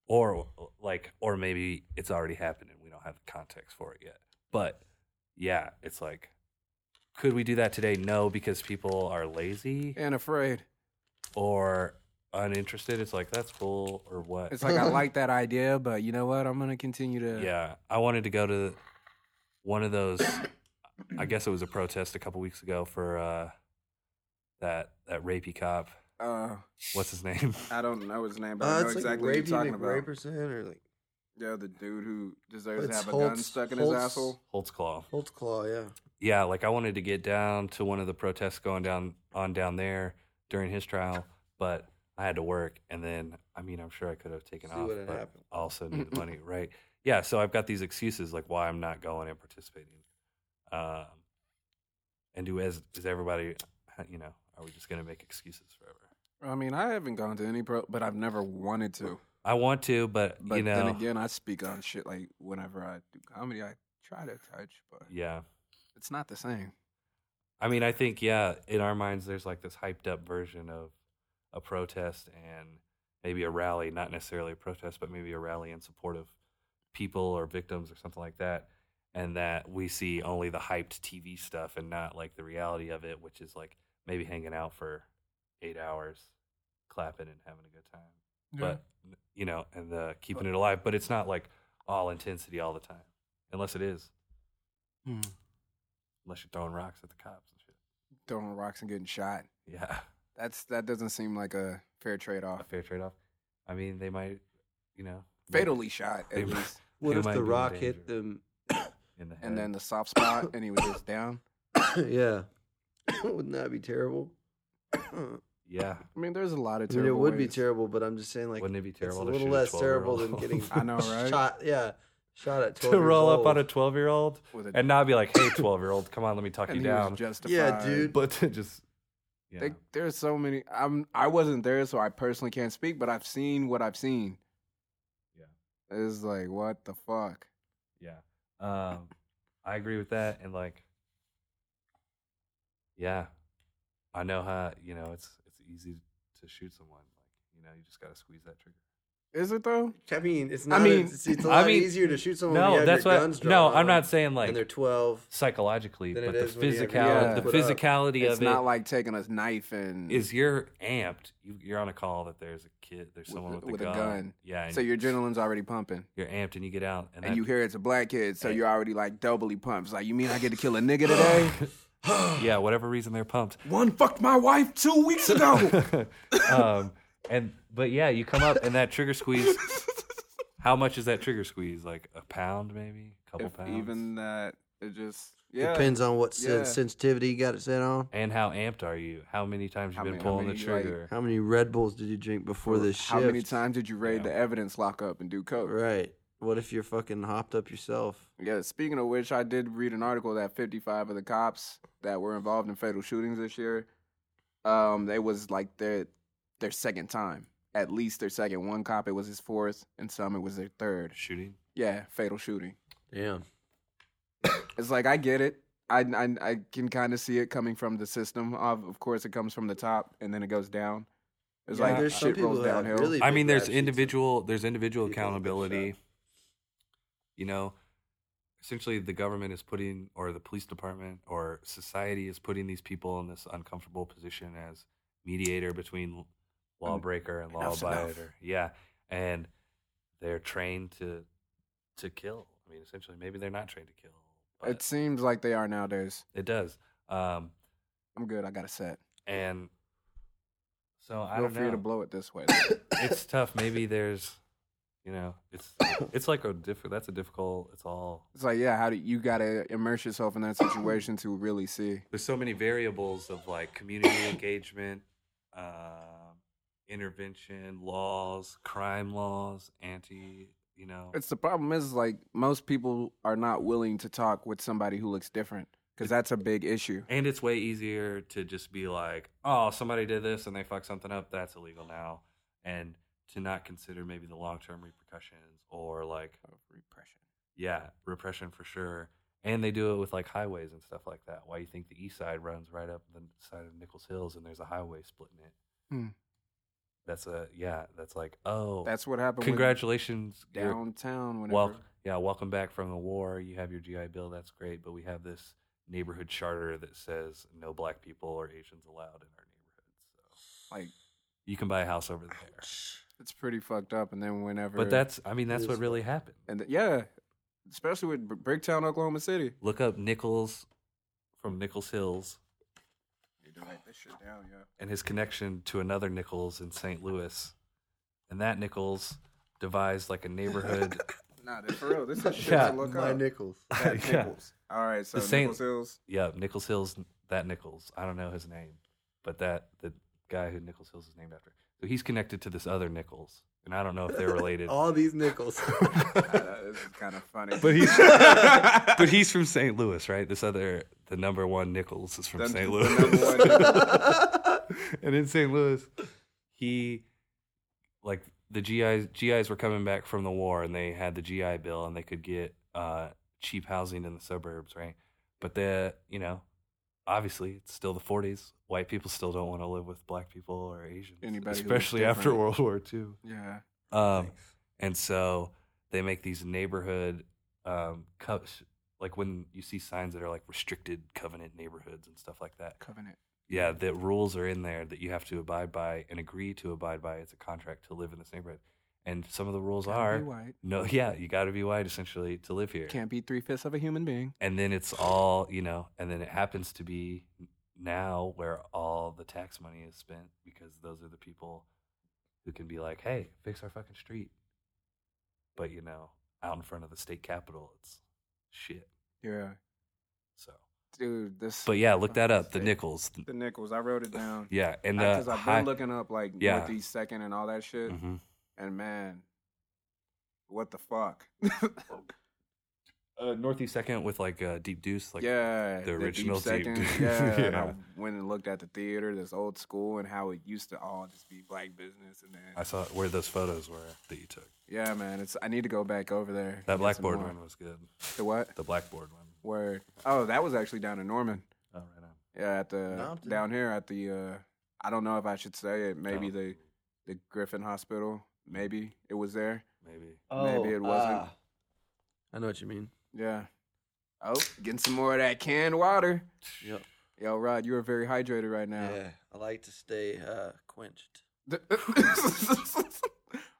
Speaker 5: or like or maybe it's already happened and we don't have the context for it yet but yeah it's like could we do that today no because people are lazy
Speaker 1: And afraid.
Speaker 5: or uninterested it's like that's cool or what
Speaker 1: It's like
Speaker 2: [LAUGHS]
Speaker 1: I like that idea, but you know what? I'm gonna continue to.
Speaker 5: yeah i wanted to go to one of those [COUGHS] i guess it was a protest a couple weeks ago for uh that that rapey cop
Speaker 1: Uh,
Speaker 5: what's his name
Speaker 1: I don't know his name, but I
Speaker 2: [LAUGHS] Uh,
Speaker 1: know
Speaker 2: it's
Speaker 1: exactly
Speaker 2: like
Speaker 1: what you're
Speaker 2: rapey
Speaker 1: talking about.
Speaker 2: McRaperson or like
Speaker 1: Yeah, the dude who deserves to
Speaker 2: It's
Speaker 1: have a gun
Speaker 2: Holtz-
Speaker 1: stuck in his
Speaker 2: Holtz-
Speaker 1: asshole.
Speaker 5: holtzclaw
Speaker 2: Holtzclaw, yeah.
Speaker 5: yeah, like I wanted to get down to one of the protests going down on down there during his trial, but I had to work, and then I mean, I'm sure I could have taken
Speaker 2: See
Speaker 5: off,
Speaker 2: what had
Speaker 5: but
Speaker 2: happened.
Speaker 5: I also need the money, right? Yeah, so I've got these excuses like why I'm not going and participating. Um, and do as is everybody, you know? Are we just gonna make excuses forever?
Speaker 1: I mean, I haven't gone to any pro, but I've never wanted to.
Speaker 5: I want to, but,
Speaker 1: But
Speaker 5: you know,
Speaker 1: then again, I speak on shit like whenever I do comedy, I try to touch, but
Speaker 5: yeah.
Speaker 1: it's not the same.
Speaker 5: I mean, I think yeah, in our minds, there's like this hyped up version of a protest and maybe a rally, not necessarily a protest, but maybe a rally in support of people or victims or something like that, and that we see only the hyped TV stuff and not like the reality of it, which is like maybe hanging out for eight hours, clapping and having a good time, but you know, and uh, keeping it alive. But it's not like all intensity all the time, unless it is,
Speaker 1: Hmm.
Speaker 5: unless you're throwing rocks at the cops and shit.
Speaker 1: throwing rocks and getting shot.
Speaker 5: Yeah.
Speaker 1: That's that doesn't seem like a fair trade
Speaker 5: a
Speaker 1: off.
Speaker 5: fair trade off. I mean, they might, you know,
Speaker 1: Fatally shot
Speaker 5: They-
Speaker 1: at least.
Speaker 5: [LAUGHS] They
Speaker 4: What if
Speaker 5: might
Speaker 4: the
Speaker 5: be in
Speaker 4: rock hit
Speaker 5: danger.
Speaker 4: them? [COUGHS]
Speaker 5: in the head.
Speaker 1: and then the soft spot, and he was just down.
Speaker 4: [COUGHS]
Speaker 2: yeah. Wouldn't that be terrible? I
Speaker 5: yeah,
Speaker 1: I mean, there's a lot of
Speaker 2: mean,
Speaker 1: terrible.
Speaker 2: it would be
Speaker 1: ways.
Speaker 2: terrible, but I'm just saying, like,
Speaker 5: wouldn't it be
Speaker 2: it's a
Speaker 5: terrible? to
Speaker 2: little
Speaker 5: shoot
Speaker 2: less terrible than
Speaker 5: 12-year-old [LAUGHS]
Speaker 2: getting
Speaker 1: I know, right?
Speaker 2: shot. Yeah, shot at 12
Speaker 5: to roll
Speaker 2: years
Speaker 5: up on a
Speaker 2: old.
Speaker 5: twelve-year-old
Speaker 1: With a-
Speaker 5: and not be like, "Hey, twelve-year-old, come on, let me talk
Speaker 1: and
Speaker 5: you
Speaker 1: he was
Speaker 5: down."
Speaker 1: justified.
Speaker 2: Yeah, dude.
Speaker 5: [LAUGHS] But to just yeah,
Speaker 1: They, there's so many. I'm. I wasn't there, so I personally can't speak. But I've seen what I've seen.
Speaker 5: Yeah.
Speaker 1: It's like what the fuck.
Speaker 5: yeah. Um, I agree with that, and like, yeah, I know how you know it's it's easy to shoot someone. Like, you know, you just gotta squeeze that trigger.
Speaker 1: Is it though?
Speaker 2: I mean, it's not.
Speaker 1: mean-
Speaker 2: it's, it's a
Speaker 5: I
Speaker 2: lot
Speaker 5: mean-
Speaker 2: easier to shoot someone. when you
Speaker 5: No,
Speaker 2: have
Speaker 5: that's
Speaker 2: your
Speaker 5: what.
Speaker 2: guns
Speaker 5: No,
Speaker 2: drawn
Speaker 5: I'm not saying like
Speaker 2: and they're 12.
Speaker 5: psychologically,
Speaker 2: than
Speaker 5: but
Speaker 2: it
Speaker 5: the
Speaker 2: is when you have
Speaker 5: physicality,
Speaker 2: your
Speaker 1: hands
Speaker 5: the
Speaker 2: put up.
Speaker 5: physicality
Speaker 1: It's
Speaker 5: of it
Speaker 1: not like taking a knife and
Speaker 5: is you're amped. You, you're on a call that there's a kid, there's
Speaker 1: With-
Speaker 5: someone with,
Speaker 1: with
Speaker 5: a,
Speaker 1: a
Speaker 5: gun.
Speaker 1: gun.
Speaker 5: Yeah, and
Speaker 1: so your adrenaline's already pumping.
Speaker 5: you're amped, and you get out, and,
Speaker 1: And you
Speaker 5: that-
Speaker 1: hear it's a black kid, so
Speaker 5: and-
Speaker 1: you're already like doubly pumped. It's like, you mean I get to kill a
Speaker 5: [LAUGHS]
Speaker 1: nigga today?
Speaker 5: [GASPS] yeah, whatever reason
Speaker 1: [LAUGHS]
Speaker 5: they're pumped.
Speaker 1: One fucked my wife two
Speaker 5: [LAUGHS]
Speaker 1: weeks ago.
Speaker 5: um, and but yeah, you come up and that
Speaker 1: [LAUGHS]
Speaker 5: trigger squeeze. How much is that trigger squeeze? Like a pound, maybe a couple
Speaker 1: if
Speaker 5: pounds.
Speaker 1: even that, it just yeah.
Speaker 2: Depends on what sen-
Speaker 1: Yeah.
Speaker 2: sensitivity you got it set on.
Speaker 5: and how amped are you? How many times
Speaker 1: How
Speaker 5: you've been
Speaker 1: many- how
Speaker 5: pulling the
Speaker 1: many, like,
Speaker 5: trigger?
Speaker 2: How many Red Bulls did you drink before this shift?
Speaker 1: How many times did you raid
Speaker 5: Yeah.
Speaker 1: the evidence lockup and do coke?
Speaker 2: Right. What if you're fucking hopped up yourself?
Speaker 1: Yeah. Speaking of which, I did read an article that 55 of the cops that were involved in fatal shootings this year, um, they was like their their second time, at least their second. One cop it was his fourth, and some it was their third.
Speaker 5: Shooting.
Speaker 1: Yeah, fatal shooting.
Speaker 2: Damn.
Speaker 1: It's like I get it. I I, I can kind of see it coming from the system. Of of course, it comes from the top and then it goes down. It's
Speaker 2: Yeah,
Speaker 1: like
Speaker 2: there's some
Speaker 1: shit
Speaker 2: people
Speaker 1: rolls
Speaker 2: that
Speaker 1: downhill.
Speaker 2: really-
Speaker 5: I
Speaker 2: big
Speaker 5: mean, there's
Speaker 2: bad sheets of
Speaker 5: individual, there's individual
Speaker 2: people who've been
Speaker 5: accountability. [LAUGHS] You know, essentially, the government is putting, or the police department, or society is putting these people in this uncomfortable position as mediator between lawbreaker and law
Speaker 1: Enough's enough.
Speaker 5: abider. Yeah, and they're trained to to kill. I mean, essentially, maybe they're not trained to kill. But
Speaker 1: it seems like they are nowadays.
Speaker 5: it does. Um,
Speaker 1: I'm good. I got a set.
Speaker 5: and so I
Speaker 1: Feel
Speaker 5: don't
Speaker 1: free
Speaker 5: know.
Speaker 1: to blow it this way. [LAUGHS]
Speaker 5: it's tough. Maybe there's, you know, it's it's like a diff. That's a difficult. It's all.
Speaker 1: it's like yeah, how do you gotta immerse yourself in that situation to really see?
Speaker 5: There's so many variables of like community [COUGHS] engagement, um, intervention, laws, crime laws, anti. You know,
Speaker 1: It's the problem is like most people are not willing to talk with somebody who looks different because that's a big issue.
Speaker 5: and it's way easier to just be like, oh, somebody did this and they fucked something up. That's illegal now, and to not consider maybe the long term repercussions or like
Speaker 1: Repression.
Speaker 5: Yeah, repression for sure. And they do it with like highways and stuff like that. Why you think the east side runs right up the side of Nichols Hills and there's a highway splitting it?
Speaker 1: Hmm.
Speaker 5: That's a yeah. That's like oh,
Speaker 1: That's what happened.
Speaker 5: congratulations.
Speaker 1: with
Speaker 5: you're-
Speaker 1: downtown. Whenever
Speaker 5: Well, yeah, welcome back from the war. You have your GI Bill. That's great, but we have this neighborhood charter that says no black people or Asians allowed in our neighborhood. So
Speaker 1: Like-
Speaker 5: you can buy a house over there.
Speaker 1: it's pretty fucked up, and then whenever
Speaker 5: But that's I mean that's
Speaker 2: It
Speaker 5: what
Speaker 2: is
Speaker 5: really happened.
Speaker 1: And th- yeah, especially with Br- Bricktown, Oklahoma City.
Speaker 5: Look up Nichols from Nichols Hills
Speaker 1: You do write this shit down, yeah.
Speaker 5: and his connection to another Nichols in St. Louis. And that Nichols devised like a neighborhood.
Speaker 1: Nah, this, for real, this
Speaker 5: [LAUGHS]
Speaker 1: is shit
Speaker 5: Yeah.
Speaker 1: to look
Speaker 2: My
Speaker 1: up.
Speaker 2: nickels.
Speaker 1: That
Speaker 2: [LAUGHS]
Speaker 5: Yeah.
Speaker 1: Nichols. All right, so
Speaker 5: The same-
Speaker 1: Nichols
Speaker 5: [LAUGHS]
Speaker 1: Hills.
Speaker 5: yeah, Nichols Hills, that Nichols. I don't know his name, but that the guy who Nichols Hills is named after. So he's connected to this other Nichols. And I don't know if they're
Speaker 2: [LAUGHS]
Speaker 5: related.
Speaker 2: All these nickels.
Speaker 1: Uh, this is kind of funny.
Speaker 5: But [LAUGHS] he's
Speaker 1: [LAUGHS]
Speaker 5: but he's from St. Louis, right? This other the number one Nichols is from
Speaker 1: The- the
Speaker 5: St. Louis.
Speaker 1: number one-
Speaker 5: [LAUGHS] and in St. Louis, he like the GIs GIs were coming back from the war and they had the GI bill and they could get uh cheap housing in the suburbs, right? But the you know, obviously it's still the 40s. White people still don't want to live with black people or Asians,
Speaker 1: Anybody who looks
Speaker 5: especially after
Speaker 1: different.
Speaker 5: World War II.
Speaker 1: [LAUGHS] yeah.
Speaker 5: Um, and so they make these neighborhood um co- like when you see signs that are like restricted covenant neighborhoods and stuff like that
Speaker 1: Covenant. Mm-hmm.
Speaker 5: yeah, that rules are in there that you have to abide by and agree to abide by. It's a contract to live in this neighborhood. And some of the rules
Speaker 1: Gotta
Speaker 5: are
Speaker 1: be white.
Speaker 5: no, [LAUGHS] yeah, you got to be white essentially to live here.
Speaker 1: Can't be three fifths of a human being.
Speaker 5: And then it's all, you know, and then it happens to be now where all the tax money is spent because those are the people who can be like, hey, fix our fucking street. But, you know, out in front of the state capitol, it's shit.
Speaker 1: Yeah,
Speaker 5: So,
Speaker 1: dude. This.
Speaker 5: but yeah, look that up. The
Speaker 1: Sick.
Speaker 5: nickels.
Speaker 1: the nickels. I
Speaker 5: [SIGHS]
Speaker 1: wrote it down.
Speaker 5: Yeah, and uh, the
Speaker 1: Because I've
Speaker 5: high-
Speaker 1: been looking up like
Speaker 5: Yeah.
Speaker 1: Northeast Second and all that shit,
Speaker 5: Mhm.
Speaker 1: and man, what the fuck?
Speaker 5: uh, Northeast second with like uh, deep deuce.
Speaker 1: [LAUGHS]
Speaker 5: Like
Speaker 1: yeah, Deep
Speaker 5: original Deep [LAUGHS]
Speaker 1: Second.
Speaker 5: Dish.
Speaker 1: Yeah, and I
Speaker 5: Yeah.
Speaker 1: went and looked at the theater, this old school, and how it used to all just be black business, and then
Speaker 5: I saw where those photos were that you took.
Speaker 1: yeah, man, it's I need to go back over there. and get
Speaker 5: That
Speaker 1: some
Speaker 5: blackboard
Speaker 1: more.
Speaker 5: one was good.
Speaker 1: The what?
Speaker 5: The blackboard one.
Speaker 1: Word. Oh, that was actually down in Norman.
Speaker 5: Oh, right on.
Speaker 1: Yeah, at the
Speaker 2: Compton.
Speaker 1: down here at the uh I don't know if I should say it. Maybe
Speaker 5: Oh.
Speaker 1: the the Griffin Hospital. Maybe it was there.
Speaker 5: Maybe.
Speaker 2: Oh,
Speaker 1: Maybe it wasn't.
Speaker 4: ah. I know what you mean.
Speaker 1: Yeah. Oh, getting some more of that canned water.
Speaker 4: Yep.
Speaker 1: Yo, Rod, you are very hydrated right now.
Speaker 2: Yeah.
Speaker 4: I like to stay uh, quenched.
Speaker 1: [LAUGHS]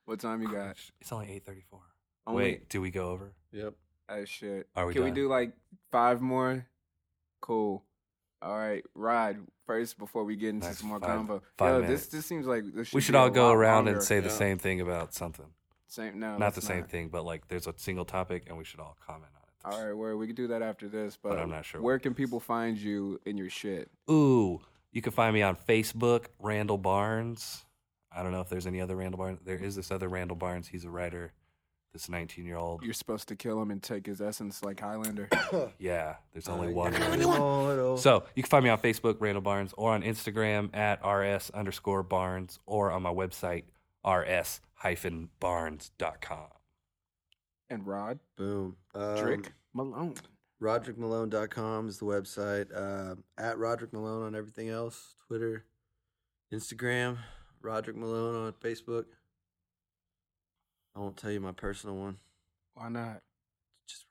Speaker 1: what time you got?
Speaker 5: It's only eight thirty four.
Speaker 1: Only-
Speaker 5: [LAUGHS] Wait, do we go over?
Speaker 4: Yep.
Speaker 1: Oh shit.
Speaker 5: Are we
Speaker 1: Can we
Speaker 5: done?
Speaker 1: do like five more? Cool. All right, Rod. First, before we get into
Speaker 5: Nice,
Speaker 1: some more
Speaker 5: five-
Speaker 1: combo,
Speaker 5: five
Speaker 1: Yo,
Speaker 5: minutes.
Speaker 1: this this seems like this should
Speaker 5: we should
Speaker 1: be a
Speaker 5: all go
Speaker 1: lot
Speaker 5: around
Speaker 1: longer.
Speaker 5: and say the
Speaker 4: Yeah.
Speaker 5: same thing about something.
Speaker 1: same. No,
Speaker 5: not
Speaker 1: it's
Speaker 5: the same thing, but like there's a single topic and we should all comment on it.
Speaker 1: All right, where we can do that after this, but,
Speaker 5: But I'm not sure
Speaker 1: Where
Speaker 5: what it
Speaker 1: can
Speaker 5: is.
Speaker 1: people find you in your shit?
Speaker 5: Ooh, you can find me on Facebook, Randall Barnes. I don't know if there's any other Randall Barnes. There is this other Randall Barnes. He's a writer. This 19 year old.
Speaker 1: You're supposed to kill him and take his essence like Highlander. [COUGHS]
Speaker 5: Yeah, there's only
Speaker 2: Uh,
Speaker 5: one.
Speaker 2: yeah.
Speaker 5: Randall.
Speaker 2: Oh, it'll-
Speaker 5: So you can find me on Facebook, Randall Barnes, or on Instagram at rs underscore barnes, or on my website, rs hyphen barnes.com.
Speaker 1: and Rod
Speaker 2: Boom. Um,
Speaker 1: Drick Malone.
Speaker 2: RoderickMalone.com is the website. Um, at Roderick Malone on everything else Twitter, Instagram, Roderick Malone on Facebook. I won't tell you my personal one.
Speaker 1: Why not?
Speaker 2: Just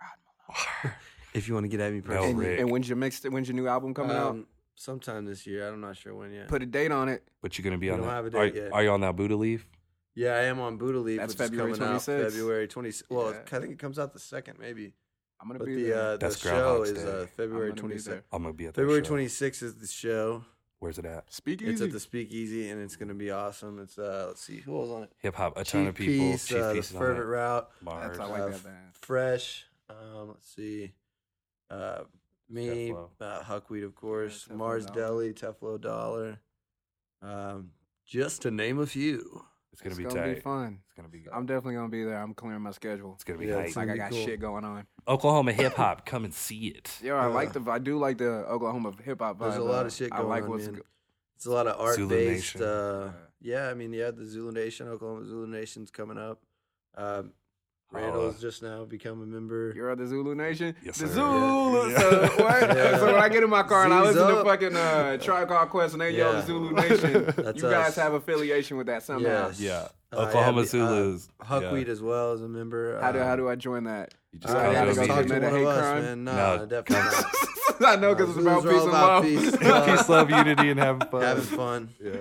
Speaker 2: Rod Malone. Word, Rod Malone. if you want to get at me
Speaker 5: Oh,
Speaker 1: and,
Speaker 2: personally.
Speaker 5: Rick.
Speaker 1: and when's your mixed? When's your new album coming out?
Speaker 2: Um, Sometime this year. I'm not sure when yet.
Speaker 1: Put a date on it.
Speaker 5: [LAUGHS] But you're going to be
Speaker 2: We
Speaker 5: on
Speaker 2: don't
Speaker 5: that.
Speaker 2: have a
Speaker 5: are,
Speaker 2: date yet.
Speaker 5: are you on that Buddha leaf?
Speaker 2: yeah, I am on Buddha Leaf.
Speaker 1: That's
Speaker 2: which is
Speaker 1: February
Speaker 2: coming out
Speaker 1: 26th.
Speaker 2: February 26th. Well,
Speaker 1: Yeah.
Speaker 2: I think it comes out the second, maybe.
Speaker 1: I'm gonna
Speaker 2: But
Speaker 1: be
Speaker 2: the,
Speaker 1: there.
Speaker 2: uh, the
Speaker 5: That's
Speaker 2: show
Speaker 5: Groundhog's
Speaker 2: is
Speaker 5: Day.
Speaker 2: uh,
Speaker 1: I'm
Speaker 2: February
Speaker 1: gonna be
Speaker 2: 26th.
Speaker 1: there.
Speaker 5: I'm going to be at that
Speaker 2: February
Speaker 5: show.
Speaker 2: 26th is the show.
Speaker 5: Where's it at?
Speaker 1: Speak
Speaker 2: It's
Speaker 1: easy.
Speaker 2: at the Speakeasy, and it's gonna be awesome. It's uh, let's see who was on it.
Speaker 5: Hip hop, a ton of people.
Speaker 2: Peace, uh, the
Speaker 5: Chief uh, on
Speaker 2: Fervent
Speaker 5: it.
Speaker 2: Route,
Speaker 5: Mars.
Speaker 1: That's I like
Speaker 2: uh,
Speaker 1: that
Speaker 2: f-
Speaker 1: band.
Speaker 2: Fresh. Um, let's see, uh, me,
Speaker 5: Teflo.
Speaker 2: uh, Huckweed, of course,
Speaker 1: Teflo
Speaker 2: Mars
Speaker 1: Dollar.
Speaker 2: Deli, Teflo Dollar, um, just to name a few.
Speaker 5: It's gonna
Speaker 1: It's
Speaker 5: be
Speaker 1: gonna
Speaker 5: tight.
Speaker 1: be fun.
Speaker 5: It's gonna be.
Speaker 1: I'm definitely gonna be there. I'm clearing my schedule.
Speaker 5: It's gonna be
Speaker 2: Yeah,
Speaker 5: hype.
Speaker 2: it's
Speaker 1: Like
Speaker 2: gonna
Speaker 1: I got
Speaker 2: be cool.
Speaker 1: shit going on.
Speaker 2: [LAUGHS]
Speaker 5: Oklahoma hip hop, come and see it.
Speaker 1: Yeah, I like
Speaker 2: Uh,
Speaker 1: the. I do like the Oklahoma hip hop vibe.
Speaker 2: There's a lot of
Speaker 1: though.
Speaker 2: shit
Speaker 1: I
Speaker 2: going
Speaker 1: like
Speaker 2: on.
Speaker 1: what's
Speaker 2: man.
Speaker 1: go-
Speaker 2: It's a lot of art
Speaker 5: Zulu
Speaker 2: based.
Speaker 5: Nation.
Speaker 2: Uh, yeah, I mean, yeah, the Zulu Nation, Oklahoma Zulu Nation's coming up. Um,
Speaker 5: Holla.
Speaker 2: Randall's just now become a member.
Speaker 1: You're [LAUGHS] the Zulu Nation.
Speaker 5: Yes,
Speaker 1: the
Speaker 5: sir.
Speaker 1: Zulu.
Speaker 5: Yeah.
Speaker 1: So, what? [LAUGHS]
Speaker 2: Yeah.
Speaker 1: so when I get in my car and I
Speaker 2: Z's
Speaker 1: listen
Speaker 2: up.
Speaker 1: to fucking uh, Tribe Called Quest and they yell
Speaker 2: Yeah.
Speaker 1: the Zulu Nation,
Speaker 2: [LAUGHS] That's
Speaker 1: you guys
Speaker 2: us.
Speaker 1: have affiliation with that somehow.
Speaker 2: Yes.
Speaker 5: Yeah,
Speaker 2: Uh,
Speaker 5: Oklahoma
Speaker 2: yeah, the, uh,
Speaker 5: Zulus.
Speaker 2: Huckweed
Speaker 5: Yeah.
Speaker 2: as well as a member.
Speaker 1: How do
Speaker 2: um,
Speaker 1: how do I join that? [LAUGHS]
Speaker 5: You just
Speaker 1: Uh,
Speaker 5: come
Speaker 1: yeah, they
Speaker 5: to a
Speaker 1: go
Speaker 5: meeting.
Speaker 1: talk to one of us,
Speaker 2: man. No, [LAUGHS]
Speaker 5: No,
Speaker 2: definitely not.
Speaker 1: I know because it's
Speaker 2: Zulus
Speaker 1: about
Speaker 2: are
Speaker 1: peace and
Speaker 2: all about
Speaker 1: love. [LAUGHS]
Speaker 2: peace.
Speaker 5: [LAUGHS] Peace, love, unity, and
Speaker 2: [LAUGHS]
Speaker 5: having fun.
Speaker 2: having fun.
Speaker 5: Yeah.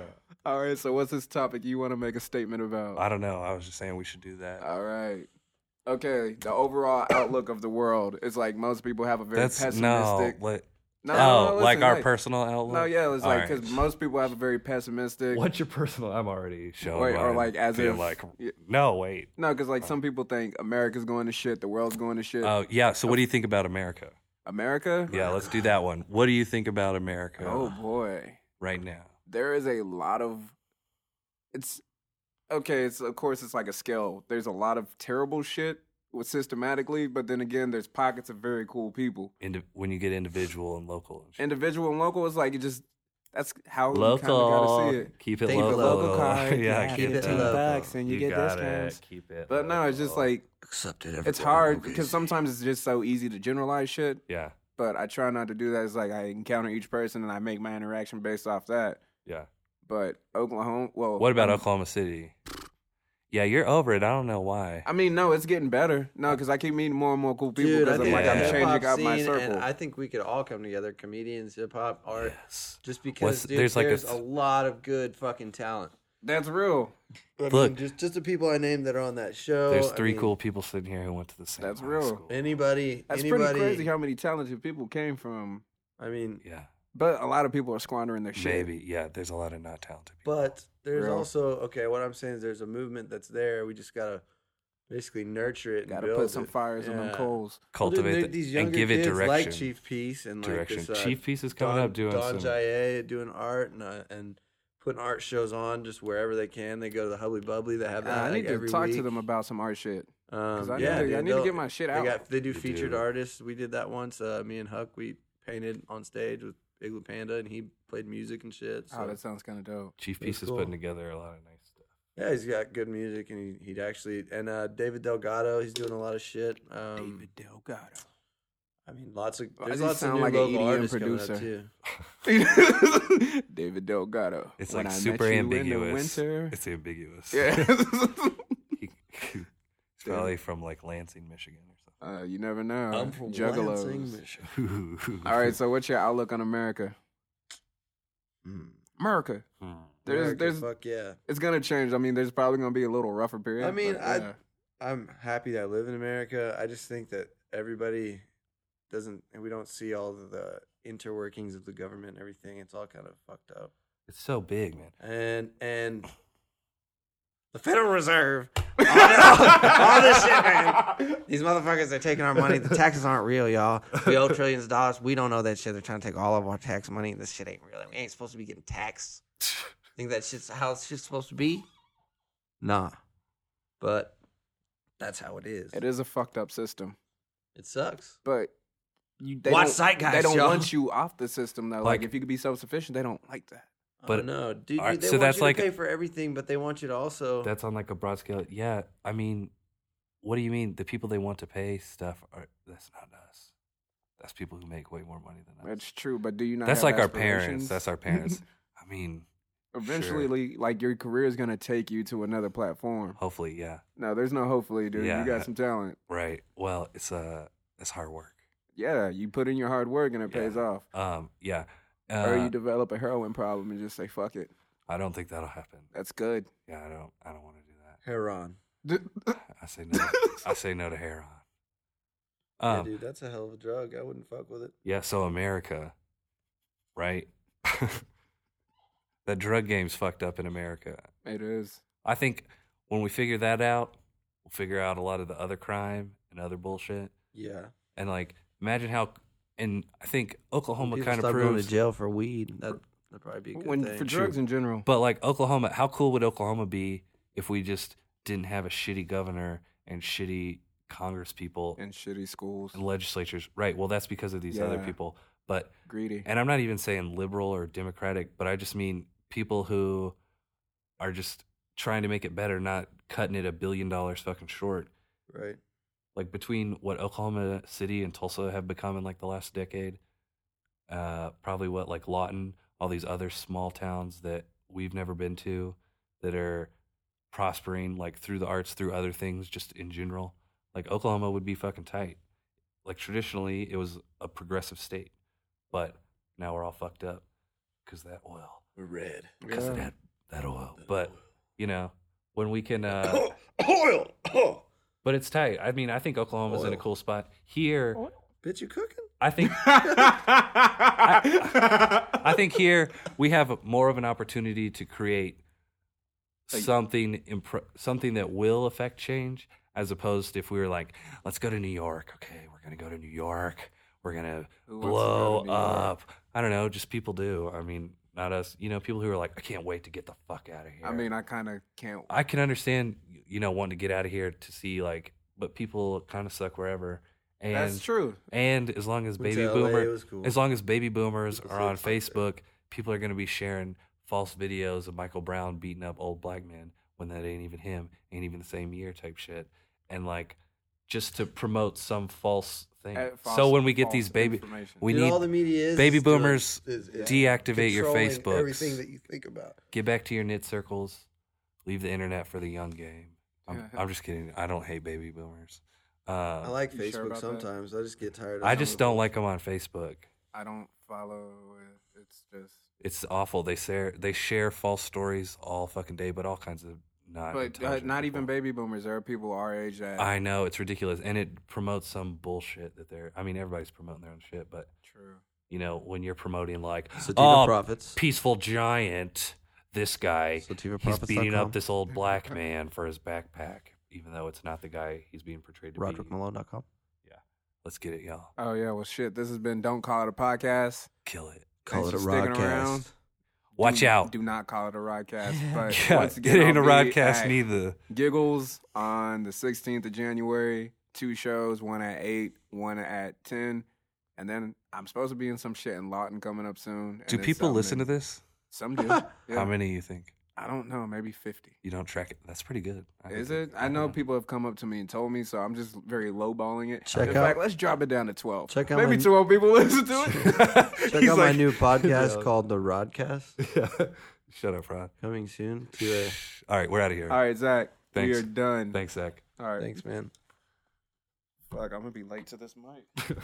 Speaker 1: All right. So what's this topic you want to make a statement about?
Speaker 5: I don't know. I was just saying we should do that.
Speaker 1: All right. Okay. The overall outlook of the world. It's like most people have a very
Speaker 5: That's no,
Speaker 1: pessimistic.
Speaker 5: like,
Speaker 1: No,
Speaker 5: oh,
Speaker 1: no, no,
Speaker 5: like
Speaker 1: listen,
Speaker 5: our
Speaker 1: hey.
Speaker 5: personal outlook.
Speaker 1: No, yeah, it's
Speaker 5: All
Speaker 1: like
Speaker 5: right.
Speaker 1: because most people have a very pessimistic.
Speaker 5: [LAUGHS] What's your personal? I'm already showing.
Speaker 1: Wait, or
Speaker 5: mine,
Speaker 1: like as
Speaker 5: being
Speaker 1: if-
Speaker 5: like,
Speaker 1: Yeah.
Speaker 5: no, wait.
Speaker 1: No, because like some people think America's going to shit, the world's going to shit.
Speaker 5: Oh, yeah. So, what do you think about America?
Speaker 1: America?
Speaker 5: Yeah, let's do that one. What do you think about America
Speaker 1: Oh boy,
Speaker 5: right now?
Speaker 1: there is a lot of. It's okay. It's of course it's like a scale. There's a lot of terrible shit with systematically, but then again, there's pockets of very cool people.
Speaker 5: Indi- when you get individual and local, and shit.
Speaker 1: Individual and local is like it just. That's how you kind of gotta see it.
Speaker 5: Keep it
Speaker 2: Think of
Speaker 5: local.
Speaker 2: the local
Speaker 1: card,
Speaker 5: [LAUGHS] yeah,
Speaker 1: yeah,
Speaker 5: keep
Speaker 2: keep
Speaker 5: it
Speaker 2: it local.
Speaker 5: bucks
Speaker 1: and you get discounts.
Speaker 5: Keep it.
Speaker 1: But no, it's just
Speaker 5: local.
Speaker 1: like
Speaker 2: Accepted.
Speaker 1: it's hard because sometimes it's just so easy to generalize shit.
Speaker 5: yeah,
Speaker 1: But I try not to do that. It's like I encounter each person and I make my interaction based off that.
Speaker 5: yeah.
Speaker 1: But Oklahoma, well,
Speaker 5: What about
Speaker 1: I'm-
Speaker 5: Oklahoma City? Yeah, you're over it. I don't know why.
Speaker 1: I mean, no, it's getting better. No, because I keep meeting more and more cool people
Speaker 2: Dude, I
Speaker 1: because I'm
Speaker 2: think
Speaker 1: like
Speaker 5: yeah.
Speaker 1: I'm
Speaker 2: the hip-hop
Speaker 1: changing out my
Speaker 2: scene,
Speaker 1: circle.
Speaker 2: And I think we could all come together, comedians, hip hop, art,
Speaker 5: Yes.
Speaker 2: just
Speaker 5: What's-
Speaker 2: because dude,
Speaker 5: there's
Speaker 2: there's,
Speaker 5: like
Speaker 2: a,
Speaker 5: a-
Speaker 2: lot of good fucking talent.
Speaker 1: That's real.
Speaker 2: I
Speaker 5: Look.
Speaker 2: mean, just just the people I named that are on that show.
Speaker 5: There's
Speaker 2: I
Speaker 5: three
Speaker 2: mean,
Speaker 5: cool people sitting here who went to the same.
Speaker 1: That's
Speaker 5: high
Speaker 1: real.
Speaker 5: school.
Speaker 2: Anybody,
Speaker 1: That's
Speaker 2: anybody.
Speaker 1: pretty crazy how many talented people came from.
Speaker 2: I mean,
Speaker 5: Yeah,
Speaker 1: But a lot of people are squandering their shit.
Speaker 5: maybe. Yeah, there's a lot of not talented people.
Speaker 2: But there's
Speaker 1: Real.
Speaker 2: also okay. What I'm saying is there's a movement that's there. We just gotta Basically, nurture it. And
Speaker 1: Got to
Speaker 2: build
Speaker 1: put some
Speaker 2: it.
Speaker 1: fires in them
Speaker 2: Yeah.
Speaker 1: coals.
Speaker 2: Well, dude,
Speaker 5: cultivate
Speaker 2: they-
Speaker 5: the-
Speaker 2: these
Speaker 5: and
Speaker 2: younger
Speaker 5: give it
Speaker 2: kids
Speaker 5: direction.
Speaker 2: like Chief Peace and
Speaker 5: direction.
Speaker 2: like this, uh,
Speaker 5: Chief Peace is coming
Speaker 2: Don,
Speaker 5: up doing
Speaker 2: Don
Speaker 5: some.
Speaker 2: Jaye doing art and uh, and putting art shows on just wherever they can. They go to the Hubbly Bubbly. They have
Speaker 1: Uh,
Speaker 2: that.
Speaker 1: I
Speaker 2: like,
Speaker 1: need to
Speaker 2: every
Speaker 1: talk to
Speaker 2: week.
Speaker 1: them about some art shit. Cause
Speaker 2: Um,
Speaker 1: I,
Speaker 2: yeah,
Speaker 1: need, to, I
Speaker 2: dude,
Speaker 1: need to
Speaker 2: they'll-
Speaker 1: get my shit
Speaker 2: They
Speaker 1: out.
Speaker 2: got they do
Speaker 5: They
Speaker 2: featured
Speaker 5: do.
Speaker 2: artists. We did that once. Uh, me and Huck we painted on stage with Igloo Panda and he played music and shit. So
Speaker 1: oh, that sounds kind of dope.
Speaker 5: Chief
Speaker 2: That's
Speaker 5: Peace is
Speaker 2: cool.
Speaker 5: putting together a lot of nice stuff.
Speaker 2: yeah, he's got good music and he he actually and uh, David Delgado he's doing a lot of shit. Um,
Speaker 1: Delgado.
Speaker 2: I mean lots of
Speaker 1: Why does
Speaker 2: there's
Speaker 1: he
Speaker 2: lots of
Speaker 1: sound
Speaker 2: new
Speaker 1: like an
Speaker 2: local
Speaker 1: EDM
Speaker 2: artists coming
Speaker 1: producer?
Speaker 2: up too.
Speaker 1: [LAUGHS] David Delgado.
Speaker 5: It's
Speaker 1: When
Speaker 5: like
Speaker 1: I met
Speaker 5: super
Speaker 1: you
Speaker 5: ambiguous.
Speaker 1: In the winter.
Speaker 5: It's
Speaker 2: [LAUGHS]
Speaker 5: ambiguous.
Speaker 1: Yeah.
Speaker 5: [LAUGHS]
Speaker 1: [LAUGHS]
Speaker 5: He- he's probably from like Lansing, Michigan or
Speaker 1: uh, you never know.
Speaker 2: I'm from
Speaker 1: Juggalos.
Speaker 2: Lansing,
Speaker 5: [LAUGHS]
Speaker 2: Michigan.
Speaker 5: something.
Speaker 1: Oh, All right, so what's your outlook on America? America.
Speaker 5: Hmm.
Speaker 1: There's,
Speaker 2: America,
Speaker 1: there's,
Speaker 2: fuck yeah.
Speaker 1: it's gonna change. I mean, there's probably gonna be a little rougher period.
Speaker 2: I mean,
Speaker 1: but,
Speaker 2: I- [LAUGHS]
Speaker 1: yeah.
Speaker 2: I'm happy that I live in America. I just think that everybody doesn't and we don't see all of the interworkings of the government and everything. It's all kind of fucked up.
Speaker 5: It's so big, man.
Speaker 2: and and the Federal Reserve. All this, all this shit, man. These motherfuckers are taking our money. The taxes aren't real, y'all. We owe trillions of dollars. We don't know that shit. They're trying to take all of our tax money. This shit ain't real. We ain't supposed to be getting [LAUGHS] taxed. Think that shit's how it's shit's supposed to be? Nah. But that's how it
Speaker 1: [LAUGHS]
Speaker 2: is.
Speaker 1: it is a fucked up system,
Speaker 2: It sucks.
Speaker 1: but you they
Speaker 2: Watch
Speaker 1: don't,
Speaker 2: Zeitgeist,
Speaker 1: They don't
Speaker 2: y'all.
Speaker 1: want you off the system though. Like,
Speaker 5: Like-
Speaker 1: if you could be self sufficient, they don't like that.
Speaker 5: But-
Speaker 2: But no, dude,
Speaker 5: alright,
Speaker 2: they
Speaker 5: so
Speaker 2: want
Speaker 5: that's
Speaker 2: you to
Speaker 5: like-
Speaker 2: pay for everything, but they want you to also.
Speaker 5: That's on like a broad scale. Yeah, I mean, what do you mean? The people they want to pay stuff are that's not us. That's people who make way more money than us.
Speaker 1: That's true, but do you not?
Speaker 5: That's
Speaker 1: have
Speaker 5: like our parents.
Speaker 1: aspirations? [LAUGHS]
Speaker 5: That's our parents. I mean,
Speaker 1: Eventually, like- like your career is gonna take you to another platform.
Speaker 5: hopefully, yeah.
Speaker 1: No, there's no hopefully, dude.
Speaker 5: Yeah.
Speaker 1: You got some talent.
Speaker 5: Right. Well, it's uh it's hard work.
Speaker 1: Yeah, you put in your hard work and it
Speaker 5: Yeah.
Speaker 1: pays off.
Speaker 5: Um yeah.
Speaker 1: or
Speaker 5: Uh,
Speaker 1: you develop a heroin problem and just say fuck it.
Speaker 5: I don't think that'll happen.
Speaker 1: That's good. [LAUGHS]
Speaker 5: Yeah, I don't I don't want to do that.
Speaker 2: Heron.
Speaker 5: I say no. I say no to heroin. Um,
Speaker 2: yeah, dude, that's a hell of a drug. I wouldn't fuck with it.
Speaker 5: Yeah, so America, right? [LAUGHS] the drug game's fucked up in America.
Speaker 1: [LAUGHS] It is.
Speaker 5: I think when we figure that out, we'll figure out a lot of the other crime and other bullshit.
Speaker 2: Yeah.
Speaker 5: And like, imagine how. And I think Oklahoma
Speaker 2: People
Speaker 5: kind of
Speaker 2: stop going
Speaker 5: proves.
Speaker 2: to jail for weed. That that'd probably be a good
Speaker 1: When
Speaker 2: thing.
Speaker 1: for drugs in general.
Speaker 5: But like Oklahoma, how cool would Oklahoma be if we just didn't have a shitty governor and shitty Congress people
Speaker 1: and shitty schools.
Speaker 5: and legislatures? Right. Well, that's because of these other
Speaker 1: Yeah.
Speaker 5: people. But
Speaker 1: Greedy.
Speaker 5: and I'm not even saying liberal or democratic, but I just mean people who are just trying to make it better, not cutting it a billion dollars fucking short.
Speaker 2: right?
Speaker 5: Like between what Oklahoma City and Tulsa have become in like the last decade, uh, probably what like Lawton, all these other small towns that we've never been to that are prospering like through the arts, through other things, just in general. Like Oklahoma would be fucking tight. Like traditionally, it was a progressive state, but now we're all fucked up because that oil,
Speaker 4: We're red.
Speaker 5: because of
Speaker 1: Yeah. [LAUGHS]
Speaker 5: that that oil. But you know, when we can, uh, [COUGHS]
Speaker 2: [COUGHS]
Speaker 4: oil. Oh.
Speaker 5: but it's tight. I mean, I think Oklahoma's in a
Speaker 2: Oil.
Speaker 5: cool spot here.
Speaker 2: Bitch, you cooking?
Speaker 5: I think I think here we have more of an opportunity to create something impr- something that will affect change, as opposed to if we were like, let's go to New York. Okay, we're gonna go to New York. We're gonna
Speaker 1: Who wants to go to
Speaker 5: blow
Speaker 1: New York?
Speaker 5: up. I don't know. Just people do. I mean, not us. You know, people who are like, I can't wait to get the fuck out of here.
Speaker 1: I mean, I kind of can't.
Speaker 5: I can understand you know wanting to get out of here to see like, but people kind of suck wherever. And
Speaker 1: That's true.
Speaker 5: and as long as
Speaker 2: Went
Speaker 5: baby
Speaker 2: to LA,
Speaker 5: boomer,
Speaker 2: it was cool.
Speaker 5: as long as baby boomers
Speaker 2: People
Speaker 5: are
Speaker 2: say
Speaker 5: on
Speaker 2: it's not
Speaker 5: Facebook, people are going to be sharing false videos of Michael Brown beating up old black men when that ain't even him, ain't even the same year type shit, and like just to promote some false thing.
Speaker 1: Uh, false-
Speaker 5: so when we get these
Speaker 1: false
Speaker 5: baby,
Speaker 1: information.
Speaker 5: we
Speaker 2: Dude,
Speaker 5: need
Speaker 2: all the media is
Speaker 5: baby
Speaker 2: is doing-
Speaker 5: boomers
Speaker 2: is- is
Speaker 5: deactivate your
Speaker 2: controlling
Speaker 5: Facebooks.
Speaker 2: Everything that you think about.
Speaker 5: get back to your knit circles, leave the internet for the young game. I'm, I'm just kidding. I don't hate baby boomers. Uh,
Speaker 2: I
Speaker 5: I,
Speaker 2: like
Speaker 1: You sure
Speaker 2: Facebook
Speaker 1: about that?
Speaker 2: sometimes. I just get tired. of some
Speaker 5: just
Speaker 2: of the-
Speaker 5: don't like them on Facebook.
Speaker 1: I don't follow. it. It's just.
Speaker 5: It's awful. They share they share false stories all fucking day, but all kinds of not.
Speaker 1: But uh,
Speaker 5: intelligent
Speaker 1: not even
Speaker 5: people.
Speaker 1: baby boomers. There are people our age that.
Speaker 5: I know it's ridiculous, and it promotes some bullshit that they're. I mean, everybody's promoting their own shit, but
Speaker 1: true.
Speaker 5: you know when you're promoting like
Speaker 2: Sativa
Speaker 5: oh,
Speaker 2: Profits.
Speaker 5: peaceful giant, this guy he's beating up
Speaker 2: SativaProfits.com.
Speaker 5: this old black man for his backpack. even though it's not the guy he's being portrayed to be.
Speaker 4: RoderickMalone.com.
Speaker 5: Let's get it, y'all.
Speaker 1: Oh yeah, well shit. This has been Don't Call It a Podcast.
Speaker 5: Kill it.
Speaker 1: Thanks for sticking around.
Speaker 5: Watch
Speaker 1: Do-
Speaker 5: out.
Speaker 1: Do not call it a
Speaker 5: [LAUGHS]
Speaker 1: rodcast. But
Speaker 5: God,
Speaker 1: once
Speaker 5: it
Speaker 1: again,
Speaker 5: ain't a
Speaker 1: I'll be
Speaker 5: rodcast
Speaker 1: at
Speaker 5: neither.
Speaker 1: Giggles on the 16th of January. Two shows, one at eight, one at ten, and then I'm supposed to be in some shit in Lawton coming up soon.
Speaker 5: Do people listen to this?
Speaker 1: Some
Speaker 5: [LAUGHS]
Speaker 1: do.
Speaker 5: How
Speaker 1: Yeah.
Speaker 5: many you think?
Speaker 1: I don't know. Maybe 50.
Speaker 5: You don't track it. That's pretty good. I
Speaker 1: Is
Speaker 5: think
Speaker 1: it? I
Speaker 5: don't
Speaker 1: know people have come up to me and told me, so I'm just very lowballing it.
Speaker 2: Check
Speaker 1: In
Speaker 2: out-
Speaker 1: fact, let's drop it down to 12.
Speaker 2: Check out
Speaker 1: Maybe
Speaker 2: my-
Speaker 1: 12 people [LAUGHS] listen to
Speaker 5: [LAUGHS]
Speaker 1: it.
Speaker 2: Check
Speaker 1: He's
Speaker 2: out my
Speaker 1: like, [LAUGHS]
Speaker 2: new podcast
Speaker 3: Yeah.
Speaker 2: called The Rodcast.
Speaker 5: [LAUGHS] Shut
Speaker 1: [LAUGHS]
Speaker 5: up, Rod.
Speaker 2: Coming soon to a.
Speaker 5: All right, we're out of here.
Speaker 1: All right, Zach.
Speaker 5: Thanks.
Speaker 1: We are done.
Speaker 5: Thanks, Zach.
Speaker 1: All right.
Speaker 2: Thanks, man.
Speaker 1: Fuck, I'm going to be late to this mic.